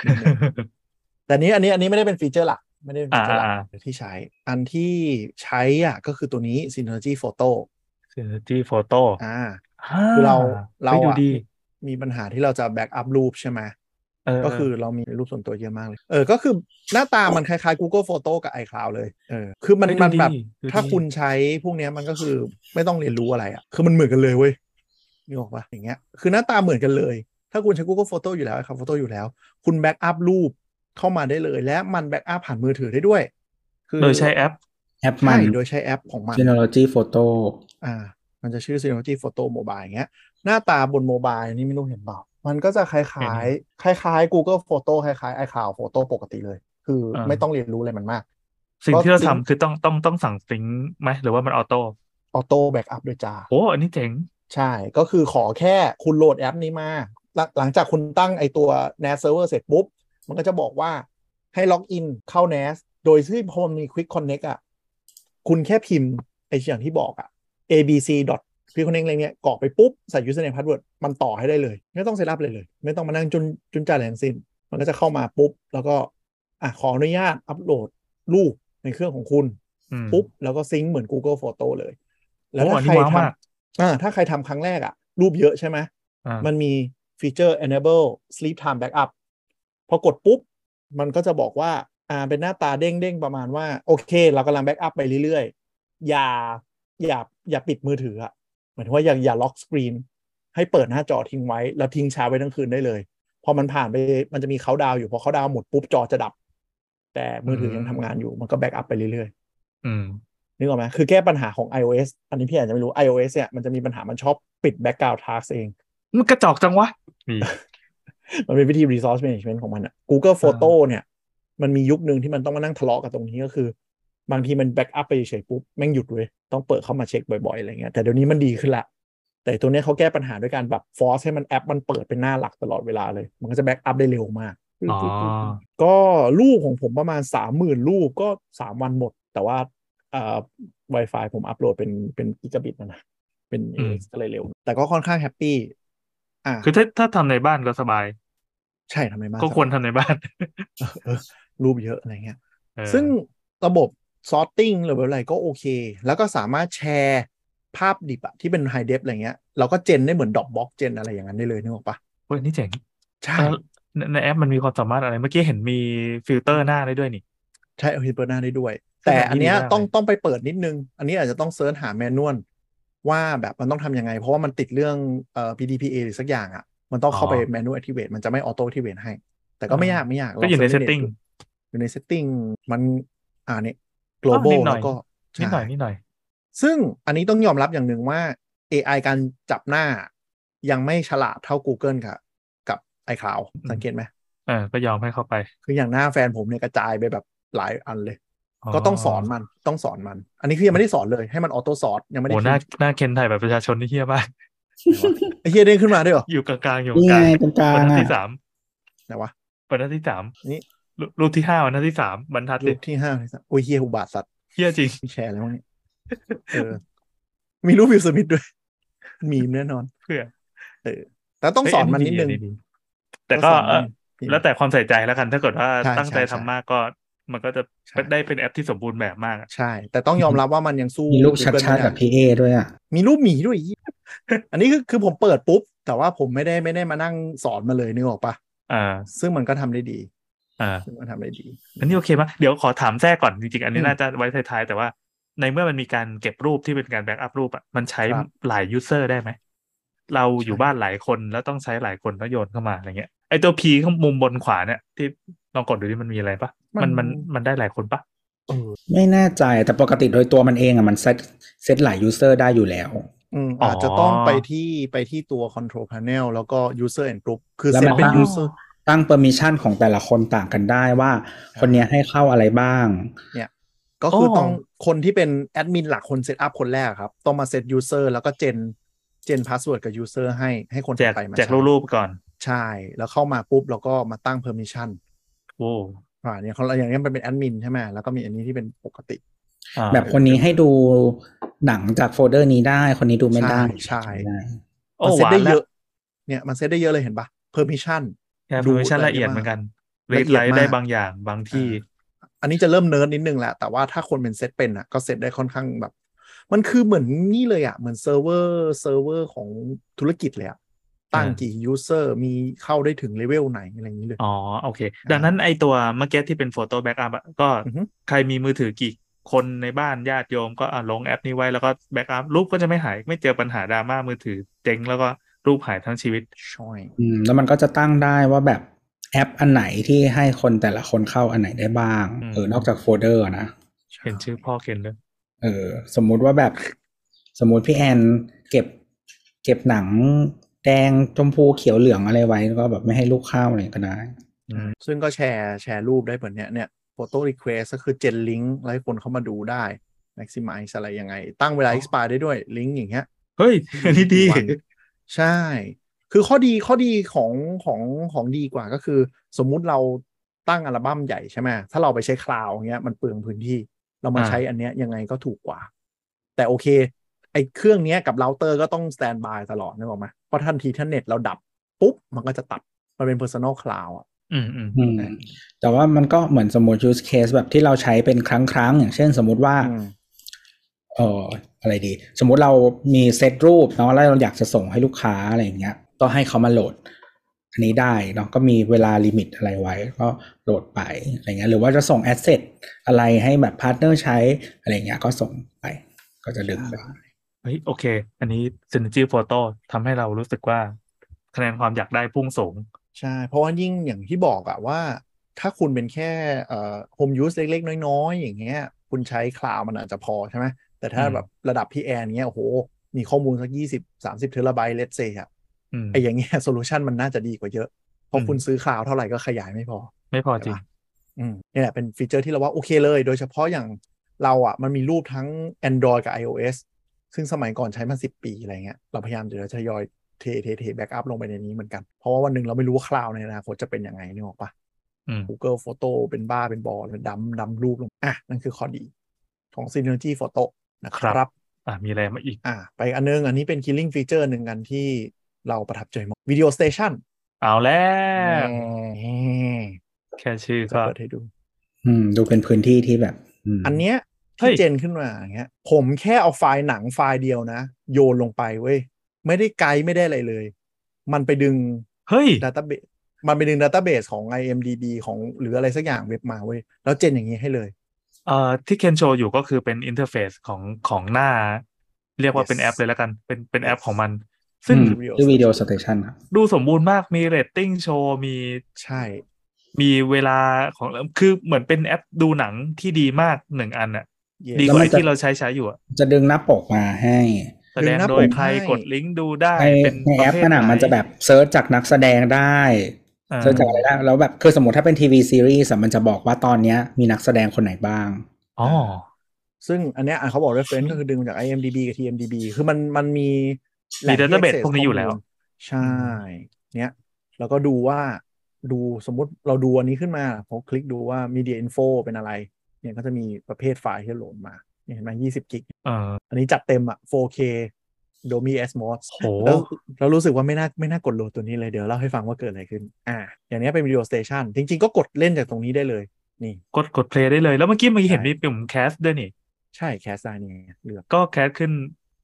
[SPEAKER 2] แต่นี้อันนี้อันนี้ไม่ได้เป็นฟีเจอร์หลัก ไม่ได้เป็นฟีเจอร์หลัก
[SPEAKER 4] อ่าอ่า
[SPEAKER 2] ที่ใช้ อันที่ใช้อ่ะก็คือตัวนี้ Synergy Photo
[SPEAKER 4] Synergy Photo
[SPEAKER 2] อ่า คือเราเรา
[SPEAKER 4] ฮ้ยดู
[SPEAKER 2] อะ
[SPEAKER 4] ดี
[SPEAKER 2] มีปัญหาที่เราจะแบ็กอัพรูปใช่ไหม
[SPEAKER 4] เออ
[SPEAKER 2] ก็คือเรามีรูปส่วนตัวเยอะมากเลย เออ ก็คือหน้าตามันคล้ายๆ Google Photo กับ iCloud เลย เออ คือมัน
[SPEAKER 4] เฮ้ย
[SPEAKER 2] มัน
[SPEAKER 4] ดูดี
[SPEAKER 2] แบบ
[SPEAKER 4] ดูดี
[SPEAKER 2] ถ้าคุณใช้พวกเนี้ยมันก็คือไม่ต้องเรียนรู้อะไรอะ่ะ คือมันเหมือนกันเลยเว้ยนี่บอกว่าอย่างเงี้ย คือหน้าตาเหมือนกันเลย ถ้าคุณใช้ Google Photo อยู่แล้วครับ Photo อยู่แล้ว คุณแบ็กอัพรูปเข้ามาได้เลย และมันแบ็กอัพผ่านมือถือได้ด้วย คื
[SPEAKER 4] โดยใช้แอป
[SPEAKER 3] แอปมั
[SPEAKER 2] ใช่
[SPEAKER 3] น
[SPEAKER 2] โดยใช้แอปของมัน
[SPEAKER 3] Synology Photo
[SPEAKER 2] อ่า มันจะชื่อ Synology Photo Mobile อย่างเงี้ย หน้าตาบนโมบายนี่ไม่รู้เห็นเปล่า มันก็จะคล้ายๆ คล้าย ๆ Google Photo คล้ายๆ iCloud Photo ปกติเลย คืออา ไม่ต้องเรียนรู้อะไรมันมาก
[SPEAKER 4] สิ่งที่
[SPEAKER 2] ก็
[SPEAKER 4] เรา
[SPEAKER 2] ซิ
[SPEAKER 4] ทำ
[SPEAKER 2] งค์
[SPEAKER 4] คือต้องต้องต้องสั่งซิงค์ไหมหรือว่ามันออโต้
[SPEAKER 2] ออโต้แบ็กอัพด้วยจ้า
[SPEAKER 4] โอ้อันนี้เจ๋ง
[SPEAKER 2] ใช่ ก็คือขอแค่คุณโหลดแอปนี้มา หลังหลังจากคุณตั้งไอตัว NAS server เสร็จปุ๊บ มันก็จะบอกว่าให้ล็อกอินเข้า NAS โดยที่พอมันมี Quick Connect อ่ะ คุณแค่พิมพ์ไออย่างที่บอกอ่ะ abc. quick connect อะไรเนี้ยกรอกไปปุ๊บ ใส่ username password มันต่อให้ได้เลย ไม่ต้องเซตอัพเลยเลย ไม่ต้องมานั่งจุนจุนจ่ายอะไรทั้งสิ้น มันก็จะเข้ามาปุ๊บ แล้วก็อ่ะขออนุญาตอัปโหลดรูปในเครื่องของคุณ
[SPEAKER 4] อืม
[SPEAKER 2] ปุ๊บ แล้วก็ซิงค์เหมือน Google Photo เลย แล้ว
[SPEAKER 4] โอ้
[SPEAKER 2] ถ้า
[SPEAKER 4] อันนี้
[SPEAKER 2] ใคร
[SPEAKER 4] ว้าว
[SPEAKER 2] ท
[SPEAKER 4] มาก
[SPEAKER 2] ำอ่าถ้าใครทำครั้งแรกอะรูปเยอะใช่ไหม
[SPEAKER 4] อ่า
[SPEAKER 2] มันมีฟีเจอร์ enable sleep time backup พอกดปุ๊บ มันก็จะบอกว่าอ่าเป็นหน้าตาเด้งๆ ประมาณว่า โอเค เรากำลังแบ็กอัพไปเรื่อยๆ อย่าอย่าอย่าปิดมือถืออะเหมือนว่าอย่าอย่าล็อกสกรีน ให้เปิดหน้าจอทิ้งไว้ แล้วทิ้งช้าไว้ทั้งคืนได้เลย พอมันผ่านไปมันจะมีเขาดาวอยู่ พอเขาดาวหมดปุ๊บจอจะดับ แต่มือถือยังทำงานอยู่มันก็แบ็กอัพไปเรื่อยๆ
[SPEAKER 4] อืม
[SPEAKER 2] นึกออกไหมคือแก้ปัญหาของ iOS อันนี้พี่อาจจะไม่รู้ iOS เนี่ยมันจะมีปัญหามันชอบปิด background task เอง
[SPEAKER 4] มันกระจอกจังวะนี่
[SPEAKER 2] มันเป็นวิธี resource management ของมันอะ Google Photo เนี่ยมันมียุคหนึ่งที่มันต้องมานั่งทะเลาะกับตรงนี้ก็คือ บางทีมัน back up ไปเฉยๆปุ๊บ แม่งหยุดเว้ยต้องเปิดเข้ามาเช็คบ่อยๆอะไรเงี้ยแต่เดี๋ยวนี้มันดีขึ้นละ แต่ตัวเนี้ยเขาแก้ปัญหาด้วยการแบบ force ให้มันแอปมันเปิดเป็นหน้าหลักตลอดเวลาเลย มันก็จะ back up ได้เร็วมาก
[SPEAKER 4] อ๋อ
[SPEAKER 2] ก็รูปของผมประมาณสามหมื่นรูปก็สามวันหมด แต่ว่าเอ่อ Wi-Fi ผมอัพโหลดเป็นเป็นกิกะบิตนะนะ เป็น
[SPEAKER 4] อืม
[SPEAKER 2] ก็เลยเร็ว แต่ก็ค่อนข้างแฮปปี้อ่า
[SPEAKER 4] คือถ้าถ้าทำในบ้านก็สบาย
[SPEAKER 2] ใช่ทำไมมาก
[SPEAKER 4] ก็ควรทำในบ้าน
[SPEAKER 2] เออรูปเยอะอะไรเงี้ย
[SPEAKER 4] เออ
[SPEAKER 2] ซึ่งระบบ sorting หรือแบบอะไรก็โอเค แล้วก็สามารถแชร์ภาพดิบอะที่เป็นไฮเดฟอะไรเงี้ย เราก็เจนได้เหมือน Dropbox เจนอะไรอย่างนั้นได้เลยนึกออกปะ
[SPEAKER 4] โอ้ยอันนี่เจ๋ง
[SPEAKER 2] ใช่
[SPEAKER 4] แล้วในในแอปมันมีความสามารถอะไร เมื่อกี้เห็นมีฟิลเตอร์หน้าได้ด้วยนี่
[SPEAKER 2] ใช่เอาฮิปเปอร์หน้าได้ด้วย
[SPEAKER 4] ซึ่ง
[SPEAKER 2] แต่
[SPEAKER 4] แบบนี้
[SPEAKER 2] อันเนี้ย
[SPEAKER 4] ดีมาก
[SPEAKER 2] ต้อง
[SPEAKER 4] เลย
[SPEAKER 2] ต้องไปเปิดนิดนึง อันนี้อาจจะต้องเซิร์ชหาแมนนวลว่าแบบมันต้องทำยังไง เพราะว่ามันติดเรื่องเอ่อ PDPA หรือสักอย่างอะมันต้องเข้าไปแมนนวล activate มันจะไม่ออโต้ activate ให้ แต่ก็ไม่ยากไม่ยากลง
[SPEAKER 4] ก็อยู่ในเซ
[SPEAKER 2] สิร์
[SPEAKER 4] ต
[SPEAKER 2] ช
[SPEAKER 4] ติ้ง
[SPEAKER 2] ดูอยู่ใน setting มันอ่าเนี่ย
[SPEAKER 4] นิ
[SPEAKER 2] global
[SPEAKER 4] ดหน่อย
[SPEAKER 2] แล้วก็ใช่
[SPEAKER 4] นิดหน่อยนิดหน่อย
[SPEAKER 2] ซึ่งอันนี้ต้องยอมรับอย่างหนึ่งว่า AI การจับหน้ายังไม่ฉลาดเท่า Google ค่ะ กับ iCloud
[SPEAKER 4] อืม
[SPEAKER 2] สังเกตไหม
[SPEAKER 4] เออก็ยอมให้เข้าไป
[SPEAKER 2] คืออย่างหน้าแฟนผมเนี่ยกระจายไปแบบหลายอันเลย ก็ต้องสอนมันต้องสอนมัน อันนี้คือยังไม่ได้สอนเลยให้มันออโต้สอนยังไม่ได้
[SPEAKER 4] โอ้
[SPEAKER 2] ขึ้
[SPEAKER 4] หน้าน หน้าเคนไทยแบบประชาชนที่เฮี้ยมาก
[SPEAKER 2] ไอ้เฮียเด้งขึ้นมาด้วยเหรอ
[SPEAKER 4] อยู่กลางๆอยู่
[SPEAKER 3] นี่
[SPEAKER 4] ก
[SPEAKER 3] ไง
[SPEAKER 4] ลาง
[SPEAKER 3] ตรงกลา
[SPEAKER 4] บรงรทัด
[SPEAKER 3] อ่ะ
[SPEAKER 4] ที่สาม
[SPEAKER 2] ไหนวะ
[SPEAKER 4] บรรทัดที่สาม
[SPEAKER 2] นี่
[SPEAKER 4] รูรูปที่ห้าบรรทัดที่สามบรรทัด
[SPEAKER 2] รู
[SPEAKER 4] ที่
[SPEAKER 2] ปที่ห้าโอ้ยเฮียอุบาทสัตว์
[SPEAKER 4] เฮี้ยจริง
[SPEAKER 2] ที่แชร์แล้วเนี่ยเออ มีรูปวิวสมิธด้วย มีมแน่นอน
[SPEAKER 4] เพื่อ
[SPEAKER 2] แต่ต้อง
[SPEAKER 4] เฮ้ย
[SPEAKER 2] สอนมันนิดนึง
[SPEAKER 4] อัแต่ก็
[SPEAKER 2] ต้องสอน
[SPEAKER 4] เอ
[SPEAKER 2] มั
[SPEAKER 4] อน
[SPEAKER 2] นิดนึง
[SPEAKER 4] แล้วแต่ความใส่ใจแล้วกัน ถ้าเกิดว่า
[SPEAKER 2] ใช่
[SPEAKER 4] ตั้งใจ
[SPEAKER 2] ใช่
[SPEAKER 4] ทำ
[SPEAKER 2] ใช่
[SPEAKER 4] มากก็ มันก็จะได้เป็นแอปที่สมบูรณ์แบบมากอะ
[SPEAKER 2] ใช่ แต่ต้องยอมรับว่ามันยังสู้
[SPEAKER 3] มีลูก
[SPEAKER 2] Google
[SPEAKER 3] ชัดชา
[SPEAKER 2] ไม่
[SPEAKER 3] กับ
[SPEAKER 2] ได้
[SPEAKER 3] พีเอด้วยอ่ะ
[SPEAKER 2] มีรูปหมีด้วย อี อันนี้คือคือผมเปิดปุ๊บ แต่ว่าผมไม่ได้ไม่ได้มานั่งสอนมาเลยนึกออกปะ
[SPEAKER 4] อ่า
[SPEAKER 2] ซึ่งมันก็ทำได้ดี
[SPEAKER 4] อ่า
[SPEAKER 2] ซึ่งมันทำได้ดี
[SPEAKER 4] อันนี้โอเคปะเดี๋ยวขอถามแทรกก่อนจริงๆ อันนี้
[SPEAKER 2] อืม
[SPEAKER 4] น่าจะไว้ท้ายๆ แต่ว่าในเมื่อมันมีการเก็บรูปที่เป็นการแบ็กอัพรูปอ่ะมันใช้
[SPEAKER 2] ครับ
[SPEAKER 4] หลายยูเซอร์ได้ไหม เราอยู่
[SPEAKER 2] ใช่
[SPEAKER 4] บ้านหลายคนแล้วต้องใช้หลายคนแล้วโยนเข้ามาอะไรเงี้ยไอตัว P ข้างมุมบนขวาเนี่ยที่ลองกดดูดิมันมีอะไรปะมันมันมันได้หลายคนปะ
[SPEAKER 3] ไม่แน่ใจแต่ปกติโดยตัวมันเองอ่ะมันเซตเซตหลายยูเซอร์ได้อยู่แล้ว
[SPEAKER 2] อืมอาจจะต้องไปที่ไปที่ตัว control panel แล้วก็ user and group คือ
[SPEAKER 3] แล้ว
[SPEAKER 2] เซต
[SPEAKER 3] มัน
[SPEAKER 2] เป็น
[SPEAKER 3] ตั้ง
[SPEAKER 2] user
[SPEAKER 3] ตั้ง permission ของแต่ละคนต่างกันได้ว่า คนเนี้ยให้เข้าอะไรบ้าง
[SPEAKER 2] ก็คือต้องคนที่เป็นแอดมินหลักคนเซตอัพคนแรกครับ ต้องมาเซต user แล้วก็เจนเจน password กับ user ให้ให้คน
[SPEAKER 4] แจ
[SPEAKER 2] ถัด
[SPEAKER 4] ก
[SPEAKER 2] ไปมา
[SPEAKER 4] แจก
[SPEAKER 2] ใช้
[SPEAKER 4] รูปๆก่อน
[SPEAKER 2] ใช่ แล้วเข้ามาปุ๊บแล้วก็มาตั้ง permission
[SPEAKER 4] โอ้
[SPEAKER 2] อ่าเนี่ยเขาอย่างเงี้ยมันเป็นแอดมินใช่ไหมแล้วก็มีอันนี้ที่เป็นปกติ
[SPEAKER 4] อ่า
[SPEAKER 3] แบบคนนี้ให้ดูหนังจากโฟลเดอร์นี้ได้ คนนี้ดูไม่ได้
[SPEAKER 2] ใช่ใช่
[SPEAKER 3] ไม่ได้
[SPEAKER 4] โอ้
[SPEAKER 2] มันเซต
[SPEAKER 4] หวาน
[SPEAKER 2] ได้เย
[SPEAKER 4] ละ
[SPEAKER 2] อะ เนี่ยมันเซตได้เยอะเลยเห็นปะ permission
[SPEAKER 4] แค่
[SPEAKER 2] ดู
[SPEAKER 4] ดูชั้น
[SPEAKER 2] ละ
[SPEAKER 4] ละเอียด
[SPEAKER 2] เอียด
[SPEAKER 4] เหมือนกัน
[SPEAKER 2] มากละเอียด
[SPEAKER 4] ไลท์ได้
[SPEAKER 2] มาก
[SPEAKER 4] บางอย่างบางที่
[SPEAKER 2] อ่าอันนี้จะเริ่มเนิร์ดนิดนึงแหละ แต่ว่าถ้าคนเป็นเซตเป็นอ่ะ ก็เซตได้ค่อนข้างแบบ มันคือเหมือนนี่เลยอ่ะ เหมือนเซิร์ฟเวอร์เซิร์ฟเวอร์ของธุรกิจเลยอ่ะ ตั้ง
[SPEAKER 4] อ่ากี่
[SPEAKER 2] กี่ยูเซอร์มีเข้าได้ถึงเลเวลไหน อะไรอย่างนี้เลย
[SPEAKER 4] อ๋อโอเค ดังนั้นไอตัวเมื่อกี้ที่เป็นโฟโต้แบ็กอัพก็
[SPEAKER 2] อือฮึ
[SPEAKER 4] ใครมีมือถือกี่คนในบ้านญาติโยมก็อ่ะลงแอปนี้ไว้แล้วก็แบ็กอัพรูปก็จะไม่หายไม่เจอปัญหาดราม่ามือถือเจ๊งแล้วก็รูปหายทั้งชีวิต
[SPEAKER 2] ใช่
[SPEAKER 3] อืมแล้วมันก็จะตั้งได้ว่าแบบแอปอันไหนที่ให้คนแต่ละคนเข้าอันไหนได้บ้าง
[SPEAKER 4] อืม
[SPEAKER 3] เออนอกจากโฟลเดอร์นะ
[SPEAKER 4] เห็นชื่อพ่อเคนด้วย
[SPEAKER 3] เออ สมมุติว่าแบบ สมมุติพี่แอนเก็บ เก็บหนังแดงชมพูเขียวเหลืองอะไรไว้แล้วก็แบบไม่ให้ลูกเข้าอะไรก็ได้
[SPEAKER 4] อืม
[SPEAKER 2] ซึ่งก็แชร์แชร์รูปได้เหมือนเนี้ยเนี่ยโฟโต้รีเควสก็คือเจนลิงก์ไล้คนเข้ามาดูได้ maximize อะไรยังไง ตั้งเวลา expire ได้ด้วยลิงก์อย่างเงี้ย
[SPEAKER 4] เฮ้ยอันนี้ดี
[SPEAKER 2] วันใช่ คือข้อดีข้อดีของของของดีกว่าก็คือ สมมุติเราตั้งอัลบั้มใหญ่ใช่ไหมถ้าเราไปใช้คลาวด์อย่างเงี้ยมันเปลืองพื้นที่ เรามา
[SPEAKER 4] อ่า
[SPEAKER 2] ใช้อันเนี้ยยังไงก็ถูกกว่า แต่โอเค ไอ้เครื่องเนี้ยกับเราเตอร์ก็ต้องสแตนบายตลอดนึกออกไหมเพราะทันทีท่าเน็ตเราดับ ปุ๊บ มันก็จะตัด มันเป็น Personal Cloud อ่ะ
[SPEAKER 4] อืมอืม
[SPEAKER 3] อืมแต่ว่ามันก็เหมือนสมมติ use case แบบที่เราใช้เป็นครั้งครั้งๆอย่างเช่นสมมติว่า
[SPEAKER 2] อืม
[SPEAKER 3] เอ่ออะไรดี สมมุติเรามีเซตรูปเนาะแล้วเราอยากจะส่งให้ลูกค้าอะไรอย่างเงี้ย ก็ให้เขามาโหลด อันนี้ได้เนาะก็มีเวลาลิมิตอะไรไว้ ก็โหลดไปอะไรเงี้ยหรือว่าจะส่งแอสเซทอะไรให้แบบพาร์ทเนอร์ใช้อะไรเงี้ยก็ส่งไป ก็จะดึงไป
[SPEAKER 4] เฮ้ยโอเค อันนี้ Synergy Photo ทำให้เรารู้สึกว่าคะแนนความอยากได้พุ่งสูง
[SPEAKER 2] ใช่ เพราะว่ายิ่งอย่างที่บอกอะว่า ถ้าคุณเป็นแค่เอ่อโฮมยูสเล็ก ๆ น้อย ๆ อย่างเงี้ย คุณใช้คลาวมันอาจจะพอใช่ไหมแต่ถ้า
[SPEAKER 4] อืม
[SPEAKER 2] แบบระดับพี่แอนเงี้ยโอ้โห มีข้อมูลสักยี่สิบสามสิบเทราไบต์เลตเซอะ
[SPEAKER 4] อืม
[SPEAKER 2] ไออย่างเงี้ย โซลูชันมันน่าจะดีกว่าเยอะ เพราะ
[SPEAKER 4] อืม
[SPEAKER 2] คุณซื้อคลาวเท่าไหร่ก็ขยายไม่พอ
[SPEAKER 4] ไม่พอจริง
[SPEAKER 2] อืมนี่แหละเป็นฟีเจอร์ที่เราว่าโอเคเลยโดยเฉพาะอย่างเราอ่ะ มันมีรูปทั้ง Android กับ iOS ซึ่งสมัยก่อนใช้มาสิบปีอะไรเงี้ย เราพยายามจะทยอยเทเทเทแบ็กอัพลงไปในนี้เหมือนกัน เพราะว่าวันหนึ่งเราไม่รู้ว่าคลาวในอนาคตจะเป็นยังไงนึกออกปะ
[SPEAKER 4] อืม
[SPEAKER 2] Google Photo เป็นบ้าเป็นบอเป็นดำดำรูปลง อ่ะ นั่นคือข้อดีของ Synergy Photo นะค
[SPEAKER 4] ครั
[SPEAKER 2] รับ บ
[SPEAKER 4] อ่ะมีอะไรมาอีก
[SPEAKER 2] อ่ะไปอันนึงอันนี้เป็น killing feature หนึ่งกันที่เราประทับใจมาก Video Station
[SPEAKER 4] เอาแล้ว
[SPEAKER 2] แหม
[SPEAKER 4] แค่ชื่อ
[SPEAKER 2] จะ
[SPEAKER 4] ก็
[SPEAKER 2] เปิดให้ดู
[SPEAKER 3] อืม ดูเป็นพื้นที่ที่แบบม
[SPEAKER 2] อันเนี้ย
[SPEAKER 4] เฮ้ย
[SPEAKER 2] ที่เจนขึ้นมาอย่างเงี้ย ผมแค่เอาไฟล์หนังไฟล์เดียวนะ โยนลงไปเว้ย ไม่ได้ไกด์ไม่ได้อะไรเลย มันไปดึง
[SPEAKER 4] เฮ้ย
[SPEAKER 2] ดัต a b a เบสมันไปดึงดัต a b a เบสของ IMDB ของหรืออะไรสักอย่างเว็บมาเว้ย แล้วเจนอย่างนี้ให้เลย
[SPEAKER 4] เอ่อที่เคนโชว์อยู่ก็คือเป็นอินเทอร์เฟซของของหน้า เรียกว่า
[SPEAKER 2] Yes
[SPEAKER 4] เป็นแอปเลยแล้วกัน เป็นเป็นแอปของมัน ซึ่ง
[SPEAKER 3] อืมชื่อวิดีโอสเตชันครับ
[SPEAKER 4] ดูสมบูรณ์มากมีเรตติ้งโชว์มี
[SPEAKER 2] ใช่
[SPEAKER 4] มีเวลาของคือเหมือนเป็นแอปดูหนังที่ดีมากหนึ่งอันอะ
[SPEAKER 2] Yes
[SPEAKER 4] ดีก
[SPEAKER 3] แล้วมัน
[SPEAKER 4] ว่าไอ้
[SPEAKER 3] จะ
[SPEAKER 4] ที่เราใช้ใช้อยู่อะ
[SPEAKER 3] จะดึงหน้าปกมาให้
[SPEAKER 4] แสดงโดยใครกดลิงก์ดูได้
[SPEAKER 3] ใน
[SPEAKER 4] เป็น
[SPEAKER 3] ใน
[SPEAKER 4] ป
[SPEAKER 3] แอป
[SPEAKER 4] ระเภท
[SPEAKER 3] นั่น
[SPEAKER 4] ไหน
[SPEAKER 3] อะมันจะแบบเซิร์ชจากนักแสดงได้
[SPEAKER 4] อ่า
[SPEAKER 3] เซิร์ชจากอะไรได้แล้วแบบคือสมมติถ้าเป็นทีวีซีรีส์อะมันจะบอกว่าตอนเนี้ยมีนักแสดงคนไหนบ้าง
[SPEAKER 4] อ๋อ
[SPEAKER 2] ซึ่งอันเนี้ยอ่ะเขาบอก reference ก็คือดึงมาจาก IMDB กับ TMDB คือมันมันมีแหล่ง
[SPEAKER 4] มี database
[SPEAKER 2] ที่ access
[SPEAKER 4] พวกนี้อยู่แล้ว
[SPEAKER 2] ข้มูใช่ เนี้ยแล้วก็ดูว่าดูสมมุติเราดูอันนี้ขึ้นมาผมคลิกดูว่า media info เป็นอะไร เนี่ยก็จะมีประเภทไฟล์ที่โหลดมาเนี่ยเห็นไหม20 กิก
[SPEAKER 4] เออ
[SPEAKER 2] อันนี้จัดเต็มอะ 4K Dolby Atmos
[SPEAKER 4] โห
[SPEAKER 2] แล้วเรารู้สึกว่าไม่น่าไม่น่ากดโหลดตัวนี้เลยเดี๋ยวเล่าให้ฟังว่าเกิดอะไรขึ้น อ่า อย่างเนี้ยเป็นวิดีโอสเตชันจริง ๆ ก็กดเล่นจากตรงนี้ได้เลย นี่
[SPEAKER 4] กดกดเพลย์ได้เลย แล้วเมื่อกี้เมื่อกี้เห็น
[SPEAKER 2] ใช่
[SPEAKER 4] มีปุ่มแคสด้วยนี่
[SPEAKER 2] ใช่แคสไดเนี่ยเลือก
[SPEAKER 4] ก็แคสขึ้น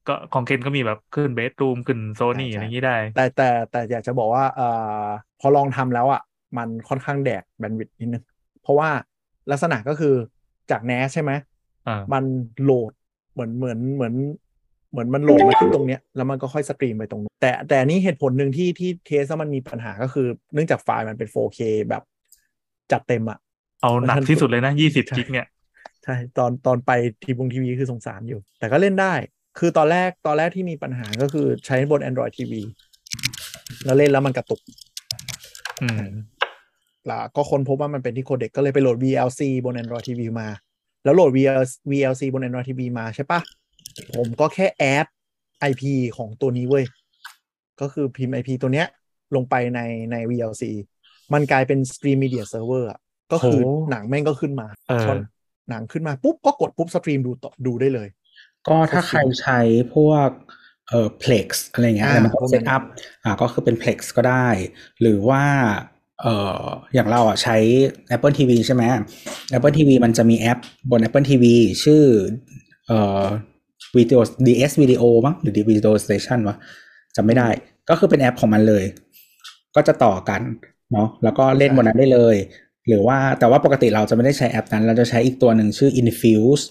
[SPEAKER 4] ก็ของเคนก็มีแบบขึ้นเบสรูมขึ้นโซนี่
[SPEAKER 2] ใช่ใช่
[SPEAKER 4] อะไรอย่างนี้ได้
[SPEAKER 2] แต่แต่แต่อยากจะบอกว่าเอ่อพอลองทำแล้วอ่ะมันค่อนข้างแดกแบนด์วิดนิดนึง เพราะว่าลักษณะก็คือจากแนสใช่ไหม
[SPEAKER 4] อ่า
[SPEAKER 2] มันโหลดเหมือนเหมือนเหมือนเหมือนมันโหลดมาที่ตรงเนี้ยแล้วมันก็ค่อยสตรีมไปตรงนู้นแต่แต่อันนี้เหตุผลหนึ่งที่ที่เทสแล้วมันมีปัญหาก็คือ เนื่องจากไฟล์มันเป็น 4K แบบจัดเต็มอ่ะ
[SPEAKER 4] เอาหนักที่สุดเลยนะยี่สิบ
[SPEAKER 2] ใช่
[SPEAKER 4] กิกเนี่ย
[SPEAKER 2] ใช่ตอนตอนไปทีวงทีวีคือสงสารอยู่ แต่ก็เล่นได้ คือตอนแรกตอนแรกที่มีปัญหาก็คือใช้บน Android TV แล้วเล่นแล้วมันกระตุก
[SPEAKER 4] อืม
[SPEAKER 2] ละก็ค้นพบว่ามันเป็นที่โคเด็กก็เลยไปโหลด VLC บน Android TV มา แล้วโหลด VLC VLC บน Android TV มาใช่ปะผมก็แค่แอด IP ของตัวนี้เว้ย ก็คือพิมพ์ IP ตัวเนี้ยลงไปในใน VLC มันกลายเป็น Stream Media Server อะก็คือ
[SPEAKER 4] โห
[SPEAKER 2] หนังแม่งก็ขึ้นมา
[SPEAKER 4] เออ
[SPEAKER 2] ช่อนหนังขึ้นมาปุ๊บ ก็กดปุ๊บสตรีมดูต่อดูได้เลย
[SPEAKER 3] ก็ถ้าใครใช้พวกเอ่อ Plex อะไรเงี้ย
[SPEAKER 2] อ่า
[SPEAKER 3] มัน
[SPEAKER 2] พวก
[SPEAKER 3] เซ
[SPEAKER 2] นั้
[SPEAKER 3] ต
[SPEAKER 2] น
[SPEAKER 3] อัพอ่าก็คือเป็น Plex ก็ได้ หรือว่าเอ่ออย่างเราอ่ะใช้ Apple TV ใช่ไหม Apple TV มันจะมีแอปบน Apple TV ชื่อเอ่อ วิดีโอ DS Video มั้งหรือ d Video Station วะจำไม่ได้ ก็คือเป็นแอปของมันเลย ก็จะต่อกันเนาะแล้วก็เล่นบนนั้นได้เลย หรือว่าแต่ว่าปกติเราจะไม่ได้ใช้แอปนั้น เราจะใช้อีกตัวหนึ่งชื่อ Infuse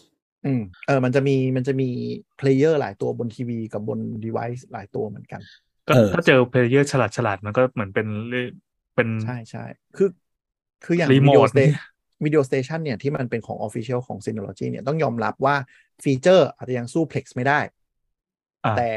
[SPEAKER 2] อืมเออมันจะมีมันจะมีเพลเยอร์หลายตัวบนทีวีกับบน device หลายตัวเหมือนกัน
[SPEAKER 4] ก็
[SPEAKER 3] เออ
[SPEAKER 4] ถ้าเจอเพลเยอร์ฉลาดฉลาดๆมันก็เหมือนเป็นเรื่องเป็น
[SPEAKER 2] ใช่ใช่คือคืออย่างวิ
[SPEAKER 4] Remote
[SPEAKER 2] ดีโอสเต
[SPEAKER 4] เนี่ย
[SPEAKER 2] วิดีโอสเตชันเนี่ยที่มันเป็นของ Official ของ Synology เนี่ยต้องยอมรับว่าฟีเจอร์อาจจะยังสู้ Plex ไม่ได้
[SPEAKER 4] อ่า
[SPEAKER 2] แต่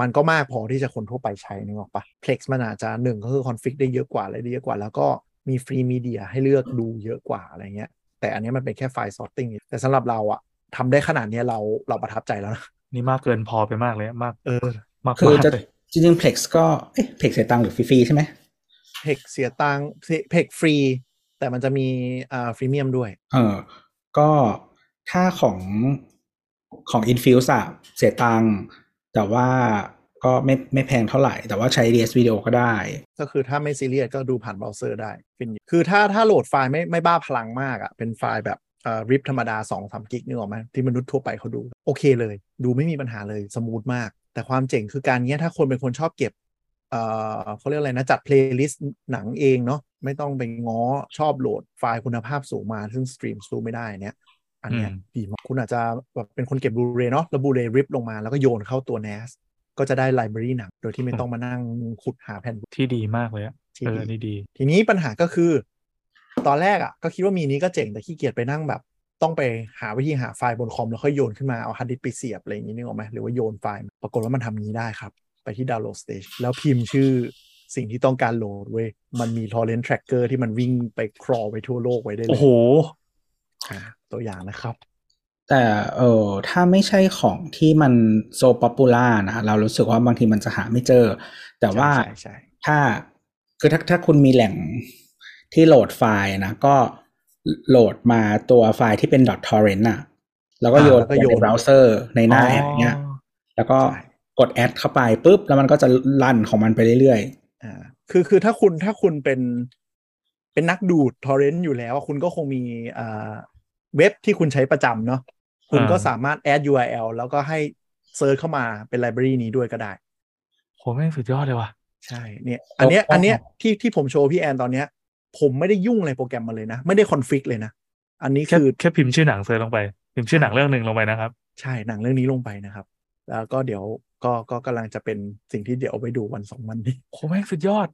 [SPEAKER 2] มันก็มากพอที่จะคนทั่วไปใช้นึกออกปะ Plex มันอาจจะหนึ่งก็คือคอนฟิกได้เยอะกว่าอะไรได้เยอะกว่า แล้วก็มีฟรีมีเดียให้เลือกดูเยอะกว่าอะไรเงี้ย แต่อันเนี้ยมันเป็นแค่ไฟล์ sorting แต่สำหรับเราอะทำได้ขนาดเนี้ยเราเราประทับใจแล้วนะ
[SPEAKER 4] นี่มากเกินพอไปมากเลยมาก
[SPEAKER 2] เออ
[SPEAKER 4] มาก
[SPEAKER 3] คือ
[SPEAKER 4] มาก
[SPEAKER 3] จะ
[SPEAKER 4] เลย
[SPEAKER 3] จริงๆ Plex ก็เอ๊ะ Plex เสียตังค์หรือฟรีๆใช่ไหม
[SPEAKER 2] Plex เสียตังค์เพกฟรีแต่มันจะมีอ่าฟรีเมียมด้วย
[SPEAKER 3] เออก็ถ้าของของ Infuse อะเสียตังค์แต่ว่าก็ไม่ไม่แพงเท่าไหร่ แต่ว่าใช้ DS Video ก็ได้
[SPEAKER 2] ก็คือถ้าไม่ซีเรียสก็ดูผ่านเบราว์เซอร์ได้ฟินอยู่คือถ้าถ้าโหลดไฟล์ไม่ไม่บ้าพลังมากอะ่ะ เป็นไฟล์แบบเอ่อริปธรรมดา2อสามกิกนึกออกไหมที่มนุษย์ทั่วไปเขาดู โอเคเลย ดูไม่มีปัญหาเลย สมูทมาก แต่ความเจ๋งคือการเนี้ยถ้าคนเป็นคนชอบเก็บเอ่อเขาเรียกอะไรนะ จัดเพลย์ลิสต์หนังเองเนาะไม่ต้องไปง้อชอบโหลดไฟล์คุณภาพสูงมา ซึ่งสตรีมสู้ไม่ได้เนี้ยอันเนี้ยดีมากคุณอาจจะแบบเป็นคนเก็บบูเรเนาะแล้วบูเรริปลงมาแล้วก็โยนเข้าตัว NAS ก็จะได้ไลบรารีหนังโดยที่ไม่ต้องมานั่งขุดหาแผ่น
[SPEAKER 4] ที่ดีมากเลยอะเออนี่ดี
[SPEAKER 2] ทีนี้ปัญหาก็คือ ตอนแรกอ่ะ ก็คิดว่ามีนี้ก็เจ๋งแต่ขี้เกียจไปนั่งแบบ ต้องไปหาวิธีหาไฟล์บนคอม แล้วค่อยโยนขึ้นมา เอาฮาร์ดดิสก์ไปเสียบ อะไรอย่างนี้นึกออกไหมหรือว่าโยนไฟล์มาปรากฏว่ามันทำงี้ได้ครับ ไปที่ดาวน์โหลดสเตชแล้วพิมพ์ชื่อสิ่งที่ต้องการโหลดเว้ย มันมี torrent tracker ที่มันวิ่งไปครอไปทั่วโลกไว้ได้เล
[SPEAKER 4] โอ้
[SPEAKER 2] ย
[SPEAKER 4] โห
[SPEAKER 2] อ่าตัวอย่างนะครับ
[SPEAKER 3] แต่เออถ้าไม่ใช่ของที่มันโซป๊อปปูล่านะ เรารู้สึกว่าบางทีมันจะหาไม่เจอ แต่ว่า
[SPEAKER 2] ใช่ใช่ใช่
[SPEAKER 3] ถ้าคือถ้าถ้าคุณมีแหล่งที่โหลดไฟล์นะ ก็โหลดมาตัวไฟล์ที่เป็น .torrent น่ะ แล้วก็โยน
[SPEAKER 2] อ่าแล้วก็โย
[SPEAKER 3] ใน
[SPEAKER 2] น
[SPEAKER 3] เบราว์เซอร์ในหน้าแอปเนี้ย แล้วก็
[SPEAKER 2] ใช่
[SPEAKER 3] กดแอดเข้าไปปุ๊บ แล้วมันก็จะลั่นของมันไปเรื่อย
[SPEAKER 2] อ่าคือคือถ้าคุณถ้าคุณเป็นเป็นนักดูดทอร์เรนต์อยู่แล้วอะคุณก็คงมีอ่าเว็บที่คุณใช้ประจำเนาะคุณก็
[SPEAKER 4] อ่า
[SPEAKER 2] สามารถ add URL แล้วก็ให้เซิร์ชเข้ามาเป็นไลบรารีนี้ด้วยก็ได้
[SPEAKER 4] โหแม่งสุดยอดเลยว่ะ
[SPEAKER 2] ใช่เนี่ยอันเนี้ยอันเนี้ยที่ที่ผมโชว์พี่แอนตอนเนี้ย ผมไม่ได้ยุ่งอะไรโปรแกรมมาเลยนะ ไม่ได้คอนฟิกเลยนะ อันนี้
[SPEAKER 4] แค่
[SPEAKER 2] คือ
[SPEAKER 4] แค่พิมพ์ชื่อหนังเซิร์ชลงไป พิมพ์ชื่อหนังเรื่องหนึ่งลงไปนะครับ
[SPEAKER 2] ใช่หนังเรื่องนี้ลงไปนะครับ แล้วก็เดี๋ยวก็ก็กำลังจะเป็นสิ่งที่เดี๋ยวเอาไปดูวันสองวันนี้
[SPEAKER 4] โหแม่งสุดยอด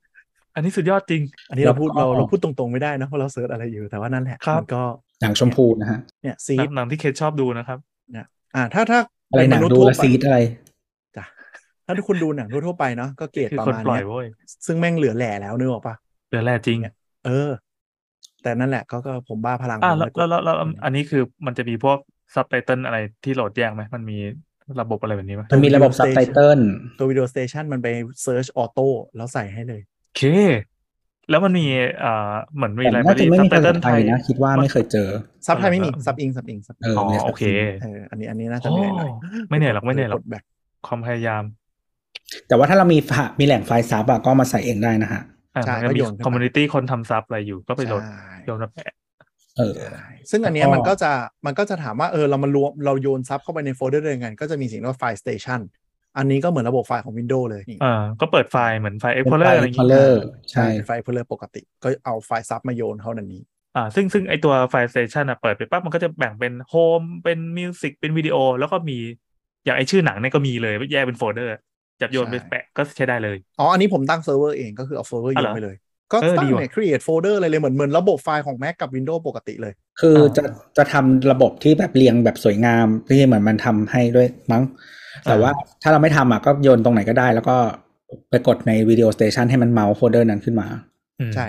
[SPEAKER 4] อันนี้สุดยอดจริง
[SPEAKER 2] อันนี้เราพูดเราเราพูดตรงๆไม่ได้นะเพราะเราเซิร์ชอะไรอยู่แต่ว่านั่นแหละ
[SPEAKER 4] ครับ
[SPEAKER 2] มันก็
[SPEAKER 3] ๆ หนังชมพูนะฮะ
[SPEAKER 2] เนี่ยซี
[SPEAKER 4] หนังหนังที่เคทชอบดูนะครับ
[SPEAKER 2] อ่าถ้าถ้า
[SPEAKER 3] อะไรหนัง
[SPEAKER 2] เป็มษย์
[SPEAKER 3] ดู
[SPEAKER 2] ทั่ว
[SPEAKER 3] ละ
[SPEAKER 2] ไป
[SPEAKER 3] ซีดอะไร
[SPEAKER 2] จ้ะถ้าทุกคนดูหนังทั่วๆไปเนาะก็เกรด
[SPEAKER 4] คือ
[SPEAKER 2] ประ
[SPEAKER 4] คน
[SPEAKER 2] มาณ
[SPEAKER 4] ปล่อ
[SPEAKER 2] เนี้
[SPEAKER 4] ย
[SPEAKER 2] ย
[SPEAKER 4] เว้ย
[SPEAKER 2] ซึ่งแม่งเหลือแหล่แล้วนึกออกปะ
[SPEAKER 4] เดือนแรกจริง
[SPEAKER 2] เนี่ย เออ แต่นั่นแหละก็ก็ผมบ้าพลัง
[SPEAKER 4] อ่า
[SPEAKER 2] ผม
[SPEAKER 4] แล้ว
[SPEAKER 2] เยก
[SPEAKER 4] แล้
[SPEAKER 2] ด
[SPEAKER 4] วแล้วแล้วแล้ว
[SPEAKER 2] อืม
[SPEAKER 4] อันนี้คือมันจะมีพวกซับไตเติลอะไรที่โหลดแยกไหมมันมีระบบอะไรแบบนี้ไหม
[SPEAKER 3] มันมีระบบซับไตเติล
[SPEAKER 2] ตัววิดีโอสเตชันมันไปเซิร์ชออโต้แล้วใส่ให้เลย
[SPEAKER 4] โอเค แล้วมันมีเอ่อเหมือนมี
[SPEAKER 3] แต่
[SPEAKER 4] อะไร
[SPEAKER 3] น่าจะไม่
[SPEAKER 4] ซับ
[SPEAKER 3] มี
[SPEAKER 4] ไต
[SPEAKER 3] ภา
[SPEAKER 4] เติ
[SPEAKER 3] ษา
[SPEAKER 4] ล
[SPEAKER 3] ไท
[SPEAKER 4] ไท
[SPEAKER 3] ย
[SPEAKER 4] ย
[SPEAKER 3] นะ คิดว่าไม่เคยเจอ
[SPEAKER 2] ซับไทยไม่มี
[SPEAKER 4] เออ
[SPEAKER 2] ซับอิงซับอิงซับ
[SPEAKER 3] เออ
[SPEAKER 4] อ๋อ
[SPEAKER 3] มีแต่ซับ
[SPEAKER 4] โอเค
[SPEAKER 2] เอออันนี้อันนี้น่าจะ
[SPEAKER 4] โอ้
[SPEAKER 2] เหนื่อยหน่อย
[SPEAKER 4] ไม่เหนื่อยหรอกไม่เหนื่อยหรอก
[SPEAKER 2] กดแบบ
[SPEAKER 4] ความพยายาม
[SPEAKER 3] แต่ว่าถ้าเรามีฝามีแหล่งไฟล์ซับอะก็เอามาใส่เองได้นะฮะ
[SPEAKER 4] อ่ามันก็มีคอมมูนิตี้คนทำซับอะไรอยู่ก็ไปโหลดโหลดมาแปะ
[SPEAKER 3] เออ
[SPEAKER 2] ซึ่งอันเนี้ย
[SPEAKER 3] แล้ว
[SPEAKER 2] มัน
[SPEAKER 3] ก็
[SPEAKER 2] ก็จะมันก็จะถามว่าเออเรามารวมเราโยนซับเข้าไปในโฟลเดอร์เดียวกันก็จะมีสิ่งเรียกว่าไฟล์สเตชันอันนี้ก็เหมือนระบบไฟล์ของ Windows เลย
[SPEAKER 4] อ่าก็เปิดไฟล์เหมือนไฟล์เอ็ก
[SPEAKER 3] เป็น
[SPEAKER 4] พอร์
[SPEAKER 3] ไฟล์
[SPEAKER 4] อะไรอย่างงี้
[SPEAKER 3] Explorer
[SPEAKER 2] ใช่
[SPEAKER 3] ใช่
[SPEAKER 2] เป็นไฟล์เพลเลอร์ปกติก็เอาไฟล์ซับมาโยนเท่านั้นนี้
[SPEAKER 4] อ่าซึ่งซึ่งไอตัวไฟล์สเตชันอ่ะเปิดไปปั๊บมันก็จะแบ่งเป็นโฮมเป็นมิวสิกเป็นวิดีโอ แล้วก็มีอย่างไอชื่อหนังเนี่ยก็มีเลยแยกเป็นโฟลเดอร์จับโยนไป
[SPEAKER 2] ใช่
[SPEAKER 4] แปะก็ใช้ได้เลย
[SPEAKER 2] อ๋อ อันนี้ผมตั้งเซิร์ฟเวอร์เองก็คือเอาเซิร์ฟเวอร์โย
[SPEAKER 4] อ๋อเหร
[SPEAKER 2] น
[SPEAKER 4] อ
[SPEAKER 2] ไปเลย ก็
[SPEAKER 4] เออ
[SPEAKER 2] ตั้
[SPEAKER 4] ดี
[SPEAKER 2] ง
[SPEAKER 4] ว่ะ
[SPEAKER 2] เนี่ย create folder อะไรเลยเหมือนเหมือนระบบไฟล์ของ Mac กับ Windows ปกติเลย
[SPEAKER 3] คือ
[SPEAKER 4] เออ
[SPEAKER 3] จะจะทำระบบที่แบบเรียงแบบสวยงามที่เหมือนมันทำให้ด้วยมั้ง แต่ว่าถ้าเราไม่ทำอะก็โยนตรงไหนก็ได้ แล้วก็ไปกดในวิดีโอสเตชันให้มันเมาส์โฟลเดอร์นั้นขึ้นมา
[SPEAKER 4] อืม
[SPEAKER 2] ใช่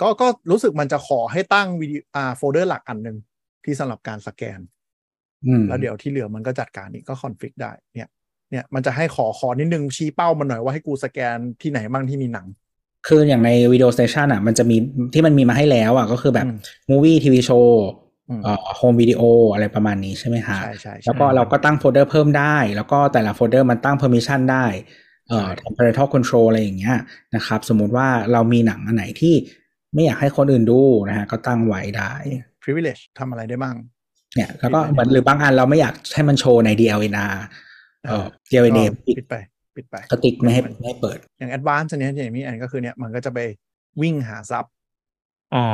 [SPEAKER 2] ก็ก็รู้สึกมันจะขอให้ตั้งวิดีอ่าโฟลเดอร์หลักอันหนึ่งที่สำหรับการสแกน
[SPEAKER 3] อืม
[SPEAKER 2] แล้วเดี๋ยวที่เหลือมันก็จัดการนี่ก็คอนฟิกได้เนี่ยเนี่ยมันจะให้ขอขอนิดนึงชี้เป้ามันหน่อยว่าให้กูสแกนที่ไหนบ้างที่มีหนัง
[SPEAKER 3] คืออย่างในวิดีโอสเตชันอ่ะมันจะมีที่มันมีมาให้แล้วอ่ะก็คือแบบ
[SPEAKER 2] อืม
[SPEAKER 3] มูวี่ทีวีโชว์
[SPEAKER 2] อืม
[SPEAKER 3] เอ่อโฮมวิดีโออะไรประมาณนี้ใช่ไหมฮะ
[SPEAKER 2] ใช่ใช่ใช่
[SPEAKER 3] แล้วก็เราก็ตั้งโฟลเดอร์เพิ่มได้ แล้วก็แต่ละโฟลเดอร์มันตั้ง permission ได้เอ่อทำ parental control อะไรอย่างเงี้ยนะครับ สมมุติว่าเรามีหนังอันไหนที่ไม่อยากให้คนอื่นดูนะฮะก็ตั้งไว้ได้
[SPEAKER 2] privilege ทำอะไรได้บ้าง
[SPEAKER 3] เนี่ย แล้วก็เหมือนหรือบางอันเราไม่อยากให้มันโชว์ใน DLNR เอ่อ DLNA
[SPEAKER 2] ก็ปิดไปปิดไป
[SPEAKER 3] ก็ติ๊กไม่ให้ไม่ให้เปิด
[SPEAKER 2] อย่าง advanced อันเนี้ยอย่างมีอันก็คือเนี่ยมันก็จะไปวิ่งหาซับ
[SPEAKER 4] อ๋อ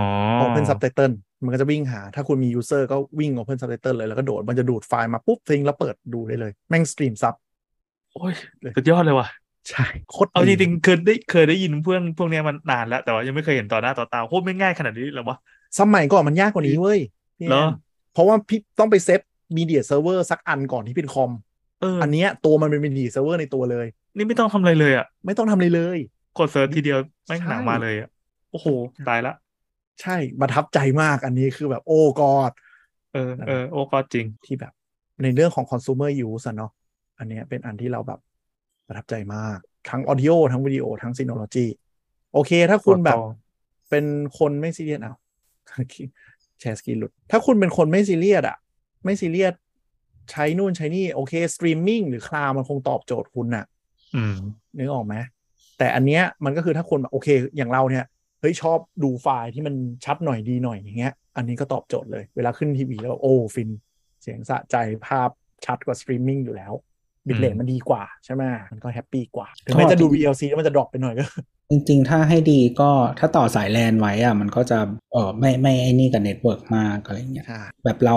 [SPEAKER 2] Open Subtitle มันก็จะวิ่งหา ถ้าคุณมี user ก็วิ่ง Open Subtitle เลยแล้วก็โดด มันจะดูดไฟล์มาปุ๊บทิ้งแล้วเปิดดูได้เลย แม่งสตรีมซับ
[SPEAKER 4] โอ้ยสุดยอดเลยว่ะ
[SPEAKER 2] ใช่โคตร
[SPEAKER 4] เอาจริง
[SPEAKER 2] ดี
[SPEAKER 4] ๆเคยได้เคยได้ยินเพื่อนพวกเนี้ยมันนานแล้ว แต่ว่ายังไม่เคยเห็นต่อหน้าต่อตาโคตรไม่ง่ายขนาดนี้หรอวะ
[SPEAKER 2] สมัยก่อนมันยากกว่านี้เว้ยพี่
[SPEAKER 4] เหรอ
[SPEAKER 2] แอนเพราะว่าพี่ต้องไปเซฟ media server สักอันก่อนที่เป็นคอม
[SPEAKER 4] เออ
[SPEAKER 2] อั
[SPEAKER 4] อั
[SPEAKER 2] นเนี้ยตัวมันเป็น media server ในตัวเลย
[SPEAKER 4] นี่ไม่ต้องทำอะไรเลยอ่ะ
[SPEAKER 2] ไม่ต้องทำอะไรเลย
[SPEAKER 4] กดเซิร์ชทีเดียวไม่งหนัง
[SPEAKER 2] ใช่
[SPEAKER 4] มาเลยอ่ะโอ้โหตายละ
[SPEAKER 2] ใช่ประทับใจมากอันนี้คือแบบโอ้กอด
[SPEAKER 4] เออเออโอ้ก็จริง
[SPEAKER 2] ที่แบบในเรื่องของ consumer use อะเนาะอันเนี้ยเป็นอันที่เราแบบประทับใจมาก ทั้ง audio ทั้งวิดีโอ ทั้ง synology โอเค ถ้าคุณแบบ
[SPEAKER 4] ต่อ
[SPEAKER 2] เป็นคนไม่ซีเรียสเอา แชร์สกรีนหลุด ถ้าคุณเป็นคนไม่ซีเรียสอะไม่ซีเรียสใช้นู่นใช้นี่ โอเคสตรีมมิ่งหรือคลาวมันคงตอบโจทย์คุณน่ะ
[SPEAKER 4] อืม
[SPEAKER 2] นึกออกไหมแต่อันเนี้ยมันก็คือถ้าคนแบบโอเค อย่างเราเนี่ยเฮ้ยชอบดูไฟล์ที่มันชัดหน่อยดีหน่อยอย่างเงี้ย อันนี้ก็ตอบโจทย์เลย เวลาขึ้นทีวีแล้วแบบโอ้ฟิน เสียงสะใจภาพชัดกว่าสตรีมมิ่งอยู่แล้วบิตเรท
[SPEAKER 4] อืม
[SPEAKER 2] มันดีกว่าใช่ไหมมันก็แฮปปี้กว่าถึงแม้จะดู VLC แล้วมันจะดรอปไปหน่อยก็
[SPEAKER 3] จริงๆ ถ้าให้ดีก็ถ้าต่อสายแลนไว้อะมันก็จะเออไม่ไม่ไอ้นี่กับเน็ตเวิร์กมากอะไรอย่างเงี้ย
[SPEAKER 2] ใช่
[SPEAKER 3] แบบเรา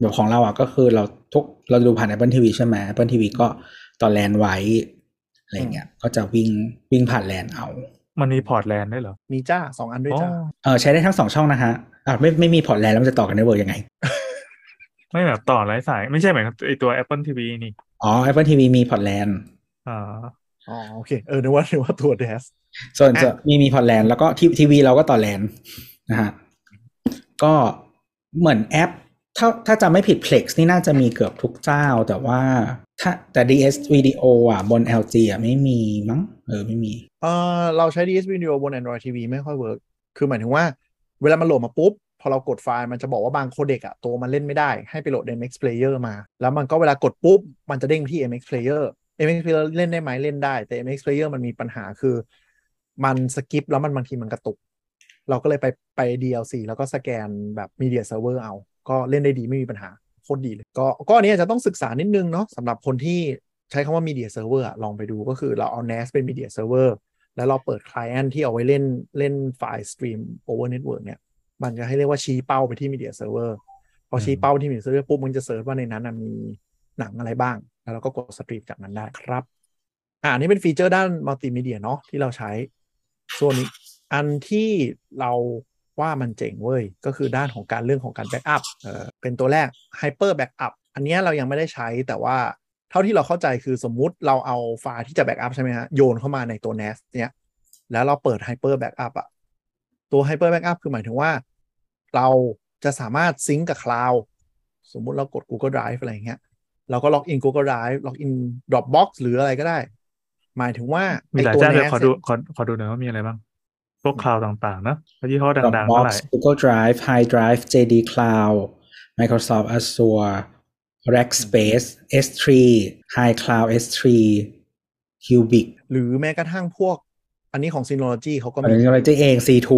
[SPEAKER 3] แบบของเราอะก็คือเราทุกเราดูผ่าน Apple TV ใช่ไหม Apple TV ก็ต่อแลนไว้อะไรเงี้ยก็จะวิ่งวิ่งผ่านแลนเอา
[SPEAKER 4] มันมีพอร์ตแลนด์ได้วยเหรอ
[SPEAKER 2] มีจ้าสองอันด้วย
[SPEAKER 4] อ๋อ
[SPEAKER 2] จ้า
[SPEAKER 3] เออใช้ได้ทั้งสองช่องนะฮะอ่าไม่ไม่มีพอร์ตแลนแล้วมันจะต่อกันได้เวอร์ยังไง
[SPEAKER 4] ไม่แบบต่อไร้สาย ไม่ใช่หมายถึงไอตัว Apple TV นี่
[SPEAKER 3] อ๋อ Apple TV มีพอร์ตแลน
[SPEAKER 4] อ่า
[SPEAKER 2] อ๋อโอเคเออนึกว่านึกว่าตัวเดส
[SPEAKER 3] ส่วน
[SPEAKER 2] อ่ะ
[SPEAKER 3] จะมีมีพอร์ตแลนแล้วก็ทีทีวีเราก็ต่อแลนนะฮะก็เหมือนแอป ถ้าถ้าจะไม่ผิด Plex นี่น่าจะมีเกือบทุกเจ้า แต่ว่าถ้าแต่ DS Video อ่ะบน LG อ่ะไม่มีมั้งเออไม่มี
[SPEAKER 2] เออเราใช้ DS Video บน Android TV ไม่ค่อยเวิร์กคือหมายถึงว่า เวลามันโหลดมาปุ๊บ พอเรากดไฟล์มันจะบอกว่าบางโคเดกอะตัวมันเล่นไม่ได้ ให้ไปโหลดใน MX Player มา แล้วมันก็เวลากดปุ๊บ มันจะเด้งที่ MX Player MX Player เล่นได้ไหมเล่นได้ แต่ MX Player มันมีปัญหาคือ มันสกิปแล้วมันบางทีมันกระตุก เราก็เลยไปไป DLC แล้วก็สแกนแบบ Media Server เอา ก็เล่นได้ดีไม่มีปัญหาโคตรดีเลย ก็ก็อันนี้อาจจะต้องศึกษานิดนึงเนาะสำหรับคนที่ใช้คำว่า Media Server อะลองไปดูก็คือเราเอา NAS เป็น Media Server แล้วเราเปิด Client ที่เอาไว้เล่นเล่นไฟล์สตรีม over network เนี่ย มันจะให้เรียกว่าชี้เป้าไปที่ media server พอชี้เป้าที่ media server ปุ๊บมันจะเซิร์ชว่าในนั้นน่ะมีหนังอะไรบ้าง แล้วเราก็กดสตรีมจากนั้นได้ครับ อ่าอันนี้เป็นฟีเจอร์ด้านมัลติมีเดียเนาะที่เราใช้ ส่วนอีกอันที่เราว่ามันเจ๋งเว้ย ก็คือด้านของการเรื่องของการแบ็กอัพเออเป็นตัวแรก hyper backup อันเนี้ยเรายังไม่ได้ใช้แต่ว่า เท่าที่เราเข้าใจคือสมมุติเราเอาไฟล์ที่จะแบ็กอัพใช่ไหมฮะ โยนเข้ามาในตัว NAS เนี้ยแล้วเราเปิด Hyper Backup อะตัว Hyper Backup คือหมายถึงว่า เราจะสามารถซิงก์กับคลาวสมมุติเรากด Google Drive อะไรอย่างเงี้ยเราก็ล็อกอิน Google Drive ล็อกอิน Dropbox หรืออะไรก็ได้ หมายถึงว่า
[SPEAKER 4] มี
[SPEAKER 2] ไอ้
[SPEAKER 4] หลาย
[SPEAKER 2] ตัว
[SPEAKER 4] เจ้าเลย
[SPEAKER 2] NAS
[SPEAKER 4] ขอดูขอขอดูหน่อยว่ามีอะไรบ้าง พวกคลาวต่างๆนะยี่ห้อดังๆ
[SPEAKER 3] Dropbox
[SPEAKER 4] เท่าไหร่
[SPEAKER 3] Google Drive High Drive JD Cloud Microsoft Azure Rackspace S3 High Cloud S3 Cubic
[SPEAKER 2] หรือแม้กระทั่งพวก อันนี้ของ Synology เขาก็
[SPEAKER 3] อัน
[SPEAKER 2] มี
[SPEAKER 3] นี้เราจะเอง C2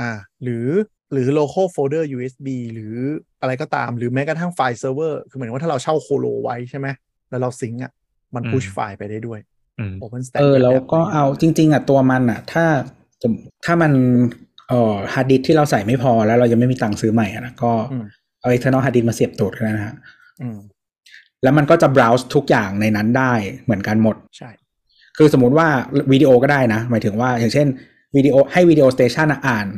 [SPEAKER 2] อ่าหรือหรือ local folder USB หรืออะไรก็ตาม หรือแม้กระทั่งไฟล์เซิร์ฟเวอร์ คือเหมือนว่าถ้าเราเช่าโคโลไว้ใช่ไหม แล้วเราซิงก์อ่ะ มัน
[SPEAKER 4] อืม
[SPEAKER 2] พุชไฟล์ไปได้ด้วย
[SPEAKER 4] อืม
[SPEAKER 2] OpenStack
[SPEAKER 3] เออแล้วก็
[SPEAKER 2] แบบนี้
[SPEAKER 3] เอาจริง ๆอ่ะตัวมันอ่ะ ถ้าถ้ามันเอ่อฮาร์ดดิสที่เราใส่ไม่พอแล้วเรายังไม่มีตังค์ซื้อใหม่อ่ะนะก็
[SPEAKER 2] อืม
[SPEAKER 3] เอา external hard disk มาเสียบตูดก็ได้นะฮะ
[SPEAKER 2] อืม
[SPEAKER 3] แล้วมันก็จะ browse ทุกอย่างในนั้นได้เหมือนกันหมด
[SPEAKER 2] ใช่
[SPEAKER 3] คือสมมติว่าวิดีโอก็ได้นะ หมายถึงว่าอย่างเช่นวิดีโอให้วิดีโอสเตชันอ่าน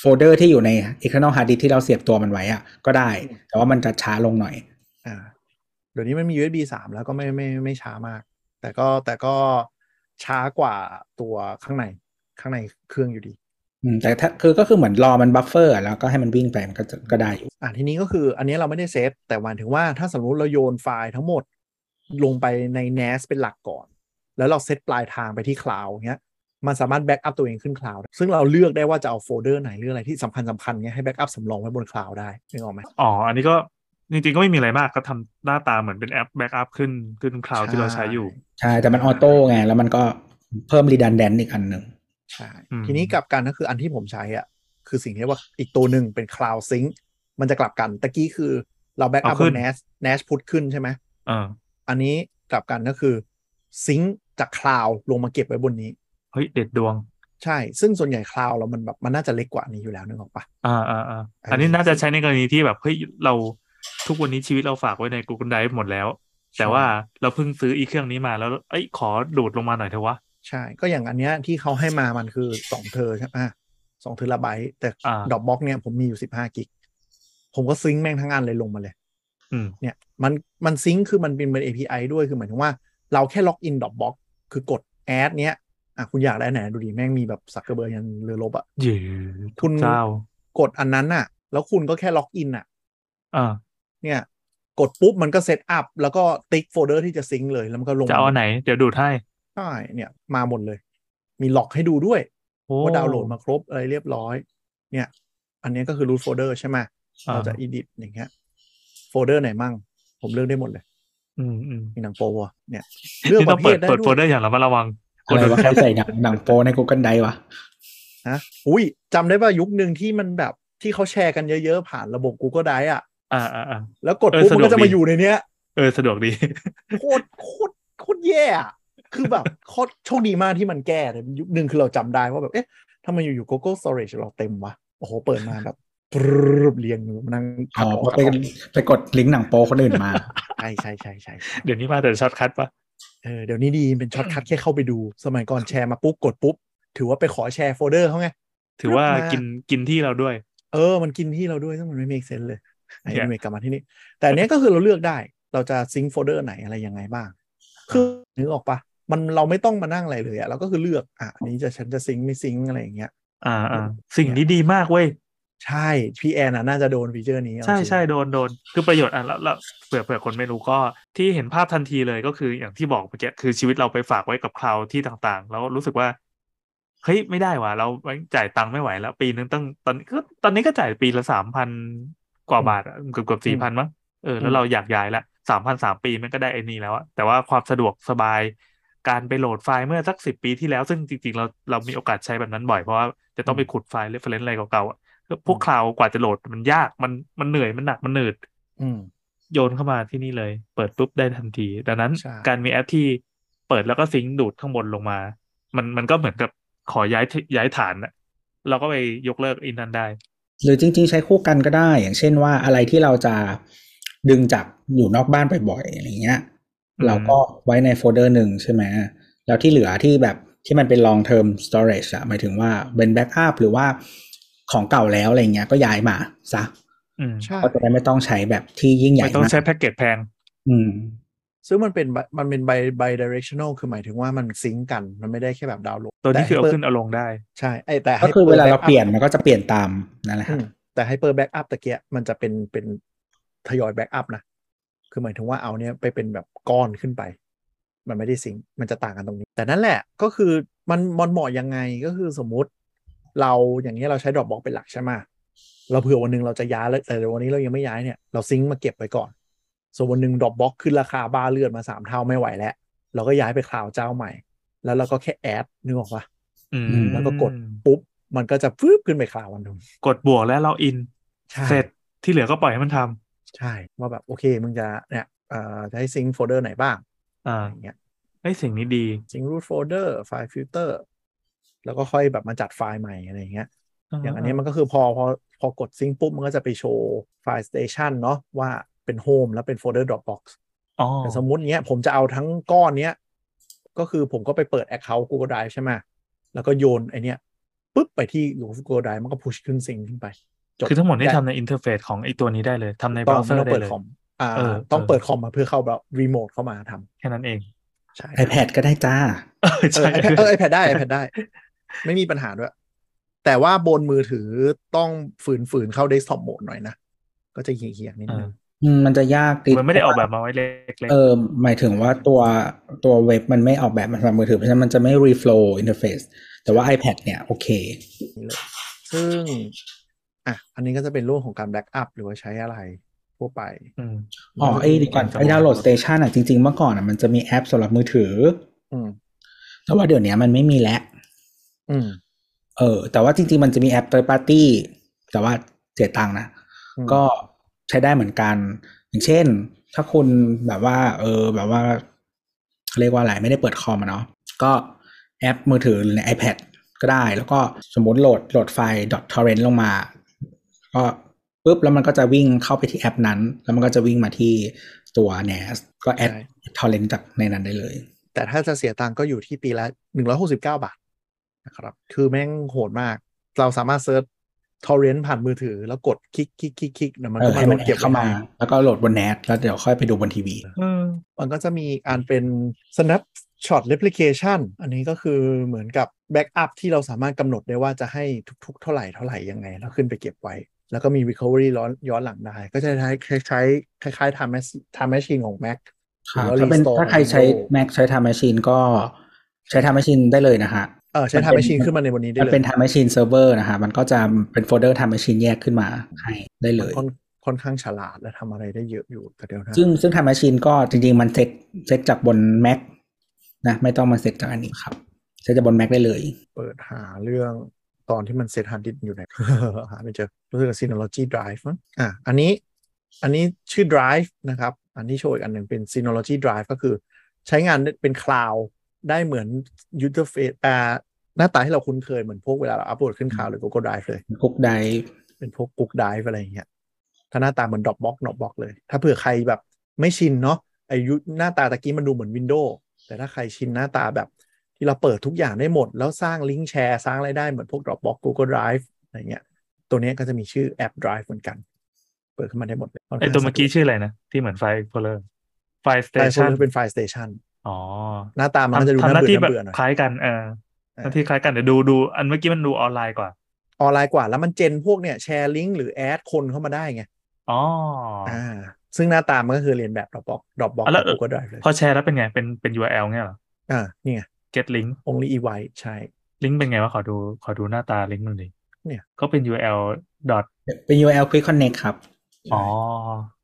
[SPEAKER 3] โฟลเดอร์ที่อยู่ใน external hard disk ที่เราเสียบตัวมันไว้อะก็ได้ แต่ว่ามันจะช้าลงหน่อย
[SPEAKER 2] อ่าเดี๋ยวนี้มันมี USB 3 แล้วก็ไม่ไม่ไม่ช้ามาก แต่ก็แต่ก็ช้ากว่าตัวข้างในข้างในเครื่องอยู่ดี
[SPEAKER 3] อืมแต่ถ้าคือก็คือเหมือนรอมันบัฟเฟอร์แล้วก็ให้มันวิ่งไปมันก็จะก็ได้อยู่
[SPEAKER 2] อ่ะทีนี้ก็คืออันนี้เราไม่ได้เซฟ แต่หมายถึงว่าถ้าสมมติเราโยนไฟล์ทั้งหมดลงไปใน NAS เป็นหลักก่อน แล้วเราเซตปลายทางไปที่คลาวเงี้ยมันสามารถแบ็กอัพตัวเองขึ้นคลาวด์ซึ่งเราเลือกได้ว่าจะเอาโฟลเดอร์ไหนเลือกอะไรที่สำคัญสำคัญๆเงี้ยให้แบ็กอัพสำรองไว้บนคลาวด์ได้นึกออกไหม
[SPEAKER 4] อ๋อ อันนี้ก็จริงๆก็ไม่มีอะไรมากก็ทำหน้าตาเหมือนเป็นแอปแบ็กอัพขึ้นขึ้นคลาว
[SPEAKER 2] ใช่
[SPEAKER 4] ที่เราใช้อยู่
[SPEAKER 3] ใช่ แต่มันออโต้ไง แล้วมันก็เพิ่มรีดันแดนอีกอันหนึ่ง
[SPEAKER 2] ใช่
[SPEAKER 4] อืม
[SPEAKER 2] ทีนี้กลับกันก็คืออันที่ผมใช้อ่ะคือสิ่งที่เรียกว่าอีกตัวหนึ่งเป็นคลาวด์ซิง มันจะกลับกันตะกี้คือเราแบ็กอัพ
[SPEAKER 4] เอาขึ้
[SPEAKER 2] บ
[SPEAKER 4] น
[SPEAKER 2] น NAS NAS พุทขึ้นใช่ไหม
[SPEAKER 4] เออ
[SPEAKER 2] อันนี้กลับกันก็คือซิงค์จากคลาวลงมาเก็บไว้บนนี้
[SPEAKER 4] เฮ้ยเด็ดดวง
[SPEAKER 2] ใช่ ซึ่งส่วนใหญ่คลาวเรามันแบบมันน่าจะเล็กกว่านี้อยู่แล้วนึกออกปะ
[SPEAKER 4] อ่าอ่าอ่า
[SPEAKER 2] อันนี้
[SPEAKER 4] อันนี้น่าจะใช้ในกรณีที่แบบเฮ้ยเราทุกวันนี้ชีวิตเราฝากไว้ใน Google Drive หมดแล้ว แต่ว่าเราเพิ่งซื้ออีเครื่องนี้มาแล้ว เอ้ยขอดูดลงมาหน่อยเถอะวะ
[SPEAKER 2] ใช่ ก็อย่างอันเนี้ยที่เขาให้ มามันคือสองเทอใช่ไหมสองเทอละไบต์แต่
[SPEAKER 4] อ่า
[SPEAKER 2] ดอกบ็อกเนี่ยผมมีอยู่สิบห้ากิก ผมก็ซิงค์แม่งทั้งอันเลยลงมาเลย
[SPEAKER 4] อืม
[SPEAKER 2] เนี่ยมันมันซิงค์คือมันเป็นเป็น API ด้วยคือหมายถึงว่าเราแค่ล็อกอินดอ b บ็อกคือกดแอดเนี้ยอ่ะคุณอยากได้อันไหนดูดิแม่งมีแบบสักกระเบือยันเรือรบอ่ะ
[SPEAKER 4] เยื
[SPEAKER 2] คุณ
[SPEAKER 4] เจ้าก
[SPEAKER 2] ดอันนั้นน่ะ แล้วคุณก็แค่ล็อกอินอ่ะ
[SPEAKER 4] อ่า
[SPEAKER 2] เนี่ย กดปุ๊บมันก็เซตอัพแล้วก็ติ๊กโฟลเดอร์ที่จะซิงค์เลยแล้วมันก็ลง
[SPEAKER 4] จะเอาอันไหน เดี๋ยวดูดให้
[SPEAKER 2] ใช่เนี่ย มาหมดเลย มีล็อกให้ดูด้วย
[SPEAKER 4] โอ้
[SPEAKER 2] ว่าดาวน์โหลดมาครบอะไรเรียบร้อย เนี่ย อันนี้ก็คือ root folder ใช่ไหม
[SPEAKER 4] อ่า
[SPEAKER 2] เราจะ edit อย่างเงี้ยโฟลเดอร์ไหนมั่ง ผมเลือกได้หมดเลย
[SPEAKER 4] อืมอืม
[SPEAKER 2] มีหนังโปวะเนี่ยเลือก
[SPEAKER 4] นี่
[SPEAKER 2] ป
[SPEAKER 4] ต้อง
[SPEAKER 2] ระเภ
[SPEAKER 4] เปิ
[SPEAKER 2] ทได้
[SPEAKER 4] ดเปิดโฟ
[SPEAKER 2] ด้ว
[SPEAKER 4] ลเดอย ร์อย่างระมัดระวัง
[SPEAKER 3] อะไรวะใครใส่หนังหนังโปใน Google Drive วะ
[SPEAKER 2] ฮะอุ้ยจำได้ป่ะยุคหนึ่งที่มันแบบที่เขาแชร์กันเยอะๆ ผ่านระบบ Google Drive อ่ะ
[SPEAKER 4] อ่าอ่าอ่า
[SPEAKER 2] แล้วกด
[SPEAKER 4] เออ
[SPEAKER 2] ปุ๊บมันก็จะ
[SPEAKER 4] สะดวก
[SPEAKER 2] มา
[SPEAKER 4] ดี
[SPEAKER 2] อยู่ในเนี้ย
[SPEAKER 4] เออสะดวกดี
[SPEAKER 2] โคตรโคตรโคตรแย่อะคือแบบโคตรโชคดีมากที่มันแก้แต่ยุคหนึ่งคือเราจำได้ว่าแบบ เอ๊ะทำไมอยู่ๆ Google Storage เราเต็มวะโอ้โหเปิดมาแบบปรึบเรียงมานั่ง
[SPEAKER 3] อ๋อ
[SPEAKER 2] ดก
[SPEAKER 3] เพราะไป
[SPEAKER 2] คัดออก
[SPEAKER 3] ไปกดลิงก์หนังโปคนอื่นมา
[SPEAKER 2] ใช่ใช่ใช่ใช่ใช่
[SPEAKER 4] เดี๋ยวนี้มาแต่ช็อตคัทปะ
[SPEAKER 2] เออเดี๋ยวนี้ดีเป็นช็อตคัทแค่เข้าไปดู สมัยก่อนแชร์มาปุ๊บกดปุ๊บ ถือว่าไปขอแชร์โฟลเดอร์เขาไง
[SPEAKER 4] ถือว่า
[SPEAKER 2] เลือกมากิ
[SPEAKER 4] กินกินที่เราด้วย
[SPEAKER 2] เออมันกินที่เราด้วยซึ่งมันไม่ make sense เลยไอ้
[SPEAKER 4] Yeah.
[SPEAKER 2] เมกกลับมาที่นี่ แต่อันเนี้ยก็คือเราเลือกได้ เราจะซิงโฟลเดอร์ไหนอะไรยังไงบ้าง คือนึกออกปะมันเราไม่ต้องมานั่งอะไรเลยอะเราก็คือเลือกอ่ะอันนี้จะฉันจะซิงไม่ซิงอะไรอย่างเงี้ย
[SPEAKER 4] อ่าอ่าสิ่งนี้ดีมากเว้ย
[SPEAKER 2] ใช่พี่แอนน่ะน่าจะโดนฟีเจอร์นี้เอา
[SPEAKER 4] ใช่
[SPEAKER 2] จริง
[SPEAKER 4] ใช่โดนโดนคือประโยชน์อ่ะแล้วแล้วเผื่อเผื่อคนไม่รู้ก็ที่เห็นภาพทันทีเลยก็คืออย่างที่บอกเมื่อกี้คือชีวิตเราไปฝากไว้กับคลาวที่ต่างๆ แล้วรู้สึกว่าเฮ้ยไม่ได้ว่ะเราแม่งจ่ายตังค์ไม่ไหวแล้ว ปีนึงตั้งตอนนี้ก็ตอนนี้ก็จ่ายปีละสามพันกว่าบาทอะเกือบเกือบสี่พันมั้งเออแล้วเราอยากย้ายละสามพันสามปีมันก็ได้ไอ้นี่แล้วอะแต่ว่าความสะดวกสบาย การไปโหลดไฟล์เมื่อสักสิบปีที่แล้ว ซึ่งจริงๆ เราเรามีโอกาสใช้แบบนั้นบ่อยเพราะว่าจะต้องไปขุดไฟล์เรฟเฟรนซ์อะไรเก่าๆอะ พวกคลาวกว่าจะโหลดมันยากมันมันเหนื่อยมันหนักมันหนืด
[SPEAKER 2] อืม
[SPEAKER 4] โยนเข้ามาที่นี่เลย เปิดปุ๊บได้ทันที ดังนั้น
[SPEAKER 2] ใช่
[SPEAKER 4] การมีแอปที่เปิดแล้วก็ซิงค์ดูดข้างบนลงมา มันมันก็เหมือนกับขอย้ายที่ย้ายฐานอะเราก็ไปยกเลิกอินนั้นได้
[SPEAKER 3] หรือจริง ๆ ใช้คู่กันก็ได้ อย่างเช่นว่าอะไรที่เราจะดึงจากอยู่นอกบ้านบ่อยๆอะไรเงี้ย
[SPEAKER 4] อืม
[SPEAKER 3] เราก็ไว้ในโฟลเดอร์หนึ่งใช่ไหมแล้วที่เหลือที่แบบที่มันเป็น long term storage อะหมายถึงว่าเป็นแบ็กอัพหรือว่าของเก่าแล้วอะไรเงี้ยก็ย้ายมาซะ
[SPEAKER 4] อืม
[SPEAKER 2] ใช่
[SPEAKER 3] ก็จะได้ไม่ต้องใช้แบบที่ยิ่งใหญ่
[SPEAKER 4] ไม่ต้อง
[SPEAKER 3] มาก
[SPEAKER 4] ใช้แพ็กเกจแพง
[SPEAKER 3] อืม
[SPEAKER 2] ซึ่งมันเป็น bi- มันเป็น bi bidirectional คือหมายถึงว่ามันซิงกันมันไม่ได้แค่แบบดาวน์โหลด
[SPEAKER 4] ตัวนี้
[SPEAKER 2] แให้
[SPEAKER 4] คือเอา
[SPEAKER 2] ปิด
[SPEAKER 4] ขึ้นเอาลงได้
[SPEAKER 2] ใช่ไอ้แต่
[SPEAKER 3] ก็
[SPEAKER 2] ให้
[SPEAKER 3] คือเวลา
[SPEAKER 2] ปิด
[SPEAKER 3] เรา
[SPEAKER 2] backup
[SPEAKER 3] เปลี่ยนมันก็จะเปลี่ยนตามนั่นแหละค
[SPEAKER 2] อื
[SPEAKER 3] รั
[SPEAKER 2] ม
[SPEAKER 3] บ
[SPEAKER 2] แต่ไฮเปอร์แบ็กอัพตะเกียมันจะเป็นเป็นทยอยแบ็กอัพนะ คือหมายถึงว่าเอาเนี้ยไปเป็นแบบก้อนขึ้นไป มันไม่ได้สิงค์มันจะต่างกันตรงนี้ แต่นั่นแหละก็คือมันมันเหมาะยังไงก็คือสมมุติ เราอย่างนี้ยเราใช้ดรอปบอกเป็นหลักใช่ไหมเราเผื่อวันหนึ่งเราจะย้ายแล้วแต่วันนี้เรายังไม่ย้ายเนี่ยเราซิงค์มาเก็บไว้ก่อน ส่วนวันหนึ่งดรอปบอกขึ้นราคาบ้าเลือดมาสามเท่าไม่ไหวแล้ว เราก็ย้ายไปคลาวด์เจ้าใหม่ แล้วเราก็แค่แอดนึกออกปะ
[SPEAKER 4] อืม
[SPEAKER 2] แล้วก็กด ปุ๊บมันก็จะฟืบขึ้นไปคลาวด์วันหนึง
[SPEAKER 4] กดบวกแล้วเราอิน
[SPEAKER 2] ใช่
[SPEAKER 4] เสร็จที่เหลือก็ปล่อยให้มันทำ
[SPEAKER 2] ใช่ ว่าแบบโอเค มึงจะเนี่ยเอ่อจะให้ซิงโฟลเดอร์ไหนบ้าง
[SPEAKER 4] อ่า
[SPEAKER 2] อย่างเงี้ย
[SPEAKER 4] ไอ้ยสิ่งนี้ดี
[SPEAKER 2] ซิงรูทโฟลเดอร์ไฟล์ฟิลเตอร์แล้วก็ค่อยแบบมาจัดไฟล์ใหม่อะไรอย่างเงี้ยอย่างอันเนี้ยมันก็คือพอพอพอกดซิงปุ๊บ มันก็จะไปโชว์ไฟล์สเตชันเนาะว่าเป็นโฮมแล้วเป็นโฟลเดอร์ดรอปบ็อกซ์
[SPEAKER 4] อ๋อ
[SPEAKER 2] แต่สมมุติเนี้ยผมจะเอาทั้งก้อนเนี้ย ก็คือผมก็ไปเปิด Account Google Drive ใช่ไหมแล้วก็โยนไอเนี้ยปุ๊บไปที่ Google Drive มันก็พุชขึ้นซิงขึ้นไปจบ
[SPEAKER 4] คือทั้งหมดนี่
[SPEAKER 2] ได้
[SPEAKER 4] ทำในอินเทอร์เฟซของไอ้ตัวนี้ได้เลยทำในเบ
[SPEAKER 2] ต้อ
[SPEAKER 4] ราง ว์เซอ
[SPEAKER 2] ไม่ต้อง
[SPEAKER 4] ร์ได้
[SPEAKER 2] เปิด
[SPEAKER 4] เลย
[SPEAKER 2] คอม อ่า
[SPEAKER 4] เออ
[SPEAKER 2] ต้องเปิดคอมมาเพื่อเข้าแบบรีโมทเข้ามาทำ
[SPEAKER 4] แค่นั้นเอง
[SPEAKER 2] ใช่เ
[SPEAKER 3] iPad ก็ได้จ้า
[SPEAKER 2] ออ iPad เออ iPad ได้ iPad ได้ ไม่มีปัญหาด้วย แต่ว่าบนมือถือต้องฝืนฝืนเข้า desktop mode หน่อยนะ ก็จะเหี้ยๆนิดนึง
[SPEAKER 3] อืมมันจะยาก
[SPEAKER 4] อืมมันไม่ได้ออกแบบมาไว้เล็ก
[SPEAKER 3] เออหมายถึงว่าตัวตัวเว็บมันไม่ออกแบบมาสำหรับมือถือเพราะฉะนั้นมันจะไม่ reflow interface แต่ว่า iPad เนี่ยโอเค
[SPEAKER 2] ซึ่ง อ่ะ อันนี้ก็จะเป็นเรื่องของการแบ็กอัพหรือว่าใช้อะไรทั่วไป
[SPEAKER 4] ๆอืม
[SPEAKER 3] อ๋อไอ้ดีก่อนไอ้ดาวน์โหลดสเตชันอ่ะจริงๆเมื่อก่อนอ่ะมันจะมีแอปสำหรับมือถือ
[SPEAKER 2] อืม
[SPEAKER 3] แต่ว่าเดี๋ยวเนี้ยมันไม่มีแล้ว
[SPEAKER 2] อืม
[SPEAKER 3] เออ แต่ว่าจริงๆมันจะมีแอป third party แต่ว่าเสียตังค์นะ
[SPEAKER 2] อืม
[SPEAKER 3] ก็ใช้ได้เหมือนกัน อย่างเช่น ถ้าคุณแบบว่า เออ แบบว่าเขาเรียกว่าอะไรไม่ได้เปิดคอมอะเนาะก็แอปมือถือหรือใน iPad ก็ได้ แล้วก็สมมติโหลดโหลดไฟล์ .torrent ลงมา ก็ปุ๊บแล้วมันก็จะวิ่งเข้าไปที่แอปนั้น แล้วมันก็จะวิ่งมาที่ตัว NAS ก็แอด
[SPEAKER 2] ใช่
[SPEAKER 3] torrent จากในนั้นได้เลย
[SPEAKER 2] แต่ถ้าจะเสียตังค์ก็อยู่ที่ปีละหนึ่งร้อยหกสิบเก้าบาทนะครับ คือแม่งโหดมาก เราสามารถเซิร์ชทอร์เรนต์ผ่านมือถือ แล้วกดคลิกคลิกคลิกคลิกเดี๋ยวมัน
[SPEAKER 3] เอ
[SPEAKER 2] ก็
[SPEAKER 3] อ
[SPEAKER 2] มา
[SPEAKER 3] ให้
[SPEAKER 2] โหล
[SPEAKER 3] มัน
[SPEAKER 2] ด
[SPEAKER 3] เก็
[SPEAKER 2] เก็
[SPEAKER 3] บบ เข้า
[SPEAKER 2] เข้า
[SPEAKER 3] มา
[SPEAKER 2] มา
[SPEAKER 3] แล้วก็โหลดบน NAS แล้วเดี๋ยวค่อยไปดูบนทีวี
[SPEAKER 4] เออ
[SPEAKER 2] มันก็จะมีอันเป็น snapshot replication อันนี้ก็คือเหมือนกับ backup ที่เราสามารถกำหนดได้ว่าจะให้ทุกๆ เท่าไหร่เท่าไหร่ยังไง แล้วขึ้นไปเก็บไว้ แล้วก็มี recovery ย้อนย้อนหลังได้ ก็จะคล้ายๆคล้ายๆคล้ายๆ time machine time machine ของ Mac
[SPEAKER 3] ครับ
[SPEAKER 2] หรือว่า
[SPEAKER 3] ถ้าเป็น
[SPEAKER 2] restore
[SPEAKER 3] ถ้าใครใช้
[SPEAKER 2] Windows
[SPEAKER 3] Mac ใช้ Time Machine ก็ใช้ Time Machine ได้เลยนะฮะ
[SPEAKER 2] เออใช้
[SPEAKER 3] มัน
[SPEAKER 2] time
[SPEAKER 3] เป็น
[SPEAKER 2] machine ขึ้นมาในบนนี้ได้
[SPEAKER 3] มัน
[SPEAKER 2] เลย
[SPEAKER 3] เป็น Time Machine Server นะฮะ มันก็จะเป็นโฟลเดอร์ Time Machine แยกขึ้นมาให้ได้เล
[SPEAKER 2] มัน
[SPEAKER 3] ย
[SPEAKER 2] ค่อนค่อนข้างฉลาดและทำอะไรได้เยอะอยู่แต่เดี๋ยวนะ
[SPEAKER 3] ซึ่งซึ่ง Time Machine ก็จริง ๆ มันเซตเซตจากบน Mac นะ ไม่ต้องมาเซตจากอันนี้ครับ เซตจากบน Mac ได้เลย
[SPEAKER 2] เปิดหาเรื่องตอนที่มันเซตฮันดิสอยู่ไหน หาไม่เจอรู้สึกว่า Synology Drive มั้งอ่ะอันนี้อันนี้ชื่อ Drive นะครับ อันที่โชว์อีกอันหนึ่งเป็น Synology Drive ก็คือใช้งานเป็นคลาวด์ได้เหมือน user face อ่าหน้าตาที่เราคุ้นเคยเหมือนพวกเวลาเราอัปโหลดขึ้นคลาวด์หรือ Google Drive เลย
[SPEAKER 3] คุกได
[SPEAKER 2] เป็นพวก Google Drive อะไรอย่างเงี้ยถ้าหน้าตาเหมือน Dropbox Dropbox เลย ถ้าเผื่อใครแบบไม่ชินเนาะไอายุหน้าตาตะกี้มันดูเหมือน Windows แต่ถ้าใครชินหน้าตาแบบ ที่เราเปิดทุกอย่างได้หมด แล้วสร้างลิงก์แชร์ สร้างอะไรได้เหมือนพวก Dropbox Google Drive อะไรเงี้ย ตัวเนี้ยก็จะมีชื่อแอป Drive เหมือนกัน เปิดขึ้นมาได้หมดเลย
[SPEAKER 4] ไอตัวเมื่อกี้ชื่ออะไรนะ ที่เหมือนไฟโพเลอร์ไฟสเต
[SPEAKER 2] ไฟล์โฟล
[SPEAKER 4] ชัน
[SPEAKER 2] เดอร์เป็นไฟล์สเตชัน
[SPEAKER 4] อ๋อ
[SPEAKER 2] หน้าตามันก็จะดู
[SPEAKER 4] ทำทำห
[SPEAKER 2] น่า
[SPEAKER 4] น้า
[SPEAKER 2] เบื่
[SPEAKER 4] ที่
[SPEAKER 2] อ
[SPEAKER 4] แบ
[SPEAKER 2] น่า
[SPEAKER 4] บ
[SPEAKER 2] เบื่อหน่อย
[SPEAKER 4] คล้ายกันเออหน้าที่คล้ายกันเดี๋ยวดูดูอันเมื่อกี้มันดูออนไลน์กว่า
[SPEAKER 2] ออนไลน์กว่าแล้วมันเจนพวกเนี่ยแชร์ลิงก์หรือแอดคนเข้ามาได้ไง
[SPEAKER 4] อ๋ออ
[SPEAKER 2] อ่า ซึ่งหน้าตามันก็คือเรียนแบบ Dropbox Dropbox
[SPEAKER 4] อ่ะแล้ว
[SPEAKER 2] กับ Google Drive เลย
[SPEAKER 4] พอแชร์แล้วเป็นไง เป็นเป็น URL เงี้ยเหรอ
[SPEAKER 2] อ่านี่ไง
[SPEAKER 4] get link
[SPEAKER 2] only e y ใช่
[SPEAKER 4] ลิงก์เป็นไงวะขอดูขอดูหน้าตาลิงก์มันดิ
[SPEAKER 2] เนี่ย
[SPEAKER 4] ก็เป็น URL dot
[SPEAKER 3] เป็น URL Quick Connect ครับ
[SPEAKER 4] อ๋อ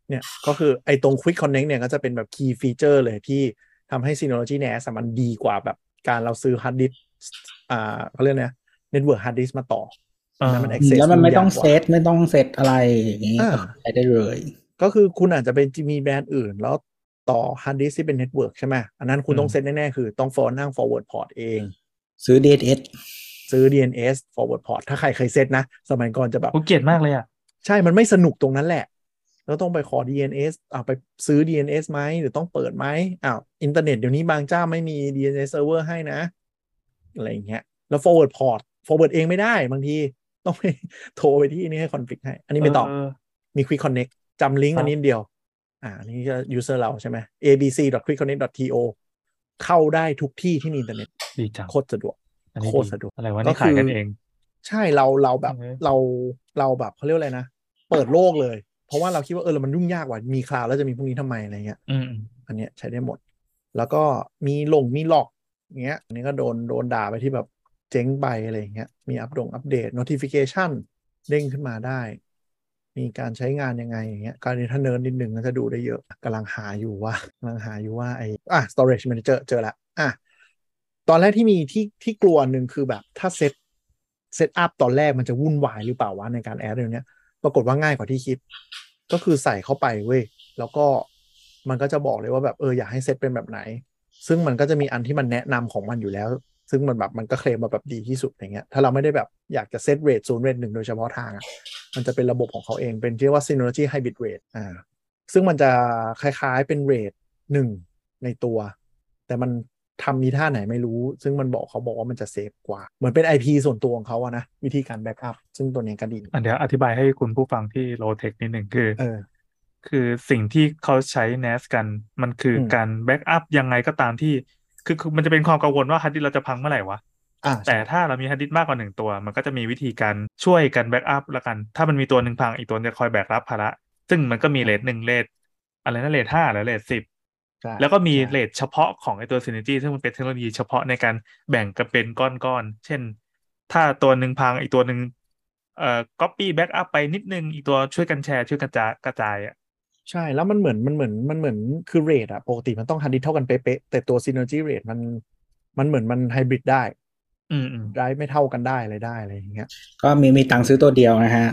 [SPEAKER 2] เนี่ยก็คือไอ้ตรง Quick Connect เนี่ยก็จะเป็นแบบ Key Feature เลยที่ทำให้ Synology NAS อะมันดีกว่าแบบการเราซื้อฮาร์ดดิสอ่าเขาเรียกนะเน็ตเวิร์กฮาร์ดดิสมาต่อ
[SPEAKER 4] เออ
[SPEAKER 2] แล้วมัน access
[SPEAKER 3] แล้วมันไม่ต้อง
[SPEAKER 2] ยากกว่า
[SPEAKER 3] เซตไม่ต้องเซตอะไรอย่างนี้
[SPEAKER 2] อ่า
[SPEAKER 3] ใช้ได้เลย
[SPEAKER 2] ก็คือคุณอาจจะเป็นมีแบรนด์อื่น แล้วต่อฮาร์ดดิสที่เป็นเน็ตเวิร์กใช่ไหมอันนั้นคุณ
[SPEAKER 4] อืม
[SPEAKER 2] ต้องเซตแน่ ๆ คือต้องฟอร์นั่ง forward port เอง
[SPEAKER 3] ซื้อ DNS
[SPEAKER 2] ซื้อ DNS forward port ถ้าใครเคยเซตนะ สมัยก่อนจะแบบ
[SPEAKER 4] กูเกลียดมากเลยอ่ะ
[SPEAKER 2] ใช่ มันไม่สนุกตรงนั้นแหละ แล้วต้องไปขอ DNS อ่าไปซื้อ DNS ไหม หรือต้องเปิดไหมอ้าว อินเทอร์เน็ตเดี๋ยวนี้บางเจ้าไม่มี DNS server ให้นะ อะไรอย่างเงี้ย แล้ว forward port forward เองไม่ได้บางที ต้องไป โทรไปที่นี่ให้คอนฟิกให้ อันนี้ไม่ตอบ
[SPEAKER 4] เออ
[SPEAKER 2] มี quick connect จำลิงก์
[SPEAKER 4] ครับ
[SPEAKER 2] อันนี้เดียว อ่าอันนี้ก็ user เราใช่ไหม abc.quickconnect.to เข้าได้ทุกที่ที่มีอินเทอร์เน็ต
[SPEAKER 4] ดีจัง
[SPEAKER 2] โคตรสะดวก
[SPEAKER 4] อันนี้
[SPEAKER 2] โคตรสะดวก
[SPEAKER 4] อะไรวะ
[SPEAKER 2] ก็
[SPEAKER 4] นี่ขายกัน
[SPEAKER 2] คือ
[SPEAKER 4] เอง
[SPEAKER 2] ใช่เราเราแบบ
[SPEAKER 4] อือฮึ
[SPEAKER 2] เราเราแบบเขาเรียกว่าอะไรนะ เปิดโลกเลย เพราะว่าเราคิดว่าเออมันยุ่งยากกว่ามีคลาวแล้วจะมีพวกนี้ทำไมอะไรเงี้ย
[SPEAKER 4] อืม
[SPEAKER 2] อันเนี้ยใช้ได้หมด แล้วก็มีหลงมีหลอกอย่างเงี้ยอันนี้ก็โดนโดนด่าไปที่แบบเจ๊งไปอะไรเงี้ยมีอัปดงอัปเดต notification เด้งขึ้นมาได้ มีการใช้งานยังไงอย่างเงี้ยการนี้ถ้าเนิร์ดนิดหนึ่งก็จะดูได้เยอะกำลังหาอยู่ว่ากำลังหาอยู่ว่าไอ้อ่ะ storage manager เจอละอ่ะตอนแรกที่มีที่ที่กลัวหนึ่งคือแบบถ้าเซตเซตอัพตอนแรกมันจะวุ่นวายหรือเปล่าวะในการแอดเรื่องเนี้ย ปรากฏว่าง่ายกว่าที่คิด ก็คือใส่เข้าไปเว้ย แล้วก็มันก็จะบอกเลยว่าแบบเอออยากให้เซตเป็นแบบไหน ซึ่งมันก็จะมีอันที่มันแนะนำของมันอยู่แล้ว ซึ่งมันแบบมันก็เคลมมาแบบดีที่สุดอย่างเงี้ยถ้าเราไม่ได้แบบอยากจะเซตเรทศูนย์เรทหนึ่งโดยเฉพาะทางอะมันจะเป็นระบบของเขาเองเป็นที่เรียกว่า Synology Hybrid Rate อ่าซึ่งมันจะคล้ายๆเป็นเรทหนึ่งในตัว แต่มันทำมีท่าไหนไม่รู้ ซึ่งมันบอกเขาบอกว่ามันจะเซฟกว่า เหมือนเป็น IP ส่วนตัวของเขาอะนะวิธีการแบ็กอัพซึ่งตัวเนี้ยก็ดี
[SPEAKER 4] อันเดี๋ยวอธิบายให้คุณผู้ฟังที่โลเทคนิดหนึ่งคือ
[SPEAKER 2] เออ
[SPEAKER 4] คือสิ่งที่เขาใช้ NAS กัน มันคือ
[SPEAKER 2] ม
[SPEAKER 4] การแบ็กอัพยังไงก็ตามที่ คือคือมันจะเป็นความกังวลว่าฮาร์ดดิสก์เราจะพังเมื่อไหร่วะ
[SPEAKER 2] อ่า
[SPEAKER 4] แต่ถ้าเรามีฮาร์ดดิสก์มากกว่าหนึ่งตัว มันก็จะมีวิธีการช่วยกันแบ็กอัพละกัน ถ้ามันมีตัวหนึ่งพังอีกตัวจะคอยแบกรับภาระ ซึ่งมันก็มีเลทหนึ่งเลทอะไรนะเลทห้าหรือเลทสิบ
[SPEAKER 2] ใช่
[SPEAKER 4] แล้วก็มี
[SPEAKER 2] ใช่
[SPEAKER 4] เลทเฉพาะของไอตัว Synergy ซึ่งมันเป็นเทคโนโลยีเฉพาะในการแบ่งกันเป็นก้อนๆ เช่น ถ้าตัวหนึ่งพังอีกตัวหนึ่งเอ่อ copy back up ไปนิดนึง อีกตัวช่วยกันแชร์ ช่วยกันจะกระจายอ่ะ
[SPEAKER 2] ใช่แล้วมันเหมือนมันเหมือนมันเหมือนคือเรทอะปกติมันต้องฮันดิสเท่ากันเป๊ะๆแต่ตัว Synergy Rate มันมันเหมือนมันไฮบริดได้
[SPEAKER 4] อืมอืม
[SPEAKER 2] ได้ไม่เท่ากันได้อะไรได้อะไรอย่างเงี้ย
[SPEAKER 3] ก็มีมีตังค์ซื้อตัวเดียวนะฮะ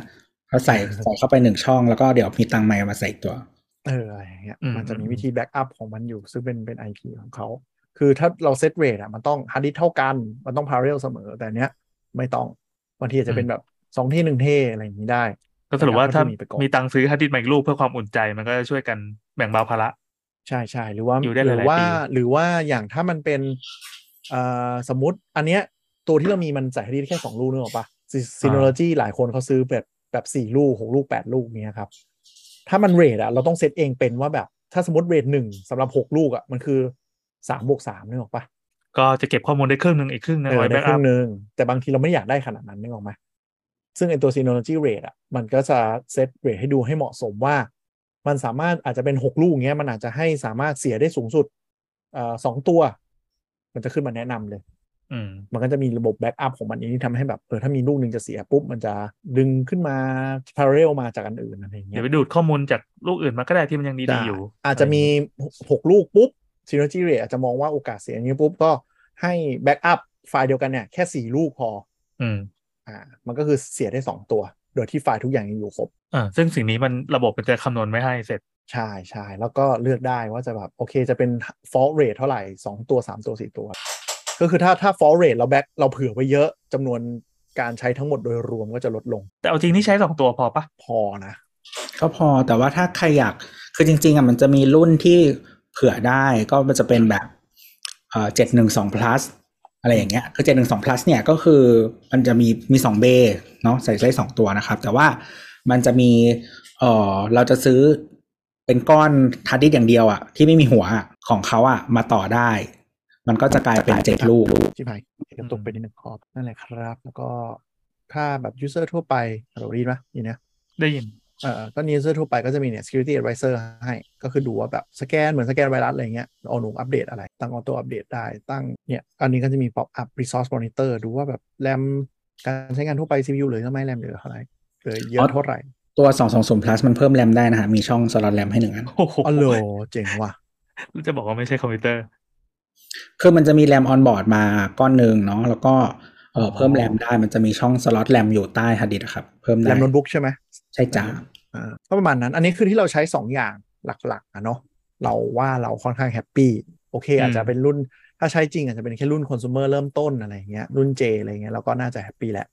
[SPEAKER 3] ก็ใส่ใส่เข้าไปหนึ่งช่องแล้วก็เดี๋ยวมีตังไมค์เอามาใส่อีกตัว
[SPEAKER 2] เอออะไรอย่างเงี้ย
[SPEAKER 4] อืม
[SPEAKER 2] มันจะมีวิธีแบ็กอัพของมันอยู่ ซึ่งเป็นเป็น IP ของเขา คือถ้าเราเซตเรทอ่ะมันต้องฮาร์ดดิสเท่ากัน มันต้องพาราเรลเสมอ แต่อันเนี้ยไม่ต้องบางทีอาจจะเป็นแบบสองเท่หนึ่งเท่อะไรอย่างนี้ได้
[SPEAKER 4] ก็สรุปว่า
[SPEAKER 2] ก็คือ
[SPEAKER 4] ถ้า
[SPEAKER 2] หนีไปก่อน
[SPEAKER 4] มีตังค์ซื้อฮาร์ดดิสก์ใหม่อีกลูกเพื่อความอุ่นใจมันก็จะช่วยกันแบ่งเบาภาระ
[SPEAKER 2] ใช่ใช่หรือว่า
[SPEAKER 4] อยู่ได้
[SPEAKER 2] ห
[SPEAKER 4] หลายๆ
[SPEAKER 2] รือว่า
[SPEAKER 4] ปี
[SPEAKER 2] หรือว่าอย่างถ้ามันเป็นเอ่อสมมติอันเนี้ยตัวที่เรามีมันใส่ฮาร์ดดิสก์แค่สองลูกนึกออกปะซีโนโลจีหลายคนเขาซื้อแบบแบบสี่ลูกหกลูกแปดลูกเนี้ยครับถ้ามันเรทอ่ะเราต้องเซตเองเป็นว่าแบบ ถ้าสมมติเรทหนึ่งสำหรับหกลูกอ่ะมันคือสามบวกสามนึกออกปะ
[SPEAKER 4] ก็จะเก็บข้อมูลได้ครึ่งหนึ่งอีกครึ่งหนึง
[SPEAKER 2] เออ
[SPEAKER 4] เอาไว้
[SPEAKER 2] ได้
[SPEAKER 4] แบ็ก
[SPEAKER 2] ค
[SPEAKER 4] อั
[SPEAKER 2] รึ่
[SPEAKER 4] พ
[SPEAKER 2] งหนึ่งแต่บางทีเราไม่อยากได้ขนาดนั้นนึกออกไหมซึ่งไอตัว Synology Rate อ่ะมันก็จะเซตเรทให้ดูให้เหมาะสมว่า มันสามารถอาจจะเป็นหกลูกเงี้ยมันอาจจะให้สามารถเสียได้สูงสุดเอ่อสองตัว มันจะขึ้นมาแนะนำเลย
[SPEAKER 4] อืม
[SPEAKER 2] มันก็จะมีระบบแบ็กอัพของมันอันนี้ทำให้แบบเออถ้ามีลูกหนึ่งจะเสียปุ๊บ มันจะดึงขึ้นมาพาราเรลมาจากอันอื่นอะไรอย่างเงี้
[SPEAKER 4] เดี๋
[SPEAKER 2] ย
[SPEAKER 4] ยวไปดูดข้อมูลจากลูกอื่นมาก็ได้ที่มันยังดี ๆ อยู่
[SPEAKER 2] อาจจะมีหกลูกปุ๊บซีโนจีเรอาจจะมองว่าโอกาสเสียอันนี้ปุ๊บก็ให้แบ็กอัพไฟล์เดียวกันเนี่ยแค่สี่ลูกพอ
[SPEAKER 4] อืม
[SPEAKER 2] อ่ามันก็คือเสียได้ 2 ตัว โดยที่ไฟล์ทุกอย่างยังอยู่ครบ
[SPEAKER 4] อ่าซึ่งสิ่งนี้มันระบบมันจะคำนวณไม่ให้เสร็จ
[SPEAKER 2] ใช่ใช่แล้วก็เลือกได้ว่าจะแบบ โอเคจะเป็น fault rate เท่าไหร่ 2 ตัว 3 ตัว 4 ตัว ก็คือถ้าถ้า fault rate เราแบ็คเราเผื่อไว้เยอะจำนวนการใช้ทั้งหมดโดยรวมก็จะลดลง
[SPEAKER 4] แต่เอาจริงนี่ใช้สองตัวพอปะ
[SPEAKER 2] พอนะ
[SPEAKER 3] ก็พอแต่ว่าถ้าใครอยากคือจริง ๆอ่ะมันจะมีรุ่นที่เผื่อได้ก็มันจะเป็นแบบเอ่อจ็ดหนึ่งสอง plus อะไรอย่างเงี้ยคือเจ็ดหนึ่งสอง plus เนี่ยก็คือมันจะมีมีสองเบเนาะใส่ได้สองตัวนะครับ แต่ว่ามันจะมีเออเราจะซื้อเป็นก้อนทัดดิสอย่างเดียวอ่ะที่ไม่มีหัวอะของเขาอ่ะมาต่อได้ มันก็จะกลายเป็นเจ็ดลูก
[SPEAKER 2] ที่ไหนเดี๋ยวตรงไปนิดนึงขอบนั่นแหละครับ แล้วก็ค่าแบบ user ทั่วไปเราดีไหมนี่นะ
[SPEAKER 4] ได้ยิน
[SPEAKER 2] เอ่อก็ user ทั่วไปก็จะมีเนี่ย security advisor ให้ ก็คือดูว่าแบบสแกนเหมือนสแกนไวรัสอะไรเงี้ยเอาหนูอัปเดตอะไร ตั้งออโต้อัปเดตได้ตั้งเนี่ยอันนี้ก็จะมี pop up resource monitor ดูว่าแบบแรมการใช้งานทั่วไป CPU เหลือเท่าไหร่แรมเหลือเท่าไหร่เหลือเย
[SPEAKER 3] อ๋
[SPEAKER 2] อะ
[SPEAKER 3] อ
[SPEAKER 2] เท่าไหร่
[SPEAKER 3] ตัวสองสองศูนย์ plus มันเพิ่มแรมได้นะฮะมีช่องสล็อตแรมให้หนึ่งอัน
[SPEAKER 4] โอ้โห
[SPEAKER 2] อ๋อโหลเจ๋งว่ะ
[SPEAKER 4] จะบอกว่าไม่ใช่คอมพิวเตอร์
[SPEAKER 3] คือมันจะมีแรมออนบอร์ดมาก้อนหนึ่งเนาะแล้วก็เอ่อเพิ่มแรมได้มันจะมีช่องสล็อตแรมอยู่ใต้ฮาร์ดดิสก์อะครับ เพิ่มได้
[SPEAKER 2] แรมโน้ตบุ๊กใช่ไหม
[SPEAKER 3] ใช่จ้า
[SPEAKER 2] อ่าก็ประมาณนั้น อันนี้คือที่เราใช้ 2 อย่างหลักๆอะเนาะ เราว่าเราค่อนข้างแฮปปี้ โอเค
[SPEAKER 4] อืม
[SPEAKER 2] อาจจะเป็นรุ่น ถ้าใช้จริงอาจจะเป็นแค่รุ่นคอน sumer เริ่มต้นอะไรอย่างเงี้ย รุ่น J อะไรเงี้ยเราก็น่าจะแฮปปี้แหละ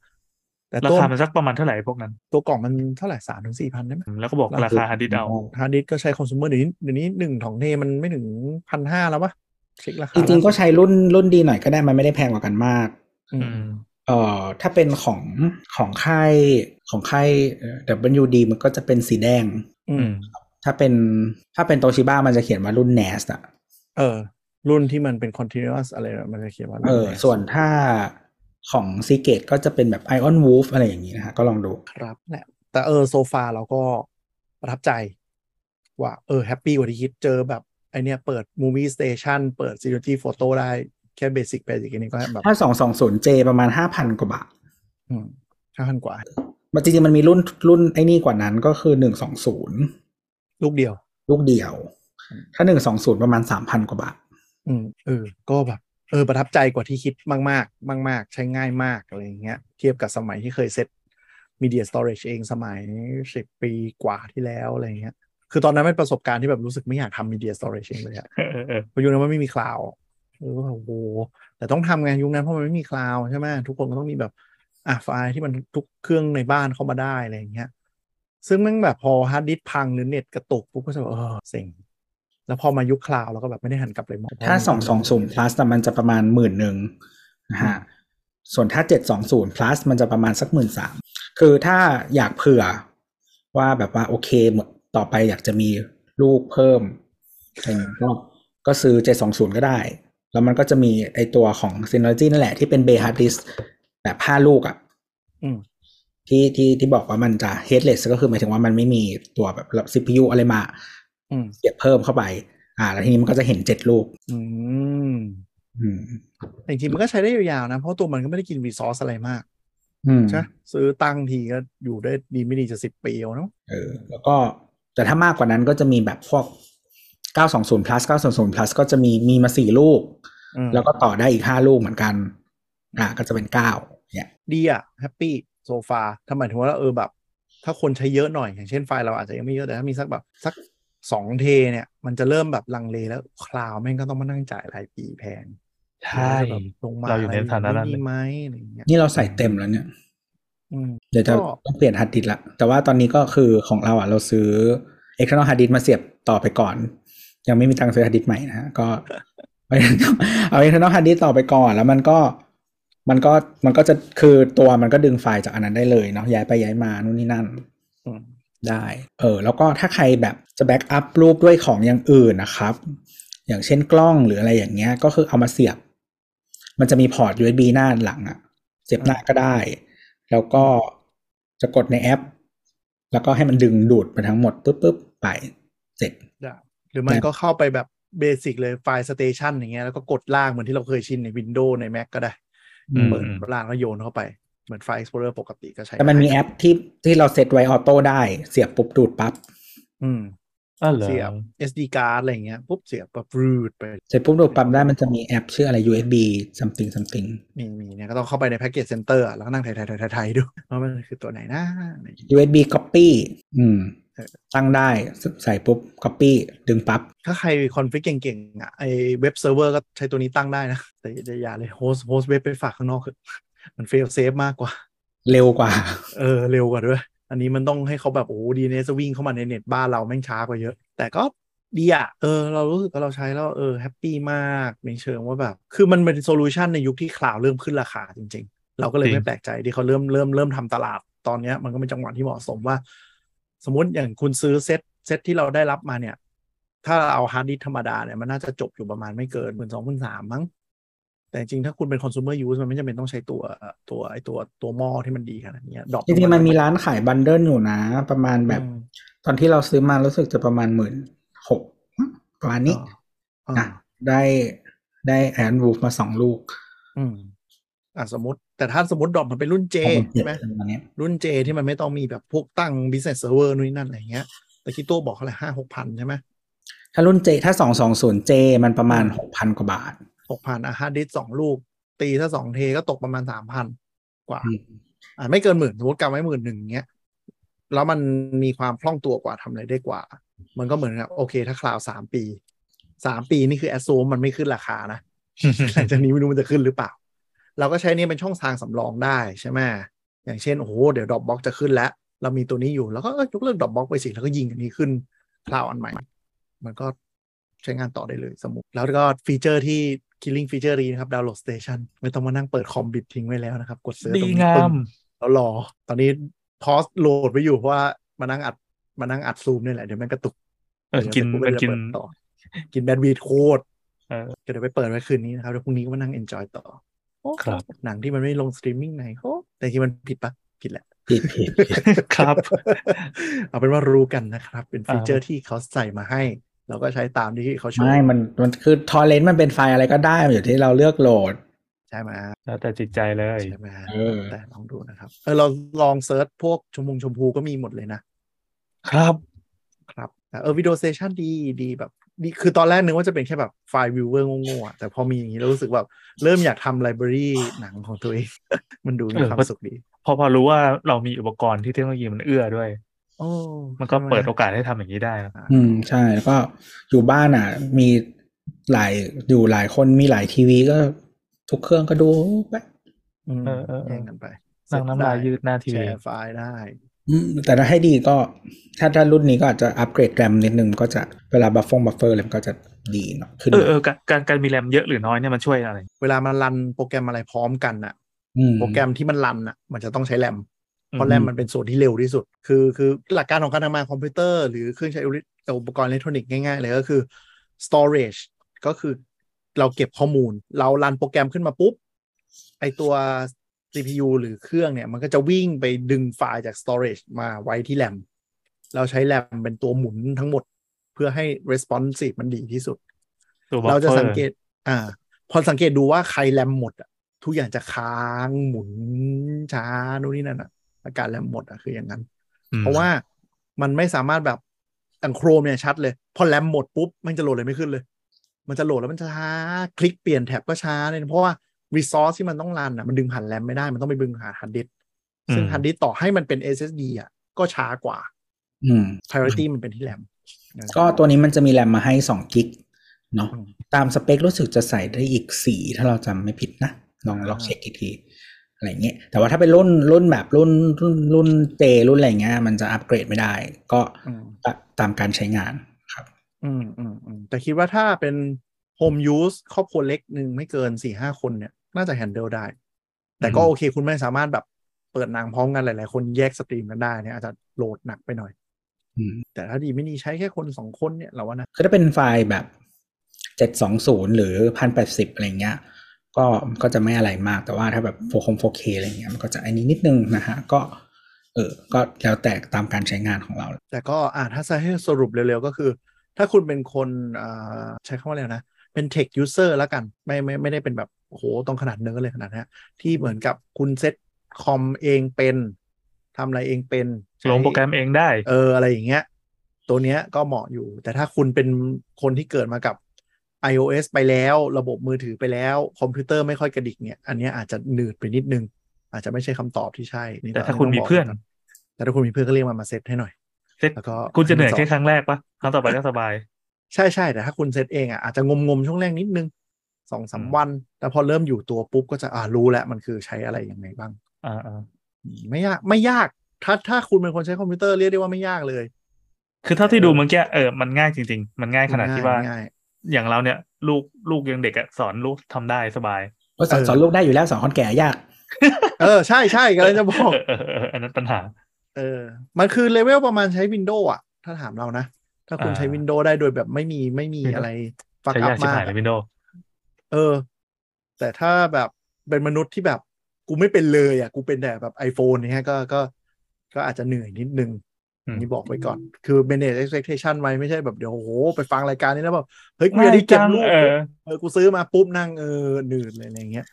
[SPEAKER 2] แต่
[SPEAKER 4] รา
[SPEAKER 2] ต้น
[SPEAKER 4] คามันสักประมาณเท่าไหร่พวกนั้น
[SPEAKER 2] ตัวกล่องมันเท่าไหร่สามถึงสี่พันได้ไหม
[SPEAKER 4] แล้วก็บอกราคาฮาร์ดดิสเอา
[SPEAKER 2] ฮาร์ดดิสก์ก็ใช้คอน sumer เดี๋ยวนี้เดี๋ยวนี้หนึ่งของเทมันไม่ถึงพันห้าแล้วปะเช็คราคา
[SPEAKER 3] จริงๆก็ใช้รุ่นรุ่นดีหน่อยก็ได้มันไม่ได้แพงกว่ากันมาก
[SPEAKER 2] อื
[SPEAKER 4] อื
[SPEAKER 2] ม
[SPEAKER 4] ม
[SPEAKER 3] เอ่อถ้าเป็นของของค่ายของค่ายเอ่อ WD มันก็จะเป็นสีแดง
[SPEAKER 2] อื
[SPEAKER 4] อื
[SPEAKER 2] ม
[SPEAKER 4] ม
[SPEAKER 3] ถ้าเป็นถ้าเป็นโตชิบ้ามันจะเขียนว่ารุ่น NAS อะ
[SPEAKER 2] เออ รุ่นที่มันเป็น continuous อะไรนะมันจะเขียนว่ารุ่น
[SPEAKER 3] เออ
[SPEAKER 2] ไหน
[SPEAKER 3] ส่วนถ้าของซีเกตก็จะเป็นแบบ Ion Wolf อะไรอย่างนี้นะฮะก็ลองดู
[SPEAKER 2] ครับแหละ แต่เออโซฟาเราก็ประทับใจ ว่าเออแฮปปี้กว่าที่คิดเจอแบบไอเนี้ยเปิด Movie Station เปิด s t u d i o Photo ได้แค่เบสิกเบสิกอันนี้ก็แบบ
[SPEAKER 3] ถ้า 220J ประมาณ 5,000 กว่าบาท
[SPEAKER 2] ห้าพันกว่า
[SPEAKER 3] มันจริงๆมันมีรุ่นรุ่นไอ้นี่กว่านั้นก็คือหนึ่งสองศูนย์
[SPEAKER 2] ลูกเดียว
[SPEAKER 3] ลูกเดียว ถ้าหนึ่งสองศูนย์ประมาณสามพันกว่าบาท
[SPEAKER 2] อืมเออ ก็แบบ เออ ประทับใจกว่าที่คิดมาก ๆ มาก ๆ ใช้ง่ายมาก อะไรอย่างเงี้ย เทียบกับสมัยที่เคยเซ็ต Media Storage เองสมัยสิบปีกว่าที่แล้วอะไรอย่างเงี้ย คือตอนนั้นเป็นประสบการณ์ที่แบบรู้สึกไม่อยากทำ Media Storage เองเลยอะ
[SPEAKER 4] เออเออเออ
[SPEAKER 2] เพราะยุคนั้นมันไม่มีคลาวเออโอ้โห แต่ต้องทำไงยุคนั้นเพราะมันไม่มีคลาวใช่ไหมทุกคนก็ต้องมีแบบอ่ะไฟล์ที่มันทุกเครื่องในบ้านเข้ามาได้อะไรอย่างเงี้ย ซึ่งแมันแบบพอฮาร์ดดิสก์พังหรือเน็ตกระตุกปุ๊บก็จะแบบเออเซ็งแล้วพอมายุคคลาวเราก็แบบไม่ได้หันกลับเลยมอง
[SPEAKER 3] ถ้าสองสองศูนย์ plus น่ะมันจะประมาณหมื่นหนึ่งนะฮะ ส่วนถ้าเจ็ดสองศูนย์ plus มันจะประมาณสักหมื่นสามคือถ้าอยากเผื่อว่าแบบว่าโอเคหมดต่อไปอยากจะมีลูกเพิ่มเออก็ก็ซื้อเจ็ดสองศูนย์ก็ได้ แล้วมันก็จะมีไอตัวของ Synology นั่นแหละที่เป็นเบฮาร์ดดิสแบบห้าลูกอ่ะ
[SPEAKER 2] อืม
[SPEAKER 3] ที่ที่ที่บอกว่ามันจะ headless ก็คือหมายถึงว่ามันไม่มีตัวแบบ CPU อะไรมา
[SPEAKER 2] อืม
[SPEAKER 3] เสียบเพิ่มเข้าไป อ่า แล้วทีนี้มันก็จะเห็นเจ็ดลูก
[SPEAKER 2] อืม
[SPEAKER 3] อืม
[SPEAKER 2] แต่จริงๆมันก็ใช้ได้ยาวๆนะ เพราะตัวมันก็ไม่ได้กินรีซอสอะไรมาก
[SPEAKER 3] อืม
[SPEAKER 2] ใช่ไหมซื้อตั้งทีก็อยู่ได้ดีไม่ดีจะสิบปีเอาเนาะ
[SPEAKER 3] เออ แล้วก็แต่ถ้ามากกว่านั้นก็จะมีแบบพวก 920 plus 920 plus ก็จะมีมีมาสี่ลูก
[SPEAKER 2] อืม
[SPEAKER 3] แล้วก็ต่อได้อีกห้าลูกเหมือนกัน อ่า ก็จะเป็นเก้าเนี่ย
[SPEAKER 2] ดีอะแฮปปี้โซฟาทำไมายถึงว่าเออแบบ ถ้าคนใช้เยอะหน่อย อย่างเช่นไฟล์เราอาจจะยังไม่เยอะแต่ถ้ามีสักแบบสักสองเทเนี่ย มันจะเริ่มแบบลังเลแล้วคลาวแม่งก็ต้องมานั่งจ่ายรายปีแพง
[SPEAKER 4] ใช่
[SPEAKER 2] แบบลงมา
[SPEAKER 4] เราอยู่ในสถานะนั้น
[SPEAKER 2] มีไหมอะไรอย่างเงี้ย
[SPEAKER 3] นี่เราใส่เต็มแล้วเนี่ย
[SPEAKER 2] อืม
[SPEAKER 3] เดี๋ยวจะ
[SPEAKER 2] ก็
[SPEAKER 3] ต้องเปลี่ยนฮาร์ดดิสก์ละ แต่ว่าตอนนี้ก็คือของเราอ่ะ เราซื้อ external hard disk มาเสียบต่อไปก่อน ยังไม่มีตังค์ซื้อฮาร์ดดิสก์ใหม่นะฮะก็ เอา external hard disk ต่อไปก่อน แล้วมันก็มันก็มันก็จะคือตัวมันก็ดึงไฟล์จากอันนั้นได้เลยเนาะย้ายไปย้ายมานู่นนี่นั่น
[SPEAKER 2] อืม
[SPEAKER 3] ได้ เออ แล้วก็ถ้าใครแบบจะแบ็กอัพรูปด้วยของอย่างอื่นนะครับ อย่างเช่นกล้องหรืออะไรอย่างเงี้ย ก็คือเอามาเสียบ มันจะมีพอร์ต USB หน้าหลังอะเสียบหน้าก็ได้ แล้วก็จะกดในแอป แล้วก็ให้มันดึงดูดไปทั้งหมดปุ๊บปุ๊บไปเสร็จ
[SPEAKER 2] หรือไม่
[SPEAKER 3] นะ
[SPEAKER 2] ก็เข้าไปแบบเบสิกเลยไฟล์สเตชันอย่างเงี้ยแล้วก็กดลากเหมือนที่เราเคยชินใน Windows ใน Mac ก็ได้
[SPEAKER 4] อืม
[SPEAKER 2] เปิดลากแล้วโยนเข้าไป เหมือนไฟล์ Explorer ปกติก็ใช้
[SPEAKER 3] แต่มันมีแอปที่ที่เราเซตไว้ออโต้ได้ เสียบปุ๊บดูดปั๊บ
[SPEAKER 2] อืม
[SPEAKER 4] อ้าวเหรอ
[SPEAKER 2] เสียบ SD card อะไรอย่างเงี้ยปุ๊บเสียบปุ๊บรูดไป
[SPEAKER 3] เสร็จปุ๊บดูดปั๊บได้มันจะมีแอปชื่ออะไร USB something something
[SPEAKER 2] มีมีเนี่ยก็ต้องเข้าไปในแพ็กเกจเซ็นเตอร์แล้วก็นั่งไทยไทยไทยไทยดู ว่ามันคือตัวไหนนะอะไรอย่างเงี้ย
[SPEAKER 3] USB copy อืม
[SPEAKER 2] เออ
[SPEAKER 3] ตั้งได้ใส่ปุ๊บ copy ดึงปั๊บ
[SPEAKER 2] ถ้าใครคอนฟิกเก่งๆอ่ะไอเว็บเซิร์ฟเวอร์ก็ใช้ตัวนี้ตั้งได้นะ แต่แต่อย่าเลยโฮสโฮสเว็บไปฝากข้างนอกเถอะมันเฟลเซฟมากกว่า
[SPEAKER 3] เร็วกว่า
[SPEAKER 2] เออเร็วกว่าด้วย อันนี้มันต้องให้เขาแบบ โอ้ดีเนสวิ่งเข้ามาในเน็ตบ้านเราแม่งช้ากว่าเยอะ แต่ก็ดีอ่ะ เออ เรารู้สึกว่าเราใช้แล้ว เออแฮปปี้มากในเชิงว่าแบบ คือมันเป็นโซลูชันในยุคที่คลาวด์เริ่มขึ้นราคาจริง ๆ เราก็เลย
[SPEAKER 4] จริง
[SPEAKER 2] ไม่แปลกใจที่เขาเริ่มเริ่มเริ่มทำตลาดตอนเนี้ยมันก็เป็นจังหวะที่เหมาะสมว่า สมมติอย่างคุณซื้อเซ็ตเซ็ตที่เราได้รับมาเนี่ย ถ้าเราเอาฮาร์ดดิสก์ธรรมดาเนี่ยมันน่าจะจบอยู่ประมาณไม่เกินหมื่นสองหมื่นสามมั้ง แต่จริงๆถ้าคุณเป็นคอน sumer use มันไม่จำเป็นต้องใช้ตัวตัวไอตัวตัวหม้อที่มันดีขนาดเนี้ยดรอป
[SPEAKER 3] จริงๆมันมีร้านขายบันเดิลอยู่นะ ประมาณแบบ
[SPEAKER 2] อืม
[SPEAKER 3] ตอนที่เราซื้อมารู้สึกจะประมาณหมื่นหกประมาณนี้
[SPEAKER 2] อ่า
[SPEAKER 3] นะได้ได้แอนวูฟมาสองลูก
[SPEAKER 2] อืมอ่ะสมมติ แต่ถ้าสมมติดรอปมันเป็นรุ่น J ใช่ไหม
[SPEAKER 3] ตอนนี้ย
[SPEAKER 2] รุ่น J ที่มันไม่ต้องมีแบบพวกตั้ง business server นู่นนนั่นอะไรอย่างเงี้ย แต่คิดตัวบอกเขาเลยห้าหกพันใช่ไหม
[SPEAKER 3] ถ้ารุ่นเจถ้าสองสองศูนย์เจมันประมาณหกพันกว่าบาท
[SPEAKER 2] หกพันอ่ะฮาร์ดดิสสองลูก ตีถ้าสองเทก็ตกประมาณสามพันกว่า
[SPEAKER 3] อืม
[SPEAKER 2] อ่ะไม่เกินหมื่นสมมติกำไว้หมื่นหนึ่งเงี้ยแล้วมันมีความคล่องตัวกว่าทำอะไรได้กว่า มันก็เหมือนกับโอเค ถ้าคลาวสามปีสามปีนี่คือแอสโซมมันไม่ขึ้นราคานะ หลังจากนี้ไม่รู้มันจะขึ้นหรือเปล่า เราก็ใช้เนี่ยเป็นช่องทางสำรองได้ใช่ไหมอย่างเช่น โอ้โห เดี๋ยวดรอปบ็อกจะขึ้นแล้ว เรามีตัวนี้อยู่ แล้วก็เอ้ยยกเลิกดรอปบ็อกไปสิ แล้วก็ยิงอันนี้ขึ้นคลาวอันใหม่ มันก็ใช้งานต่อได้เลยสมมุติ แล้วก็ฟีเจอร์ที่ killing feature นี้นะครับ download station ไม่ต้องมานั่งเปิดคอมบิดทิ้งไว้แล้วนะครับ กดเสิร์ช
[SPEAKER 4] ดี
[SPEAKER 2] ตรงนี้
[SPEAKER 4] งา
[SPEAKER 2] ปึ้ง
[SPEAKER 4] ม
[SPEAKER 2] แล้วรอ ตอนนี้พอสโหลดไปอยู่เพราะว่ามานั่งอัดมานั่งอัดซูมนี่แหละ เดี๋ยวมันกระตุก
[SPEAKER 4] เออกิน
[SPEAKER 2] ดี๋ยว
[SPEAKER 4] มันกิน
[SPEAKER 2] ไปเปิดต่อ กินแบนด์วีดโคตร
[SPEAKER 4] เออ
[SPEAKER 2] เดี๋ยวไปเปิดไว้คืนนี้นะครับ แล้วพรุ่งนี้ก็มานั่งเอนจอยต่อโอ้
[SPEAKER 4] ครับ
[SPEAKER 2] หนังที่มันไม่ลงสตรีมมิ่งไหนโอ้แต่จริงมันผิดปะผิดแหละ
[SPEAKER 3] ผิดผิดผิด
[SPEAKER 4] ครับ
[SPEAKER 2] เอาเป็นว่ารู้กันนะครับ เป็นฟีเจอร์
[SPEAKER 4] อ่า
[SPEAKER 2] ที่เขาใส่มาให้ เราก็ใช้ตามที่เขาโชว์
[SPEAKER 3] ไม่มันมันคือทอร์เรนต์มันเป็นไฟล์อะไรก็ได้มันอยู่ที่เราเลือกโหลด
[SPEAKER 2] ใช่ไหม
[SPEAKER 4] แล้วแต่จิตใจเลย
[SPEAKER 2] ใช่ไหม
[SPEAKER 3] เออ
[SPEAKER 2] แต่ลองดูนะครับเออเราลองเซิร์ชพวกชมพูชมพูก็มีหมดเลยนะ
[SPEAKER 4] ครับ
[SPEAKER 2] ครับแต่เออวิดีโอเซชันดีดีแบบดีคือตอนแรกนึกว่าจะเป็นแค่แบบไฟล์วิวเวอร์โง่ๆอ่ะแต่พอมีอย่างนี้แล้วรู้สึกแบบเริ่มอยากทำไลบรารีหนังของตัวเอง มันดูมี
[SPEAKER 4] เออ
[SPEAKER 2] ความสุขดี
[SPEAKER 4] พอพอรู้ว่าเรามีอุปกรณ์ที่เทคโนโลยีมันเอื้อด้วย
[SPEAKER 2] โอ้
[SPEAKER 4] มันก็
[SPEAKER 2] ใช่ไห
[SPEAKER 4] เปิดโอกาสให้ทำอย่างนี้ได้นะ
[SPEAKER 3] อืมใช่แล้วก็อยู่บ้านอ่ะ มีหลายอยู่หลายคนมีหลายทีวีก็ทุกเครื่องก็ดูไป
[SPEAKER 2] อืม
[SPEAKER 4] เออเออเอ
[SPEAKER 2] แย่
[SPEAKER 4] อง
[SPEAKER 2] กันไป
[SPEAKER 4] นั่งน้ำลายยืดหน้าที
[SPEAKER 2] แช
[SPEAKER 4] วี
[SPEAKER 2] ร์ไฟล์ได้
[SPEAKER 3] อืมแต่ถ้าให้ดีก็ ถ้าถ้ารุ่นนี้ก็อาจจะอัปเกรดแรมนิดนึงก็จะเวลาบัฟฟงบัฟเฟอร์อะไรมันก็จะดีเนาะขึ้น
[SPEAKER 4] เออเออการการการมีแรมเยอะหรือน้อยเนี่ยมันช่วยอะไร
[SPEAKER 2] เวลามันรันโปรแกรมอะไรพร้อมกันอ่ะ
[SPEAKER 3] ม
[SPEAKER 2] โปรแกรมที่มันรันอ่ะ มันจะต้องใช้แรม เพ
[SPEAKER 4] อื
[SPEAKER 2] ราะ
[SPEAKER 4] ม
[SPEAKER 2] แรมมันเป็นส่วนที่เร็วที่สุด คือ คือหลักการของการทำงานคอมพิวเตอร์ หรือเครื่องใช้อุปเอ่ออุปกรณ์อิเล็กทรอนิกส์ง่ายๆเลยก็คือ storage ก็คือเราเก็บข้อมูล เรารันโปรแกรมขึ้นมาปุ๊บ ไอตัว CPU หรือเครื่องเนี่ย มันก็จะวิ่งไปดึงไฟล์จาก storage มาไว้ที่แรมเราใช้แรมเป็นตัวหมุนทั้งหมด เพื่อให้ responsive มันดีที่สุด
[SPEAKER 4] ตัวบัฟ
[SPEAKER 2] เรา
[SPEAKER 4] เฟ
[SPEAKER 2] จะ
[SPEAKER 4] อ
[SPEAKER 2] สัง
[SPEAKER 4] ร์
[SPEAKER 2] เกต อ่า พอสังเกตดูว่าใครแรมหมดอะทุกอย่างจะค้างหมุนช้านู่นนี่นั่นอะอาการแรมหมดอะคืออย่างนั้น
[SPEAKER 4] อืม
[SPEAKER 2] เพราะว่ามันไม่สามารถแบบอังโครมเนี่ยชัดเลย พอแรมหมดปุ๊บ มันจะโหลดอะไรไม่ขึ้นเลย มันจะโหลดแล้วมันจะช้า คลิกเปลี่ยนแท็บก็ช้าเลยเพราะว่า resource ที่มันต้องรันอะมันดึงผ่านแรมไม่ได้ มันต้องไปดึงผ่านฮาร์ดดิสก์ซึ่งฮาร์ดดิสก์ต่อให้มันเป็น SSD อะ ก็ช้ากว่า
[SPEAKER 3] อืม
[SPEAKER 2] priority มันเป็นที่แรมนะครับ
[SPEAKER 3] ก็ตัวนี้มันจะมีแรมมาให้สองกิกเนาะ
[SPEAKER 2] อืม
[SPEAKER 3] ตามสเปครู้สึกจะใส่ได้อีกสี่ถ้าเราจำไม่ผิดนะ ลอง
[SPEAKER 2] อ่า
[SPEAKER 3] ลองเช็คอีกที อะไรเงี้ยแต่ว่าถ้าเป็นรุ่นรุ่นแบบรุ่นรุ่นรุ่นเจรุ่นอะไรเงี้ยมันจะอัปเกรดไม่ได้ ก็
[SPEAKER 2] อืม
[SPEAKER 3] ตะตามการใช้งานครับ
[SPEAKER 2] อืมอืมอืมแต่คิดว่าถ้าเป็น home use ครอบครัวเล็กหนึ่งไม่เกินสี่ห้าคนเนี่ย น่าจะ handle ได้ แต่ก็
[SPEAKER 3] อืม
[SPEAKER 2] โอเคคุณไม่สามารถแบบเปิดหนังพร้อมกันหลาย ๆ คนแยกสตรีมกันได้เนี่ยอาจจะโหลดหนักไปหน่อย
[SPEAKER 3] อืม
[SPEAKER 2] แต่ถ้าดีไม่ดีใช้แค่คนสองคนเนี่ยเราว่านะ
[SPEAKER 3] คือถ้าเป็นไฟล์แบบเจ็ดสองศูนย์หรือพันแปดสิบอะไรเงี้ย ก็ก็จะไม่อะไรมากแต่ว่าถ้าแบบโฟคงโฟเคอะไรเงี้ยมันก็จะอันนี้นิดนึงนะฮะก็เออก็แล้วแต่ตามการใช้งานของเรา
[SPEAKER 2] แต่ก็อ่าถ้าจะให้สรุปเร็ว ๆ ก็คือ ถ้าคุณเป็นคนอ่าใช้คำว่าอะไรนะ เป็น tech user แล้วกันไม่ไม่ไม่ได้เป็นแบบโอ้โหต้องขนาดเนื้อเลยขนาดนะที่เหมือนกับคุณเซ็ตคอมเองเป็นทำอะไรเองเป็นใช้
[SPEAKER 4] ลงโปรแกรมเองได้
[SPEAKER 2] เอออะไรอย่างเงี้ย ตัวเนี้ยก็เหมาะอยู่ แต่ถ้าคุณเป็นคนที่เกิดมากับ iOS ไปแล้วระบบมือถือไปแล้ว คอมพิวเตอร์ไม่ค่อยกระดิกเนี่ย อันเนี้ยอาจจะหนืดไปนิดนึง อาจจะไม่ใช่คำตอบที่ใช่นี่
[SPEAKER 4] แต่ถ้าคุณมีเพื่อน
[SPEAKER 2] แต่ถ้าคุณมีเพื่อนก็เรียกมันมาเซตให้หน่อย
[SPEAKER 4] เซ็ต
[SPEAKER 2] แล้วก็
[SPEAKER 4] คุณจะเหนื่อย
[SPEAKER 2] ให้
[SPEAKER 4] แค่
[SPEAKER 2] มัส
[SPEAKER 4] ครั้งแรกปะครั้งต่อไปก็สบาย
[SPEAKER 2] ใช่ใช่แต่ถ้าคุณเซตเองอ่ะอาจจะงมงมๆช่วงแรกนิดนึงสองสาม
[SPEAKER 4] อืม
[SPEAKER 2] วัน แต่พอเริ่มอยู่ตัวปุ๊บก็จะอ่ารู้แล้วมันคือใช้อะไรยังไงบ้าง
[SPEAKER 4] อ่าอ่า
[SPEAKER 2] ไม่ยากไม่ยากถ้าถ้าคุณเป็นคนใช้คอมพิวเตอร์เรียกได้ว่าไม่ยากเลย
[SPEAKER 4] คือเท่าที่ดูเมื่อกี้เออมันง่ายจริง ๆ มันง่ายขนาดที่ว่า
[SPEAKER 2] ง่าย
[SPEAKER 4] อย่างเราเนี่ยลูกลูกยังเด็กอะสอนลูกทำได้สบาย
[SPEAKER 3] ก็สอน
[SPEAKER 2] เออ
[SPEAKER 3] สอนลูกได้อยู่แล้วสอนคนแก่ยาก
[SPEAKER 2] ๆเออใช่ใช่กำลังจะบอก
[SPEAKER 4] เเเเอออันนั้นปัญหา
[SPEAKER 2] เออ มันคือเลเวลประมาณใช้ Windows อ่ะ ถ้าถามเรานะ ถ้าคุณ
[SPEAKER 4] อ่า
[SPEAKER 2] ใช้ Windows ได้โดยแบบไม่มีไม่มี
[SPEAKER 4] ไม่ได้
[SPEAKER 2] อะไรฟัก
[SPEAKER 4] ใช้
[SPEAKER 2] อั
[SPEAKER 4] ยา
[SPEAKER 2] พ
[SPEAKER 4] กชิบ
[SPEAKER 2] มาก
[SPEAKER 4] หายเลยวินโดว์
[SPEAKER 2] เออ แต่ถ้าแบบเป็นมนุษย์ที่แบบกูไม่เป็นเลยอ่ะ กูเป็นแต่แบบ iPhone เนี่ยก็ก็ก็อาจจะเหนื่อยนิดนึงอันนี่บอกไว้ก่อน คือ manage expectation ไว้ไม่ใช่แบบเดี๋ยวโอ้โห ไปฟังรายการนี้แล้วแบบเฮ้ยกูอยากได้เก็บรูป
[SPEAKER 4] เออ
[SPEAKER 2] เออ กูซื้อมาปุ๊บนั่งเออหนืดเลยอะไรอย่างเงี้ย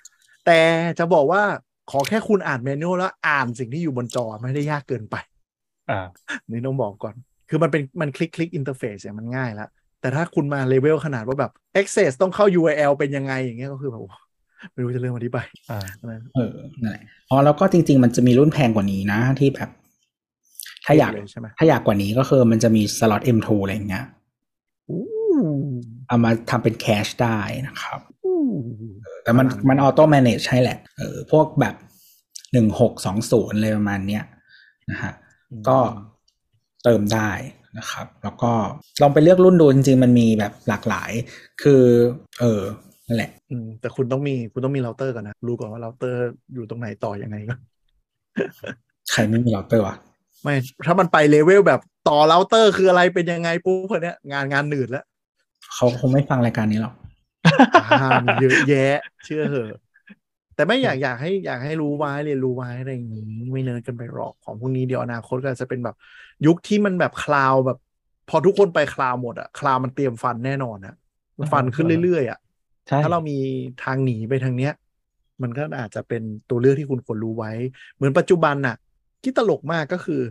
[SPEAKER 2] แต่จะบอกว่าขอแค่คุณอ่านเมนูแล้วอ่านสิ่งที่อยู่บนจอไม่ได้ยากเกินไป
[SPEAKER 4] อ่า
[SPEAKER 2] นี่ต้องบอกก่อน คือมันเป็นมันคลิกคลิกอินเทอร์เฟซเนี่ยมันง่ายแล้ว แต่ถ้าคุณมาเลเวลขนาดว่าแบบ access ต้องเข้า URL เป็นยังไงอย่างเงี้ยก็คือแบบโอ้ไม่รู้จะเริ่มอธิบาย
[SPEAKER 4] อ่า
[SPEAKER 2] นะ
[SPEAKER 3] เออนั่นแหละอ๋อแล้วก็จริง ๆ มันจะมีรุ่นแพงกว่านี้นะ ที่แบบ ถ้าอยาก
[SPEAKER 2] เลยใช่ไหม
[SPEAKER 3] ถ้าอยากกว่านี้ก็คือมันจะมีสล็อต M2 อะไรอย่างเงี้ย
[SPEAKER 2] อู้
[SPEAKER 3] เอามาทำเป็นแคชได้นะครับ
[SPEAKER 2] อู้
[SPEAKER 3] แต่มัน
[SPEAKER 2] ประมาณ
[SPEAKER 3] มันออโต้แมเนจใช่แหละเออพวกแบบหนึ่งหกสองศูนย์เลยประมาณเนี้ยนะฮะ ก็เติมได้นะครับ แล้วก็ลองไปเลือกรุ่นดูจริง ๆ มันมีแบบหลากหลาย คือ เออนั่นแหละ
[SPEAKER 2] อืมแต่คุณต้องมีคุณต้องมีเราเตอร์ก่อนนะ รู้ก่อนว่าเราเตอร์อยู่ตรงไหนต่อยังไงก็
[SPEAKER 3] ใครไม่มีเราเตอร์วะ
[SPEAKER 2] ไม่ถ้ามันไปเลเวลแบบต่อเราเตอร์คืออะไรเป็นยังไงปุ๊บคนเนี้ยงานงานหนืดแล้ว
[SPEAKER 3] เขาคงไม่ฟังรายการนี้หรอก
[SPEAKER 2] อ่ามีเยอะแยะ เชื่อเหอะ แต่ไม่อยากอยากให้อยากให้รู้ไว้เรียนรู้ไว้อะไรอย่างนี้ ไม่เนิร์ดกันไปหรอกของพวกนี้เดี๋ยวอนาคตก็อาจจะเป็นแบบยุคที่มันแบบคลาวแบบ พอทุกคนไปคลาวหมดอะคลาวมันเตรียมฟันแน่นอนอะมันฟันขึ้นเรื่อยๆอะ
[SPEAKER 4] ใช่
[SPEAKER 2] ถ้าเรามีทางหนีไปทางเนี้ย มันก็อาจจะเป็นตัวเลือกที่คุณควรรู้ไว้ เหมือนปัจจุบันน่ะ ที่ตลกมากก็คือ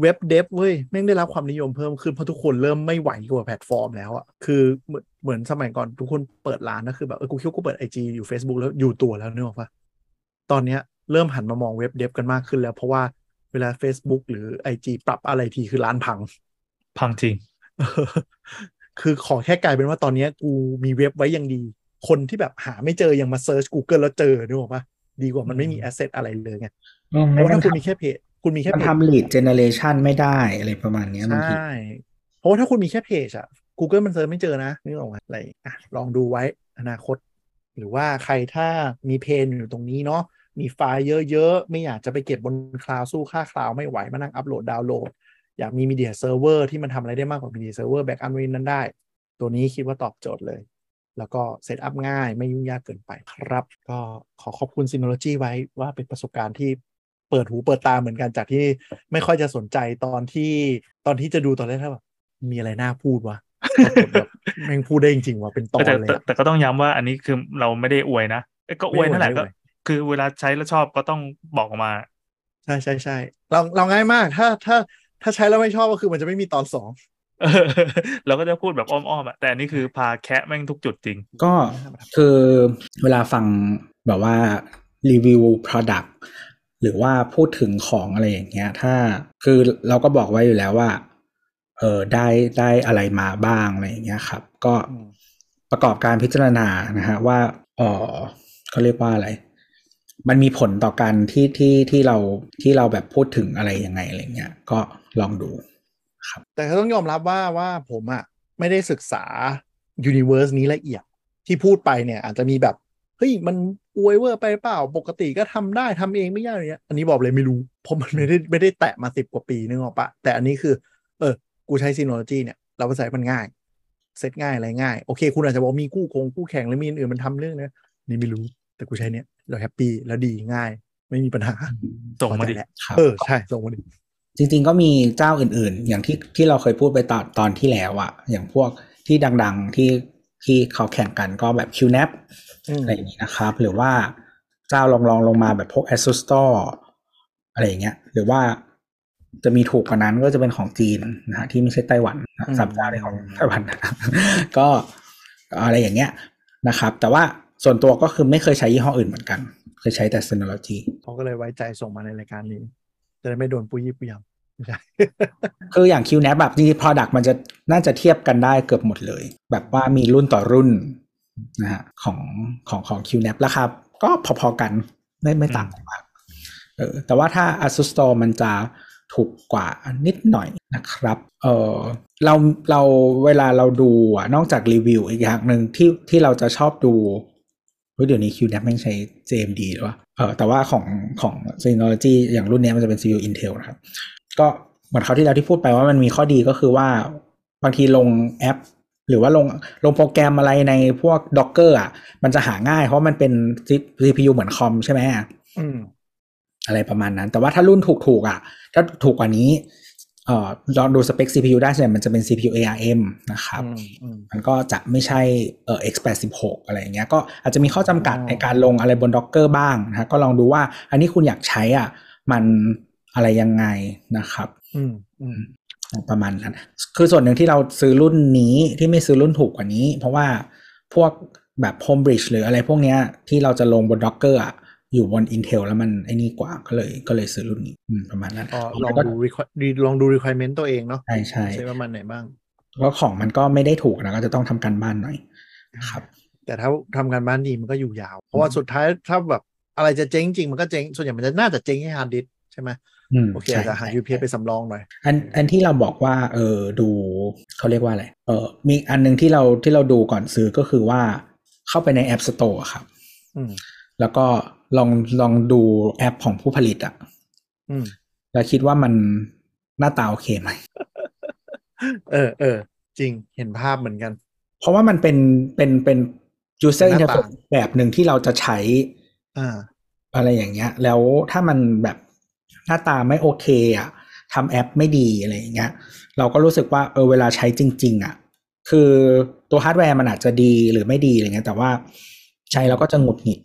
[SPEAKER 2] เว็บเดฟเว้ยแม่งได้รับความนิยมเพิ่มขึ้นเพราะทุกคนเริ่มไม่ไหวกับแพลตฟอร์มแล้วอะคือเหมือนเหมือนสมัยก่อนทุกคนเปิดร้านนะคือแบบเออกูคิดว่ากูเปิดไอจีอยู่ Facebook แล้วอยู่ตัวแล้วเนกอะปะตอนเนี้ยเริ่มหันมามองเว็บเดฟกันมากขึ้นแล้ว เพราะว่าเวลา Facebook หรือ IG ปรับอะไรทีคือร้านพัง
[SPEAKER 4] พังจริง
[SPEAKER 2] เออ คือขอแค่กลายเป็นว่าตอนเนี้ยกูมีเว็บไว้ยังดี คนที่แบบหาไม่เจอยังมาเซิร์ช Google แล้วเจอนึกออกปะดีกว่ามันไม่มีแอสเซทอะไรเลยไงเพราะว่าถ้าคุณมีแค่เพจคุณมีแค่
[SPEAKER 3] มัน
[SPEAKER 2] เพจ
[SPEAKER 3] ทำ lead generation ไม่ได้อะไรประมาณเนี้ยบางที
[SPEAKER 2] ใช่เพราะว่าถ้าคุณมีแค่เพจอะ Google มันเซิร์ชไม่เจอนะนึกออกไหมอะไรอ่ะลองดูไว้อนาคต หรือว่าใครถ้ามีเพนอยู่ตรงนี้เนาะมีไฟล์เยอะๆ ไม่อยากจะไปเก็บบนคลาวสู้ค่าคลาวไม่ไหวมานั่งอัปโหลดดาวน์โหลด อยากมีมีเดียเซิร์ฟเวอร์ที่มันทำอะไรได้มากกว่ามีเดียเซิร์ฟเวอร์แบ็กอัพไว้นั้นได้ ตัวนี้คิดว่าตอบโจทย์เลย แล้วก็เซตอัพง่ายไม่ยุ่งยากเกินไปครับ ก็ขอขอบคุณ Synology ไว้ว่าเป็นประสบการณ์ที่เปิดหูเปิดตาเหมือนกันจากที่ไม่ค่อยจะสนใจตอนที่ตอนที่จะดูตอนแรกถ้าแบบมีอะไรน่าพูดวะปรากฏแบบ แม่งพูดได้จริงๆว่ะเป็นตอน
[SPEAKER 4] แต่
[SPEAKER 2] เลย
[SPEAKER 4] แต่
[SPEAKER 2] อะ
[SPEAKER 4] แต่ก็ต้องย้ำว่าอันนี้คือเราไม่ได้อวยนะเอ้ยก็อวยนั่นแหละ
[SPEAKER 2] ไม่อว
[SPEAKER 4] ก็
[SPEAKER 2] ย
[SPEAKER 4] คือเวลาใช้แล้วชอบก็ต้องบอกออกมา
[SPEAKER 2] ใช่ใช่ใช่เราเราง่ายมากถ้าถ้าถ้าใช้แล้วไม่ชอบก็คือมันจะไม่มีตอนสอง
[SPEAKER 4] เออเราก็จะพูดแบบอ้อมๆอะแต่อันนี้คือพาแคะแม่งทุกจุดจริง
[SPEAKER 3] ก็คือเวลาฟังแบบว่ารีวิว product หรือว่าพูดถึงของอะไรอย่างเงี้ย ถ้าคือเราก็บอกไว้อยู่แล้วว่า เออได้ได้อะไรมาบ้างอะไรอย่างเงี้ยครับ ก็
[SPEAKER 2] อืม
[SPEAKER 3] ประกอบการพิจารณานะฮะว่าเออเขาเรียกว่าอะไร มันมีผลต่อการที่ที่ที่เราที่เราแบบพูดถึงอะไรยังไงอะไรเงี้ย ก็ลองดู
[SPEAKER 2] แต่ก็ต้องยอมรับว่าว่าผมอะไม่ได้ศึกษายูนิเวอร์สนี้ละเอียดที่พูดไปเนี่ยอาจจะมีแบบ เฮ้ย มันอวยเวอร์ไปเปล่าปกติก็ทำได้ทำเองไม่ยากอะไรเงี้ยอันนี้บอกเลยไม่รู้เพราะมันไม่ได้ไม่ได้แตะมาสิบกว่าปีนึกออกปะแต่อันนี้คือ เออ กูใช้ซีโนโลจีเนี่ย เราก็ใส่มันง่าย เซตง่ายอะไรง่าย โอเค คุณอาจจะบอกมีคู่คงคู่แข่งหรือมีอนอื่นมันทำเรื่องนะนี่ไม่รู้แต่กูใช้เนี่ยเราแฮปปี้แล้วดีง่าย ไม่มีปัญหา
[SPEAKER 4] ส่งมา
[SPEAKER 2] พอ
[SPEAKER 4] ดิ
[SPEAKER 2] ใจแล้ว
[SPEAKER 3] ครับ
[SPEAKER 2] เออใช่ส่งมาดิ
[SPEAKER 3] จริงๆก็มีเจ้าอื่นๆ อย่างที่ที่เราเคยพูดไปตอนตอนที่แล้วอะอย่างพวกที่ดังๆที่ที่เขาแข่งกันก็แบบ QNAP
[SPEAKER 2] อืม
[SPEAKER 3] อะไรอย่างนี้นะครับ หรือว่าเจ้าลองลองลงมาแบบพวก ASUS Store อะไรอย่างเงี้ย หรือว่าจะมีถูกกว่านั้นก็จะเป็นของจีนนะฮะที่ไม่ใช่ไต้หวันนะ
[SPEAKER 2] อืม
[SPEAKER 3] สามเจ้าในของไต้หวันนะครับ ก็อะไรอย่างเงี้ยนะครับ แต่ว่าส่วนตัวก็คือไม่เคยใช้ยี่ห้ออื่นเหมือนกัน เคยใช้แต่ Synology
[SPEAKER 2] เขาก็เลยไว้ใจส่งมาในรายการนี้ จะได้ไม่โดนปุยยี่ปุยยำไม่ใช่
[SPEAKER 3] คืออย่าง QNAP แบบจริงๆ product มันจะน่าจะเทียบกันได้เกือบหมดเลย แบบว่ามีรุ่นต่อรุ่นนะฮะของของของ QNAP ราคาก็พอๆกันไม่ไม่ต่างกันมากเออแต่ว่าถ้า ASUS Store มันจะถูกกว่านิดหน่อยนะครับเออเราเราเวลาเราดูอะนอกจากรีวิวอีกอย่างหนึ่งที่ที่เราจะชอบดูเฮ้ยเดี๋ยวนี้ QNAP ไม่งใช้ JMD หรอวะเออแต่ว่าของของ Synology อย่างรุ่นเนี้ยมันจะเป็น CPU Intel นะครับ ก็เหมือนเขาวที่แล้วที่พูดไปว่ามันมีข้อดีก็คือว่าบางทีลงแอป หรือว่าลงลงโปรแกรมอะไรในพวก Docker อ่ะ มันจะหาง่ายเพราะมันเป็น CPU เหมือนคอมใช่ไหม
[SPEAKER 2] อืม
[SPEAKER 3] อะไรประมาณนั้น แต่ว่าถ้ารุ่นถูกๆอ่ะ ถ้าถูกกว่านี้เอ่อลองดูสเปค CPU ได้ส่วนใหญ่มันจะเป็น CPU ARM นะครับ
[SPEAKER 2] อืมอืม
[SPEAKER 3] มันก็จะไม่ใช่เอ่อ x86 อะไรอย่างเงี้ย ก็อาจจะมีข้อจำกัด
[SPEAKER 2] อ๋อ
[SPEAKER 3] ในการลงอะไรบน Docker บ้างนะฮะก็ลองดูว่าอันนี้คุณอยากใช้อ่ะมันอะไรยังไงนะครับ
[SPEAKER 2] อืมอืม
[SPEAKER 3] ประมาณนั้น คือส่วนหนึ่งที่เราซื้อรุ่นนี้ที่ไม่ซื้อรุ่นถูกกว่านี้ เพราะว่าพวกแบบ Homebridge หรืออะไรพวกเนี้ยที่เราจะลงบน Docker อะอยู่บน Intel แล้วมันไอ้นี่กว่าก็เลยก็เลยซื้อรุ่นนี้อืมประมาณนั้น
[SPEAKER 2] ก็ล
[SPEAKER 3] แล้
[SPEAKER 2] อ
[SPEAKER 3] ว
[SPEAKER 2] ง
[SPEAKER 3] ก็
[SPEAKER 2] ดู require- ดีลองดู requirement ตัวเองเนาะ
[SPEAKER 3] ใช่ใช่
[SPEAKER 2] ใช้ประมาณไหนบ้าง
[SPEAKER 3] แล้วของมันก็ไม่ได้ถูกนะก็จะต้องทำการบ้านหน่อยนะครับ
[SPEAKER 2] แต่ถ้าทำงานบ้านดีมันก็อยู่ยาว เพราะว่าสุดท้ายถ้าแบบอะไรจะเจ๊งจริงมันก็เจ๊ง ส่วนใหญ่มันจะน่าจะเจ๊งให้ฮาร์ดดิสก์ใช่ไหม
[SPEAKER 3] อืม
[SPEAKER 2] โอเค
[SPEAKER 3] ใช่
[SPEAKER 2] อาจจะหา UPS ไปสำรองหน่อย
[SPEAKER 3] อันอันที่เราบอกว่าเออดูเขาเรียกว่าอะไรเออมีอันหนึงที่เราที่เราดูก่อนซื้อก็คือว่าเข้าไปใน App Store อะครับ
[SPEAKER 2] อืม
[SPEAKER 3] แล้วก็ลองลองดูแอปของผู้ผลิตอะ
[SPEAKER 2] อืม
[SPEAKER 3] แล้วคิดว่ามันหน้าตาโอเคไหม
[SPEAKER 2] เออเออจริงเห็นภาพเหมือนกัน
[SPEAKER 3] เพราะว่ามันเป็นเป็นเป็น user
[SPEAKER 2] หน้าตา
[SPEAKER 3] interface แบบหนึ่งที่เราจะใช้
[SPEAKER 2] อ่า
[SPEAKER 3] อะไรอย่างเงี้ย แล้วถ้ามันแบบหน้าตาไม่โอเคอะทำแอปไม่ดีอะไรอย่างเงี้ย เราก็รู้สึกว่าเออเวลาใช้จริง ๆอะคือตัวฮาร์ดแวร์มันอาจจะดีหรือไม่ดีอะไรเงี้ย แต่ว่าใช้แล้วก็จะหงุดหงิด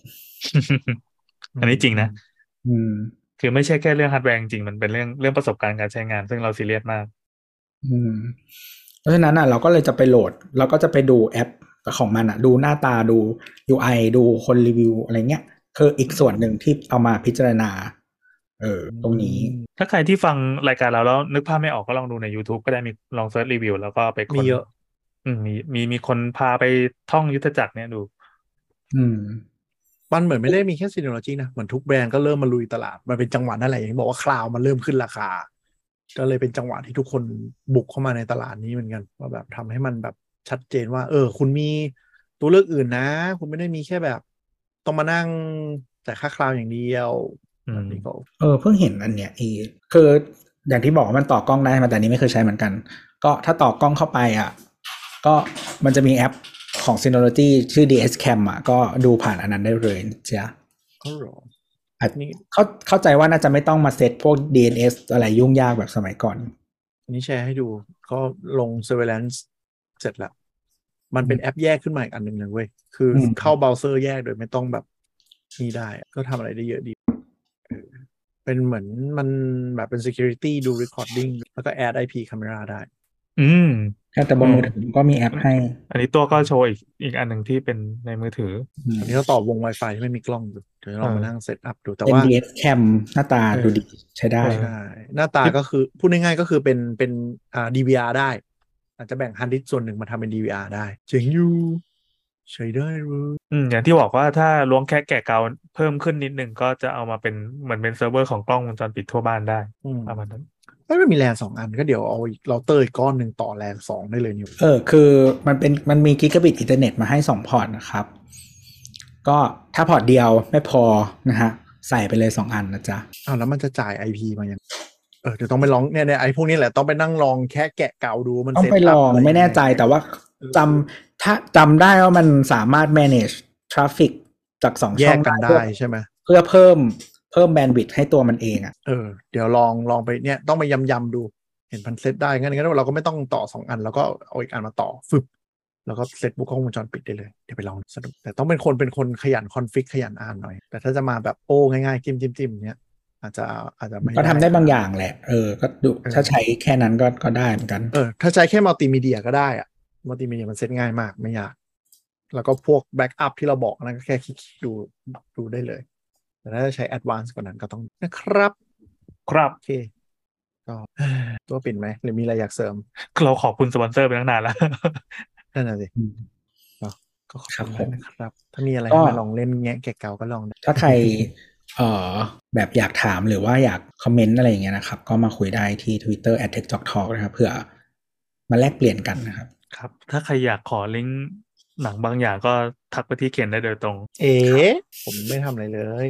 [SPEAKER 4] อันนี้จริงนะ
[SPEAKER 3] อืม
[SPEAKER 4] คือไม่ใช่แค่เรื่องฮาร์ดแวร์จริงๆมันเป็นเรื่องเรื่องประสบการณ์การใช้งาน ซึ่งเราซีเรียสมาก
[SPEAKER 3] อืมเพราะฉะนั้นอ่ะเราก็เลยจะไปโหลด เราก็จะไปดูแอปของมันอ่ะ ดูหน้าตาดู UI ดูคนรีวิวอะไรเงี้ยคืออีกส่วนหนึ่งที่เอามาพิจารณา เออตรงนี้
[SPEAKER 4] ถ้าใครที่ฟังรายการเราแล้วนึกภาพไม่ออกก็ลองดูใน YouTube ก็ได้มีลองเซิร์ชรีวิวแล้วก็ไปค้น
[SPEAKER 2] มีเยอะ
[SPEAKER 4] อืมมีมีมีคนพาไปท่องยุทธจักรเนี่ยดู
[SPEAKER 3] อืม
[SPEAKER 2] มันเหมือนไม่ได้มีแค่ซีโนโลจีนะ เหมือนทุกแบรนด์ก็เริ่มมาลุยตลาด มันเป็นจังหวะนั่นแหละอย่างที่บอกว่าคลาวมันเริ่มขึ้นราคา ก็เลยเป็นจังหวะที่ทุกคนบุกเข้ามาในตลาดนี้เหมือนกัน ว่าแบบทำให้มันแบบชัดเจนว่า เออ คุณมีตัวเลือกอื่นนะ คุณไม่ได้มีแค่แบบ ต้องมานั่งแต่ายค่าคลาวอย่างเดียว
[SPEAKER 4] อืม
[SPEAKER 2] แบบนี้ก็
[SPEAKER 3] เออเพิ่งเห็นอันเนี้ยไอีคืออย่างที่บอกว่ามันต่อกล้องได้มาแต่อันนี้ไม่เคยใช้เหมือนกัน ก็ถ้าต่อกล้องเข้าไปอ่ะ ก็มันจะมีแอปของ Synology ชื่อ DS Cam อ่ะก็ดูผ่านอันนั้นได้เลยนะจ้ะ
[SPEAKER 2] เขาหรอ
[SPEAKER 3] อัน
[SPEAKER 2] นี่
[SPEAKER 3] เข้าเข้าใจว่าน่าจะไม่ต้องมาเซตพวก DNS อะไรยุ่งยากแบบสมัยก่อน
[SPEAKER 2] อันนี้แชร์ให้ดูก็ลง surveillance เสร็จละมันเป็นแอปแยกขึ้นมาอีกอันหนึ่งเลยเว้ยคืออ
[SPEAKER 3] ม
[SPEAKER 2] เข้าเบราว์เซอร์แยกโดยไม่ต้องแบบนี่ได้อะก็ทำอะไรได้เยอะดี เป็นเหมือนมันแบบเป็น security ดู recording แล้วก็ add IP camera ได้
[SPEAKER 4] อืม
[SPEAKER 3] แต่บนมือถือมันก็มีแอปให้
[SPEAKER 4] อันนี้ตัวก็โชว์อีกอีกอันหนึ่งที่เป็นในมือถือ
[SPEAKER 3] อืม
[SPEAKER 2] อันนี้เราต่อวง Wi-Fi ที่ไม่มีกล้องอยู่เดี๋ยวเรามานั่งเซตอัพดูแต่ว่า
[SPEAKER 3] NDS Cam หน้าตา
[SPEAKER 2] เออ
[SPEAKER 3] ดูดีใช้ได้
[SPEAKER 4] เออ
[SPEAKER 2] ใช่หน้าตาก็คือพูดง่ายๆก็คือเป็นเป็นอ่า DVR ได้ อาจจะแบ่งฮันดิสส่วนหนึ่งมาทำเป็น DVR ได้เจ๋งอยู่ใช้ได้เว้ย
[SPEAKER 4] อืมอย่างที่บอกว่าถ้าล้วงแค่แกะเกาเพิ่มขึ้นนิดนึงก็จะเอามาเป็นเหมือนเป็นเซิร์ฟเวอร์ของกล้องวงจรปิดทั่วบ้านได้
[SPEAKER 2] อืม
[SPEAKER 4] ประมาณนั้น
[SPEAKER 2] เอ้ยมันมีแลนสองอันก็เดี๋ยวเอาเราเตอร์อีกก้อนหนึ่งต่อแลนสองได้เลยนิว
[SPEAKER 3] เออคือมันเป็นมันมีกิกะบิตอินเทอร์เน็ตมาให้สองพอร์ตนะครับ ก็ถ้าพอร์ตเดียวไม่พอนะฮะ ใส่ไปเลยสองอันนะจ๊ะ
[SPEAKER 2] อ้าวแล้วมันจะจ่าย IP มายัง เออเดี๋ยวต้องไปลองเนี่ยเนี่ยไอพวกนี้แหละต้องไปนั่งลองแค่แกะเก่าดูมัน
[SPEAKER 3] ต้องไป
[SPEAKER 2] เซต
[SPEAKER 3] ลอง
[SPEAKER 2] ะรยั
[SPEAKER 3] ไม่แน่ใจแต่ว่าจำถ้าจำได้ว่ามันสามารถ manage traffic จากสอง
[SPEAKER 2] แย
[SPEAKER 3] ช่อก ง
[SPEAKER 2] กัน
[SPEAKER 3] เพื่
[SPEAKER 2] ได้
[SPEAKER 3] อ
[SPEAKER 2] ใช่ไหม
[SPEAKER 3] เพื่อเพิ่มเพิ่มแบนด์วิดต์ให้ตัวมันเองอะ
[SPEAKER 2] เออเดี๋ยวลองลองไปเนี่ยต้องไปยำยำๆดู เห็นพันเซตได้งั้นงั้นเราก็ไม่ต้องต่อสองอัน แล้วก็เอาอีกอันมาต่อฟึบแล้วก็เซตบุกล้องวงจรปิดได้เลย เดี๋ยวไปลองสนุกแต่ต้องเป็นคนเป็นคนขยันคอนฟิกขยันอ่านหน่อย แต่ถ้าจะมาแบบโอ้ง่ายๆจิ้มจิ้มจิ้มๆๆเนี่ยอาจจะอาจจะไม่
[SPEAKER 3] ก็ทำได้บางอย่างแหละ เออ ก็ดู
[SPEAKER 2] เออ
[SPEAKER 3] ถ้าใช้แค่นั้นก็ก็ได้เหมือนกัน
[SPEAKER 2] เออถ้าใช้แค่มัลติมีเดียก็ได้อะมัลติมีเดียมันเซ็ตง่ายมากไม่ยาก แล้วก็พวกแบ็กอัพที่เราบอกนั่นก็แค่คลิกดูดูได้เลย แต่ถ้าจะใช้แอดวานซ์กว่านั้นก็ต้องนะครับ
[SPEAKER 4] ครับ
[SPEAKER 2] โอเค ก็ เอ่อตัวปิ่นไหม หรือมีอะไรอยากเสริม
[SPEAKER 4] เราขอบคุณสปอนเซอร์ไปตั้งนานแล้ว
[SPEAKER 2] นั่นน่ะสิ
[SPEAKER 3] อืม
[SPEAKER 2] เนาะก็ขอบคุณ
[SPEAKER 3] ครับ
[SPEAKER 2] มาก
[SPEAKER 3] ผม
[SPEAKER 2] นะครับ ถ้ามีอะไร
[SPEAKER 3] ก็
[SPEAKER 2] มาลองเล่นแงะแกะเกาก็ลองได้
[SPEAKER 3] ถ้าใครเออแบบอยากถามหรือว่าอยากคอมเมนต์อะไรอย่างเงี้ยนะครับ ก็มาคุยได้ที่ Twitter t e c h t a l k นะครับเผื่อมาแลกเปลี่ยนกันนะครับ
[SPEAKER 4] ครับ ถ้าใครอยากขอลิงก์หนังบางอย่างก็ทักไปที่เคนได้โดยตรง
[SPEAKER 2] เอ๋ผมไม่ทำอะไร เลย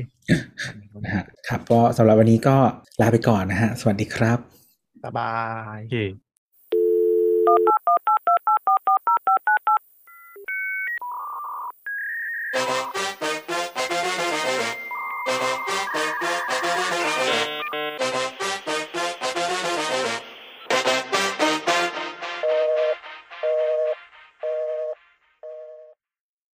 [SPEAKER 3] นะฮะครับก็สำหรับวันนี้ก็ลาไปก่อนนะฮะ สวัสดีครับ
[SPEAKER 2] สบาย
[SPEAKER 4] โอเค